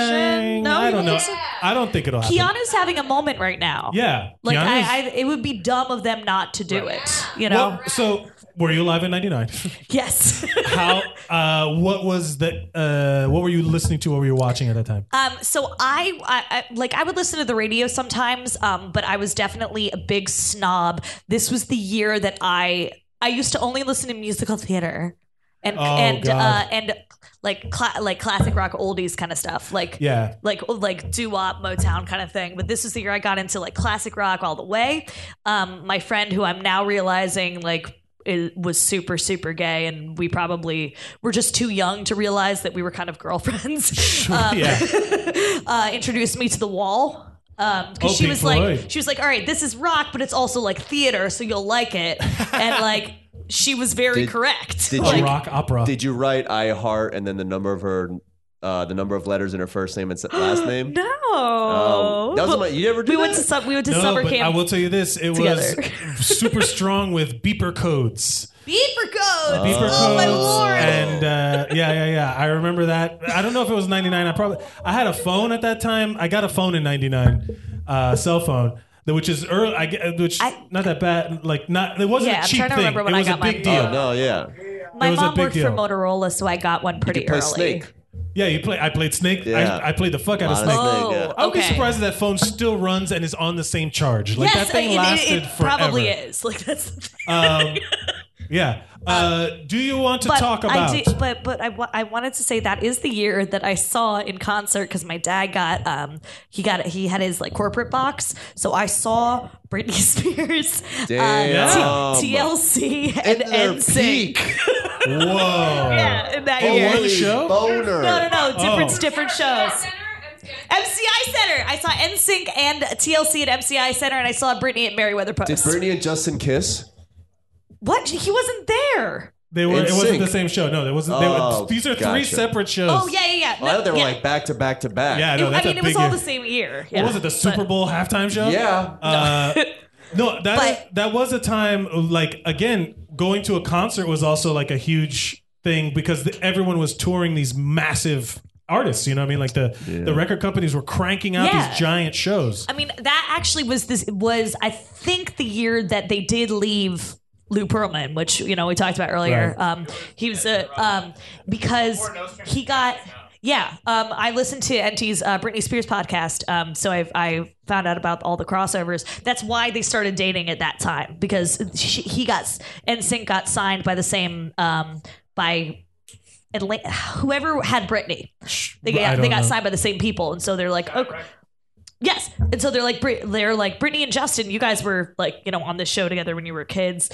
I: pre-production. No,
C: I
I: you
C: don't know.
I: think so?
C: I don't think it'll happen.
I: Keanu's having a moment right now.
C: Yeah,
I: Like
C: Keanu's-
I: I, I, it would be dumb of them not to do it. You know.
C: Well, so were you alive in '99?
I: yes.
C: How? Uh, what was the? Uh, what were you listening to? What were you watching at that time?
I: Um, so I, I, I like I would listen to the radio sometimes, um, but I was definitely a big snob. This was the year that I I used to only listen to musical theater and
M: Oh,
I: and uh,
M: God.
I: and like cla- like classic rock oldies kind of stuff like
M: Yeah.
I: like oh, like doo wop Motown kind of thing. But this was the year I got into like classic rock all the way. Um, my friend who I'm now realizing like. It was super super gay, and we probably were just too young to realize that we were kind of girlfriends. Um, uh, introduced me to the wall because
M: Oh,
I: she
M: Pink
I: was
M: Floyd.
I: like she was like all right this is rock but it's also like theater so you'll like it and like she was very
N: Did-
I: correct
N: Did
I: like,
N: you
C: opera?
N: Did you write I heart and then the number of her, uh, the number of letters in her first name and se- last name?
I: no
N: Um, that was my. You ever do
I: we
N: that?
I: went to sub we went to summer
C: but
I: camp
C: I will tell you this: it
I: together.
C: was super strong with beeper codes.
I: beeper codes
C: Beeper
I: oh my lord
C: codes and uh, yeah, yeah, yeah. I remember that. I don't know if it was '99. I probably I had a phone at that time. I got a phone in '99, uh, cell phone, that- which is early. I, get- which not that bad. Like not it wasn't
I: Yeah,
C: a
I: I'm
C: cheap
I: trying to
C: thing.
I: remember when
C: it
I: I
C: was
I: got
C: a
I: my
C: big
I: phone.
C: deal.
N: Oh, no, yeah.
I: my
C: it was a
I: mom
C: big
I: worked
C: deal.
I: for Motorola so I got one pretty early
C: Yeah, you play. I played Snake.
N: Yeah.
C: I, I played the fuck out of
N: Lot of
C: Snake.
N: Snake, yeah.
C: I would be
I: Oh, okay.
C: surprised if that phone still runs and is on the same charge. Like
I: yes
C: that thing
I: it, it-
C: lasted
I: it,
C: forever.
I: probably is like that's the thing.
C: Um, yeah. Uh, do you want to talk about?
I: I did, but but I, wa- I wanted to say that is the year that I saw in concert because my dad got um he got he had his like corporate box, so I saw Britney Spears,
N: Damn.
I: Uh, T- TLC,
N: In
I: and
N: their
I: NSYNC.
N: Whoa.
I: yeah, in that year.
N: Holy
I: No,
N: boner.
I: no, no, different
N: Oh.
I: different shows. MCI Center. I saw NSYNC and TLC at MCI Center, and I saw Britney at Merriweather Post.
N: Did Britney and Justin kiss?
I: What? He wasn't there.
C: They were.
N: In
C: it wasn't
N: sync.
C: the same show. No, it wasn't. they
N: Oh,
C: were, these are three
N: gotcha.
C: separate shows.
I: Oh yeah, yeah, yeah.
N: Well, I thought they were
I: yeah.
N: like back to back to back.
C: Yeah, no,
I: It-
C: that's
I: I
C: a
I: mean, it was
C: big
I: all
C: year.
I: the same year.
C: What was it? The Super Bowl halftime show?
N: Yeah.
C: Uh, no, that that was a time of, like again going to a concert was also like a huge thing because the, everyone was touring these massive artists. You know, what I mean, like the the record companies were cranking out
I: Yeah.
C: these giant shows.
I: I mean, that actually was this was I think the year that they did leave Lou Pearlman, which you know we talked about earlier.
M: Right.
I: Um, he was a um, because he got yeah. Um, I listened to NT's uh, Britney Spears podcast, um, so I I found out about all the crossovers. That's why they started dating at that time because she, he got NSYNC got signed by the same um, by. Atlanta, whoever had Britney, they
M: I
I: got,
M: don't
I: they got
M: know.
I: signed by the same people, and so they're like, okay, Yes, and so they're like Brit- they're like Brittany and Justin. You guys were like you know on this show together when you were kids.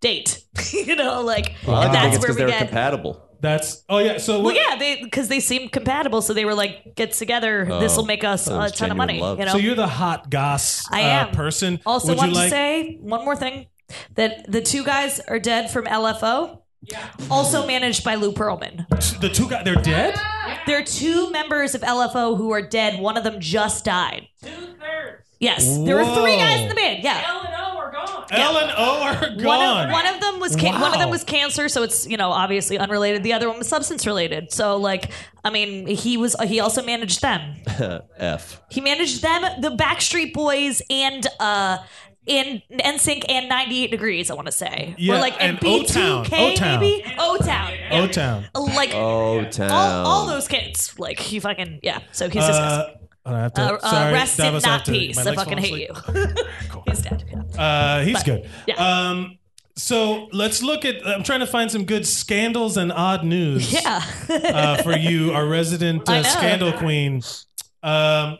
I: Date, you know, like
N: Well, I like
I: and
N: to think
I: that's
N: it's
I: where
N: because
I: we
N: they were
I: get.
N: compatible.
C: That's oh yeah. So
I: well, yeah, they because they seemed compatible, so they were like, get together.
C: Oh,
I: this will make us
C: I thought it
I: a
C: was
I: ton of
C: genuine
I: money. You know,
C: So you're the hot goss.
I: I
C: uh,
I: am.
C: person.
I: Also,
C: Would you
I: want
C: like-
I: to say one more thing that the two guys are dead from LFO. Also managed by Lou Pearlman.
C: the two guys. They're dead.
I: There are two members of LFO who are dead. One of them just died. Two thirds. Yes, there were three
C: Whoa.
I: guys in the band. Yeah.
C: L and O are
I: One
C: gone.
I: of, one of them was can- one of them
C: Wow.
I: was cancer, so it's you know obviously unrelated. The other one was substance related. So like, I mean, he was he also managed them.
N: F.
I: He managed them, the Backstreet Boys, and uh, in NSYNC and 98 Degrees. I want to say,
N: Yeah,
I: or like and,
N: and O-Town,
I: BTK
N: O-Town.
I: maybe O Town,
N: O Town.
I: like
N: O Town.
I: all, all those kids. Like he fucking yeah. So he's just
C: Uh, I have to.
I: uh, uh,
C: sorry,
I: rest in
C: Davos, I have
I: that
C: to-
I: peace.
C: my
I: I
C: legs
I: fucking
C: fall
I: hate
C: asleep.
I: you.
C: Uh, he's
I: But,
C: good.
I: yeah.
C: Um, so let's look at. I'm trying to find some good scandals and odd news.
I: Yeah.
C: uh, for you, our resident
I: I
C: uh,
I: know.
C: scandal queen. Um,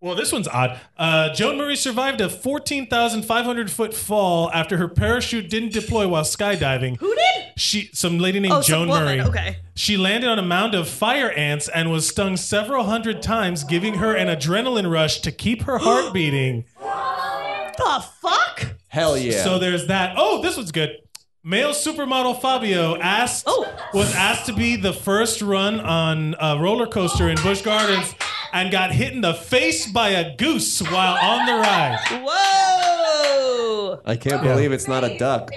C: well, this one's odd. Uh, Joan Marie survived a 14,500 foot fall after her parachute didn't deploy while skydiving.
I: Who did?
C: She, some lady named
I: Oh, some
C: Joan
I: woman,
C: Murray.
I: okay.
C: She landed on a mound of fire ants and was stung several hundred times, giving her an adrenaline rush to keep her heart beating.
I: The fuck?
N: Hell yeah.
C: So there's that. Oh, this one's good. Male supermodel Fabio asked
I: Oh.
C: was asked to be the first run on a roller coaster in Busch Gardens and got hit in the face by a goose while on the ride.
I: Whoa!
N: I can't believe it's not a duck.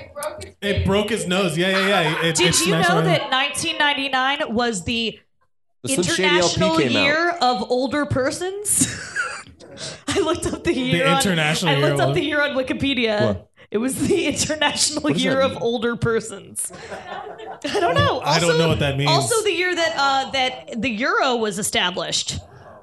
C: It broke his nose. Yeah, yeah, yeah. It, it
I: Did you
C: smashed
I: know
C: on him.
I: that 1999 was the
N: The Slim Shady LP
I: international
N: came out.
I: year of older persons? I looked up the year. on-
N: international
I: I
N: year
I: looked
N: of-
I: up the year on Wikipedia.
N: What?
I: It was the international
N: What does
I: year
N: that
I: of older persons. I don't know. Also,
C: I don't know what that means.
I: Also, the year that uh, that the euro was established.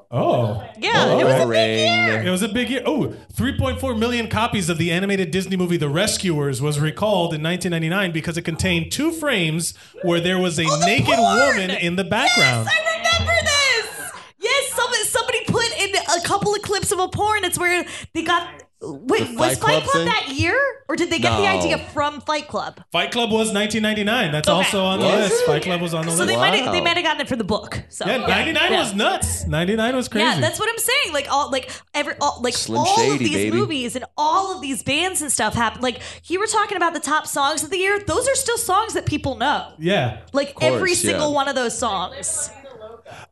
C: Oh.
I: Yeah, it was a
C: It was a big year. Oh, 3.4 million copies of the animated Disney movie The Rescuers was recalled in 1999 because it contained two frames where there was a
I: Oh,
C: naked woman in the background.
I: I remember this. Yes, some, somebody put in a couple of clips of a porn. It's where they got. Wait, was
C: The Fight
I: Fight
C: Club
I: Club,
C: thing?
I: that year, or did they get the
C: No.
I: idea from Fight Club?
C: Fight Club was 1999. That's also on the
N: Was
C: list.
N: it?
C: Fight Club was on the
I: So
C: list.
I: they might have, they might have gotten it from the book. So
C: Yeah, 99
I: yeah.
C: was nuts. 99 was crazy.
I: Yeah, that's what I'm saying. Like all, like every, all, like
C: Slim
I: all of
C: Shady,
I: these
C: baby.
I: movies and all of these bands and stuff happen. Like you were talking about the top songs of the year; those are still songs that people know.
C: yeah.
I: Like every single one of those songs.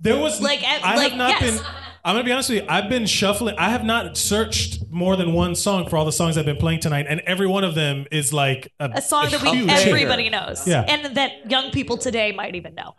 C: There was
I: like, e-
C: I
I: like
C: have not
I: yes.
C: been. I'm gonna be honest with you. I've been shuffling. I have not searched more than one song for all the songs I've been playing tonight, and every one of them is like a,
I: a song that
C: huge
I: we
C: hit.
I: everybody knows,
C: Yeah, and,
I: and that young people today might even know,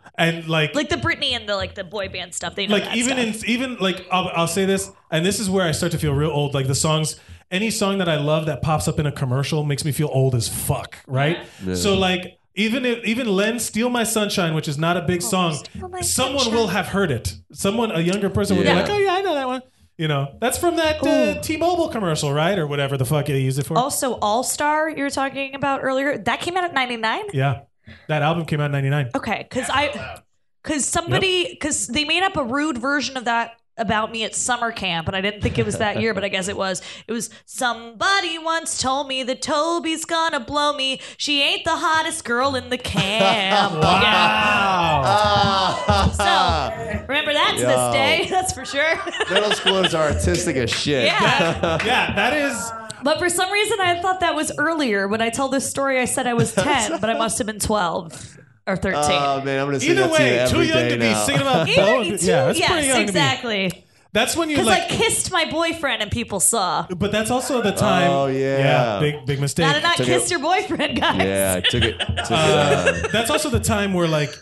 C: like
I: like the Britney and the like the boy band stuff. They know
C: like
I: that
C: even
I: stuff.
C: in even like I'll, I'll say this, and this is where I start to feel real old. Like the songs, any song that I love that pops up in a commercial makes me feel old as fuck, right?
N: Yeah.
C: So like even if even Len "Steal My Sunshine," which is not a
I: Oh,
C: big song, someone will have heard it. Someone, a younger person, would
N: Yeah.
C: be like, "Oh yeah, I know that one." You know, that's from that uh, T-Mobile commercial, right, or whatever the fuck they use it for.
I: also All Star you were talking about earlier that came out at '99.
C: yeah, that album came out in '99.
I: Okay, because I because somebody because they made up a rude version of that about me at summer camp and i didn't think it was that year but i guess it was it was somebody once told me that toby's gonna blow me she ain't the hottest girl in the camp
N: Wow.
I: so remember that's
N: Yo.
I: this day that's for sure
N: Middle schoolers are artistic as shit.
I: Yeah.
C: yeah, that is.
I: But for some reason, I thought that was earlier. When I tell this story, I said I was 10, but I must have been 12 or 13.
D: Uh,
N: Oh man, I'm gonna sing
C: Either
N: that to you
C: way, too
N: every
C: young
N: day
C: to be
N: now.
C: singing about
I: Either
C: both.
I: you two-
C: Oh, Yeah, that's pretty
I: yes,
C: young to be-
I: exactly.
C: That's when you
I: Because
C: like.
I: I kissed my boyfriend and people saw.
C: But that's also the time.
N: Oh, yeah.
C: big big mistake.
I: Now to not kiss your boyfriend, guys.
N: Yeah, I took it. Took it
C: Uh,
N: uh,
C: that's also the time where like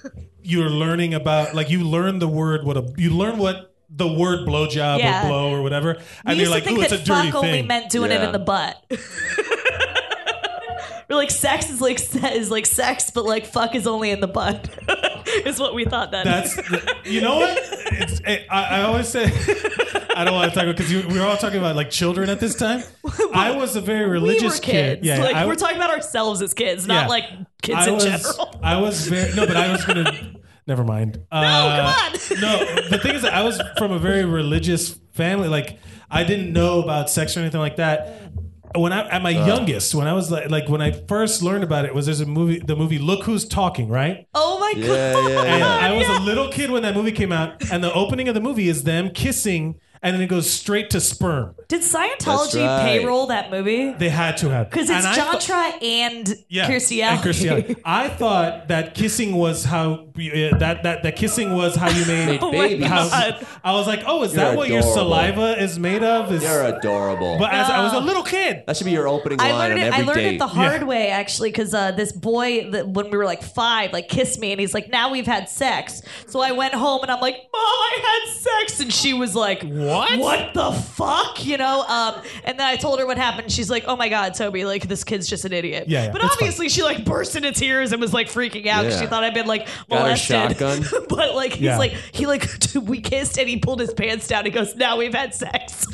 C: you're learning about like you learn the word what a you learn what the word blowjob
I: Yeah.
C: or blow or whatever,
I: We
C: and
I: used
C: you're
I: to
C: like,
I: think
C: ooh, it's a
I: that
C: dirty
I: fuck only
C: thing.
I: meant doing it in the butt. We're like, sex is like se- is like sex, but like fuck is only in the butt. is what we thought then.
C: That's you know what? It's, eh, I, I always say I don't want to talk about because we were all talking about like children at this time. I was a very religious
I: we were kids.
C: kid. Yeah,
I: like
C: I,
I: we're talking about ourselves as kids, not
C: yeah.
I: like kids
C: I
I: in
C: was,
I: general.
C: I was very no, but I was gonna. uh, Never mind. No, come on. no, the thing is, that I was from a very religious family. Like I didn't know about sex or anything like that. When I at my
N: Uh.
C: youngest, when I was like, like when I first learned about it, was there's a movie, the movie Look Who's Talking, right?
I: Oh my
N: yeah,
I: god.
N: yeah,
C: And
N: yeah.
C: I was a little kid when that movie came out, and the opening of the movie is them kissing, and then it goes straight to sperm.
I: Did Scientology
C: right.
I: payroll that movie?
C: They had to have
I: Because
C: And
I: it's
C: I
I: John
C: thought-
I: Tra and
C: yeah,
I: Kirstie
C: and
I: Alley.
C: Kirstie Alley. I thought that kissing was how uh, that that that kissing was how you made
I: Oh
N: Made babies.
C: how- I was like, oh, is
N: You're
C: that what your
N: adorable.
C: saliva is made of? Is
N: You're adorable.
C: but as I was a little kid,
N: that should be your opening line
I: I learned
N: on
I: it. I
N: every
I: learned
N: date.
I: it the hard way actually, because uh, this boy, that when we were like five, like kissed me, and he's like, "Now we've had sex." So I went home and I'm like, "Mom, I had sex," and she was like, "What? What the fuck?" You know. Um, and then I told her what happened. She's like, "Oh my god, Toby, like this kid's just an idiot."
N: Yeah, yeah,
I: but
N: it's
I: obviously, she like burst into tears and was like freaking out because
N: Yeah.
I: she thought I'd been like
N: Got her
I: molested.
N: shotgun.
I: but like he's
N: Yeah.
I: like he like we kissed and he pulled his pants down. He goes, "Now we've had sex."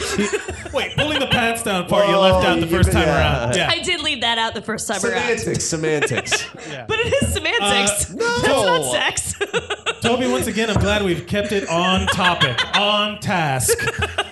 C: Wait, pulling the pants down part you left out the first time around. Yeah.
I: I did leave that out the first time around.
N: Semantics, semantics.
I: But it is semantics.
C: Uh,
I: That's
C: no.
I: not sex.
C: Toby, once again, I'm glad we've kept it on topic, on task.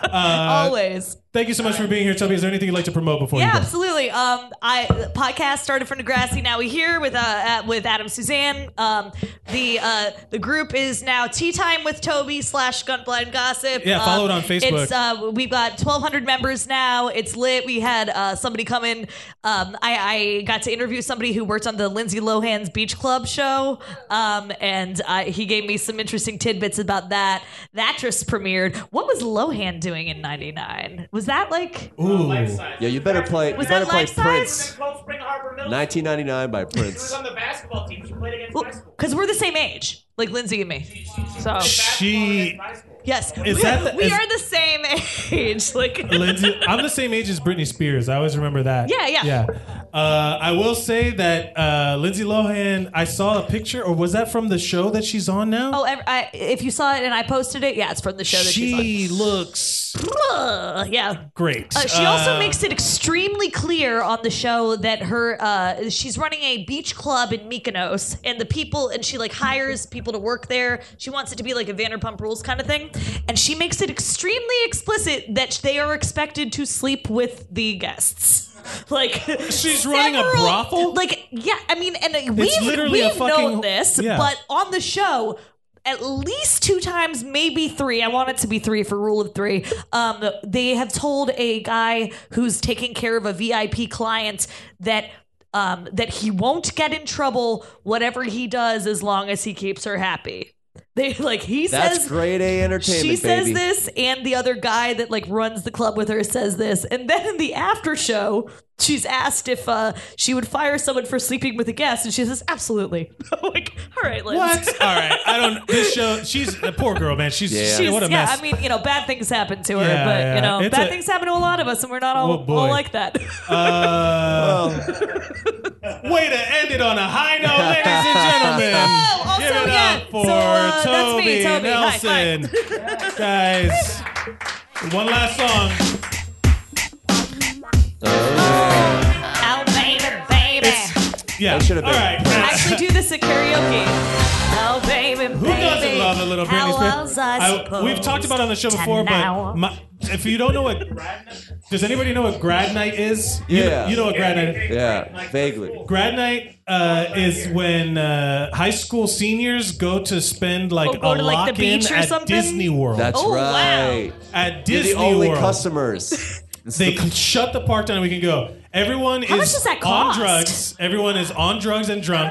C: Uh,
I: Always.
C: Thank you so much for being here, Toby. Is there anything you'd like to promote before
I: yeah,
C: you go?
I: absolutely. Um, I the podcast started from Degrassi. Now we here with uh at, with Adam Suzanne. Um, the uh the group is now Tea Time with Toby slash Gunblind Gossip.
C: Yeah, follow
I: Um,
C: it on Facebook.
I: It's uh we've got 1,200 members now. It's lit. We had uh somebody come in. Um, I I got to interview somebody who worked on the Lindsay Lohan's Beach Club show. Um, and I, he gave me some interesting tidbits about that. That just premiered. What was Lohan doing in '99? Was that like?
N: Ooh. Yeah, you better play.
I: Was
N: you better
I: that
N: play
I: life size?
N: Prince. 1999 by Prince.
I: on the basketball team. She played against Because we're the same age, like Lindsay and me. So
C: She
I: yes,
C: Is
I: we,
C: that the-
I: we
C: is-
I: are the same age. Like
C: Lindsay, I'm the same age as Britney Spears. I always remember that.
I: Yeah, yeah.
C: yeah. Uh, I will say that uh, Lindsay Lohan. I saw a picture, or was that from the show that she's on now?
I: Oh, ev- I, if you saw it and I posted it, yeah, it's from the show that
C: she
I: she's on.
C: looks
I: Ugh, yeah.
C: great.
I: Uh, she also
C: Uh,
I: makes it extremely clear on the show that her uh, she's running a beach club in Mykonos, and the people and she like hires people to work there. She wants it to be like a Vanderpump Rules kind of thing, and she makes it extremely explicit that they are expected to sleep with the guests. Like she's
C: running a brothel?
I: Like yeah, I mean, and uh, we've,
C: literally a
I: we've known
C: fucking-
I: this,
C: yeah.
I: but on the show at least two times maybe three i want it to be three for rule of three um, they have told a guy who's taking care of a vip client that um, that he won't get in trouble whatever he does as long as he keeps her happy they like he
N: That's
I: says
N: grade A entertainment,
I: she says
N: baby.
I: this and the other guy that like runs the club with her says this and then in the after show she's asked if uh, she would fire someone for sleeping with a guest and she says absolutely like all right Liz.
C: What? All right. I don't. This show. She's a poor girl, man. She's,
N: Yeah.
I: She's,
C: what a
I: yeah,
C: mess.
I: I mean, you know, bad things happen to her,
C: Yeah,
I: but
C: yeah.
I: you know,
C: It's
I: bad
C: a-
I: things happen to a lot of us, and we're not all,
C: Oh, boy.
I: all like that.
C: Uh, way to end it on a high note, ladies and gentlemen.
I: Also,
C: Give it
I: yeah,
C: up for
I: so, uh, that's
C: Toby,
I: uh, me, Toby. Hi, hi.
C: Nelson. Guys, one last song.
I: Ow, Oh, baby, baby.
C: Yeah.
N: That should have been.
I: I actually do this at karaoke. Oh, baby, baby.
C: Who doesn't love a little Britney
I: How
C: Spears?
I: was I
C: I-
I: supposed
C: we've talked about it on the show before,
I: to know?
C: but my, if you don't know what, does anybody know what grad night is? You know-
N: Yeah.
C: you know what grad night is.
N: Yeah, vaguely.
C: Grad night uh, is when uh, high school seniors go to spend like
I: Oh, go
C: a
I: to, like, the
C: lock-in
I: beach or
C: at
I: something?
C: Disney World.
N: That's
I: Oh, wow.
N: right.
C: At
N: You're
C: Disney
N: the only
C: World.
N: customers.
C: They can shut the park down and we can go. Everyone
I: How much
C: is
I: does that
C: on
I: cost?
C: drugs. Everyone is on drugs and drunk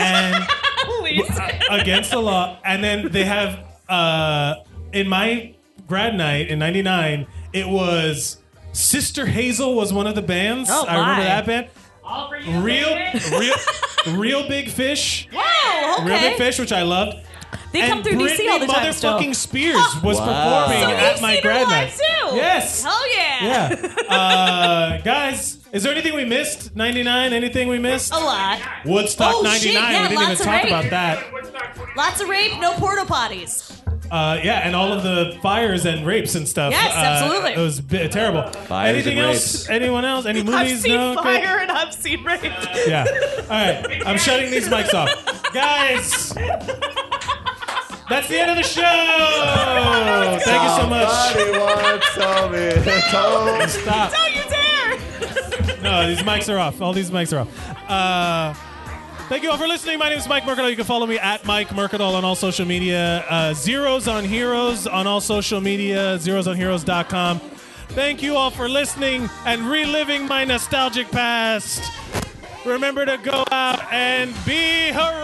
C: and against the law. And then they have uh, in my grad night in '99, it was Sister Hazel was one of the bands.
I: Oh,
C: I remember
I: my.
C: that band. real, real, real big fish. Wow. Real
I: Oh, okay.
C: big fish, which I loved.
I: They come
C: And
I: through DC all the
C: Britney
I: time still.
C: Motherfucking Spears was
I: Wow.
C: performing
I: So
C: at
I: you've
C: my
I: seen her live
C: grad night.
I: too?
C: Yes.
I: Hell yeah.
C: Yeah. Uh, guys, is there anything we missed? 99? Anything we missed?
I: A lot.
C: Woodstock
I: Oh,
C: 99.
I: shit, yeah,
C: we didn't even
I: lots of
C: talk
I: rape.
C: about that.
I: Lots of rape, no porta potties.
C: Uh, yeah, and all of the fires and rapes and stuff.
I: Yes,
C: Uh,
I: absolutely.
C: It was bi- terrible.
N: Fires
C: anything
N: and
C: else?
N: rapes.
C: Anyone else? Any movies?
I: I've seen
C: no? Great.
I: fire and I've seen rape.
C: Yeah. All right. I'm shutting these mics off. Guys, that's the end of the show. Thank you so much. Stop.
I: Don't you dare!
C: No, these mics are off. All these mics are off. Uh, thank you all for listening. My name is Mike Mercadal. You can follow me at Mike Mercadal on all social media. Uh, Zeros on Heroes on all social media. ZerosOnHeroes.com. Thank you all for listening and reliving my nostalgic past. Remember to go out and be heroic.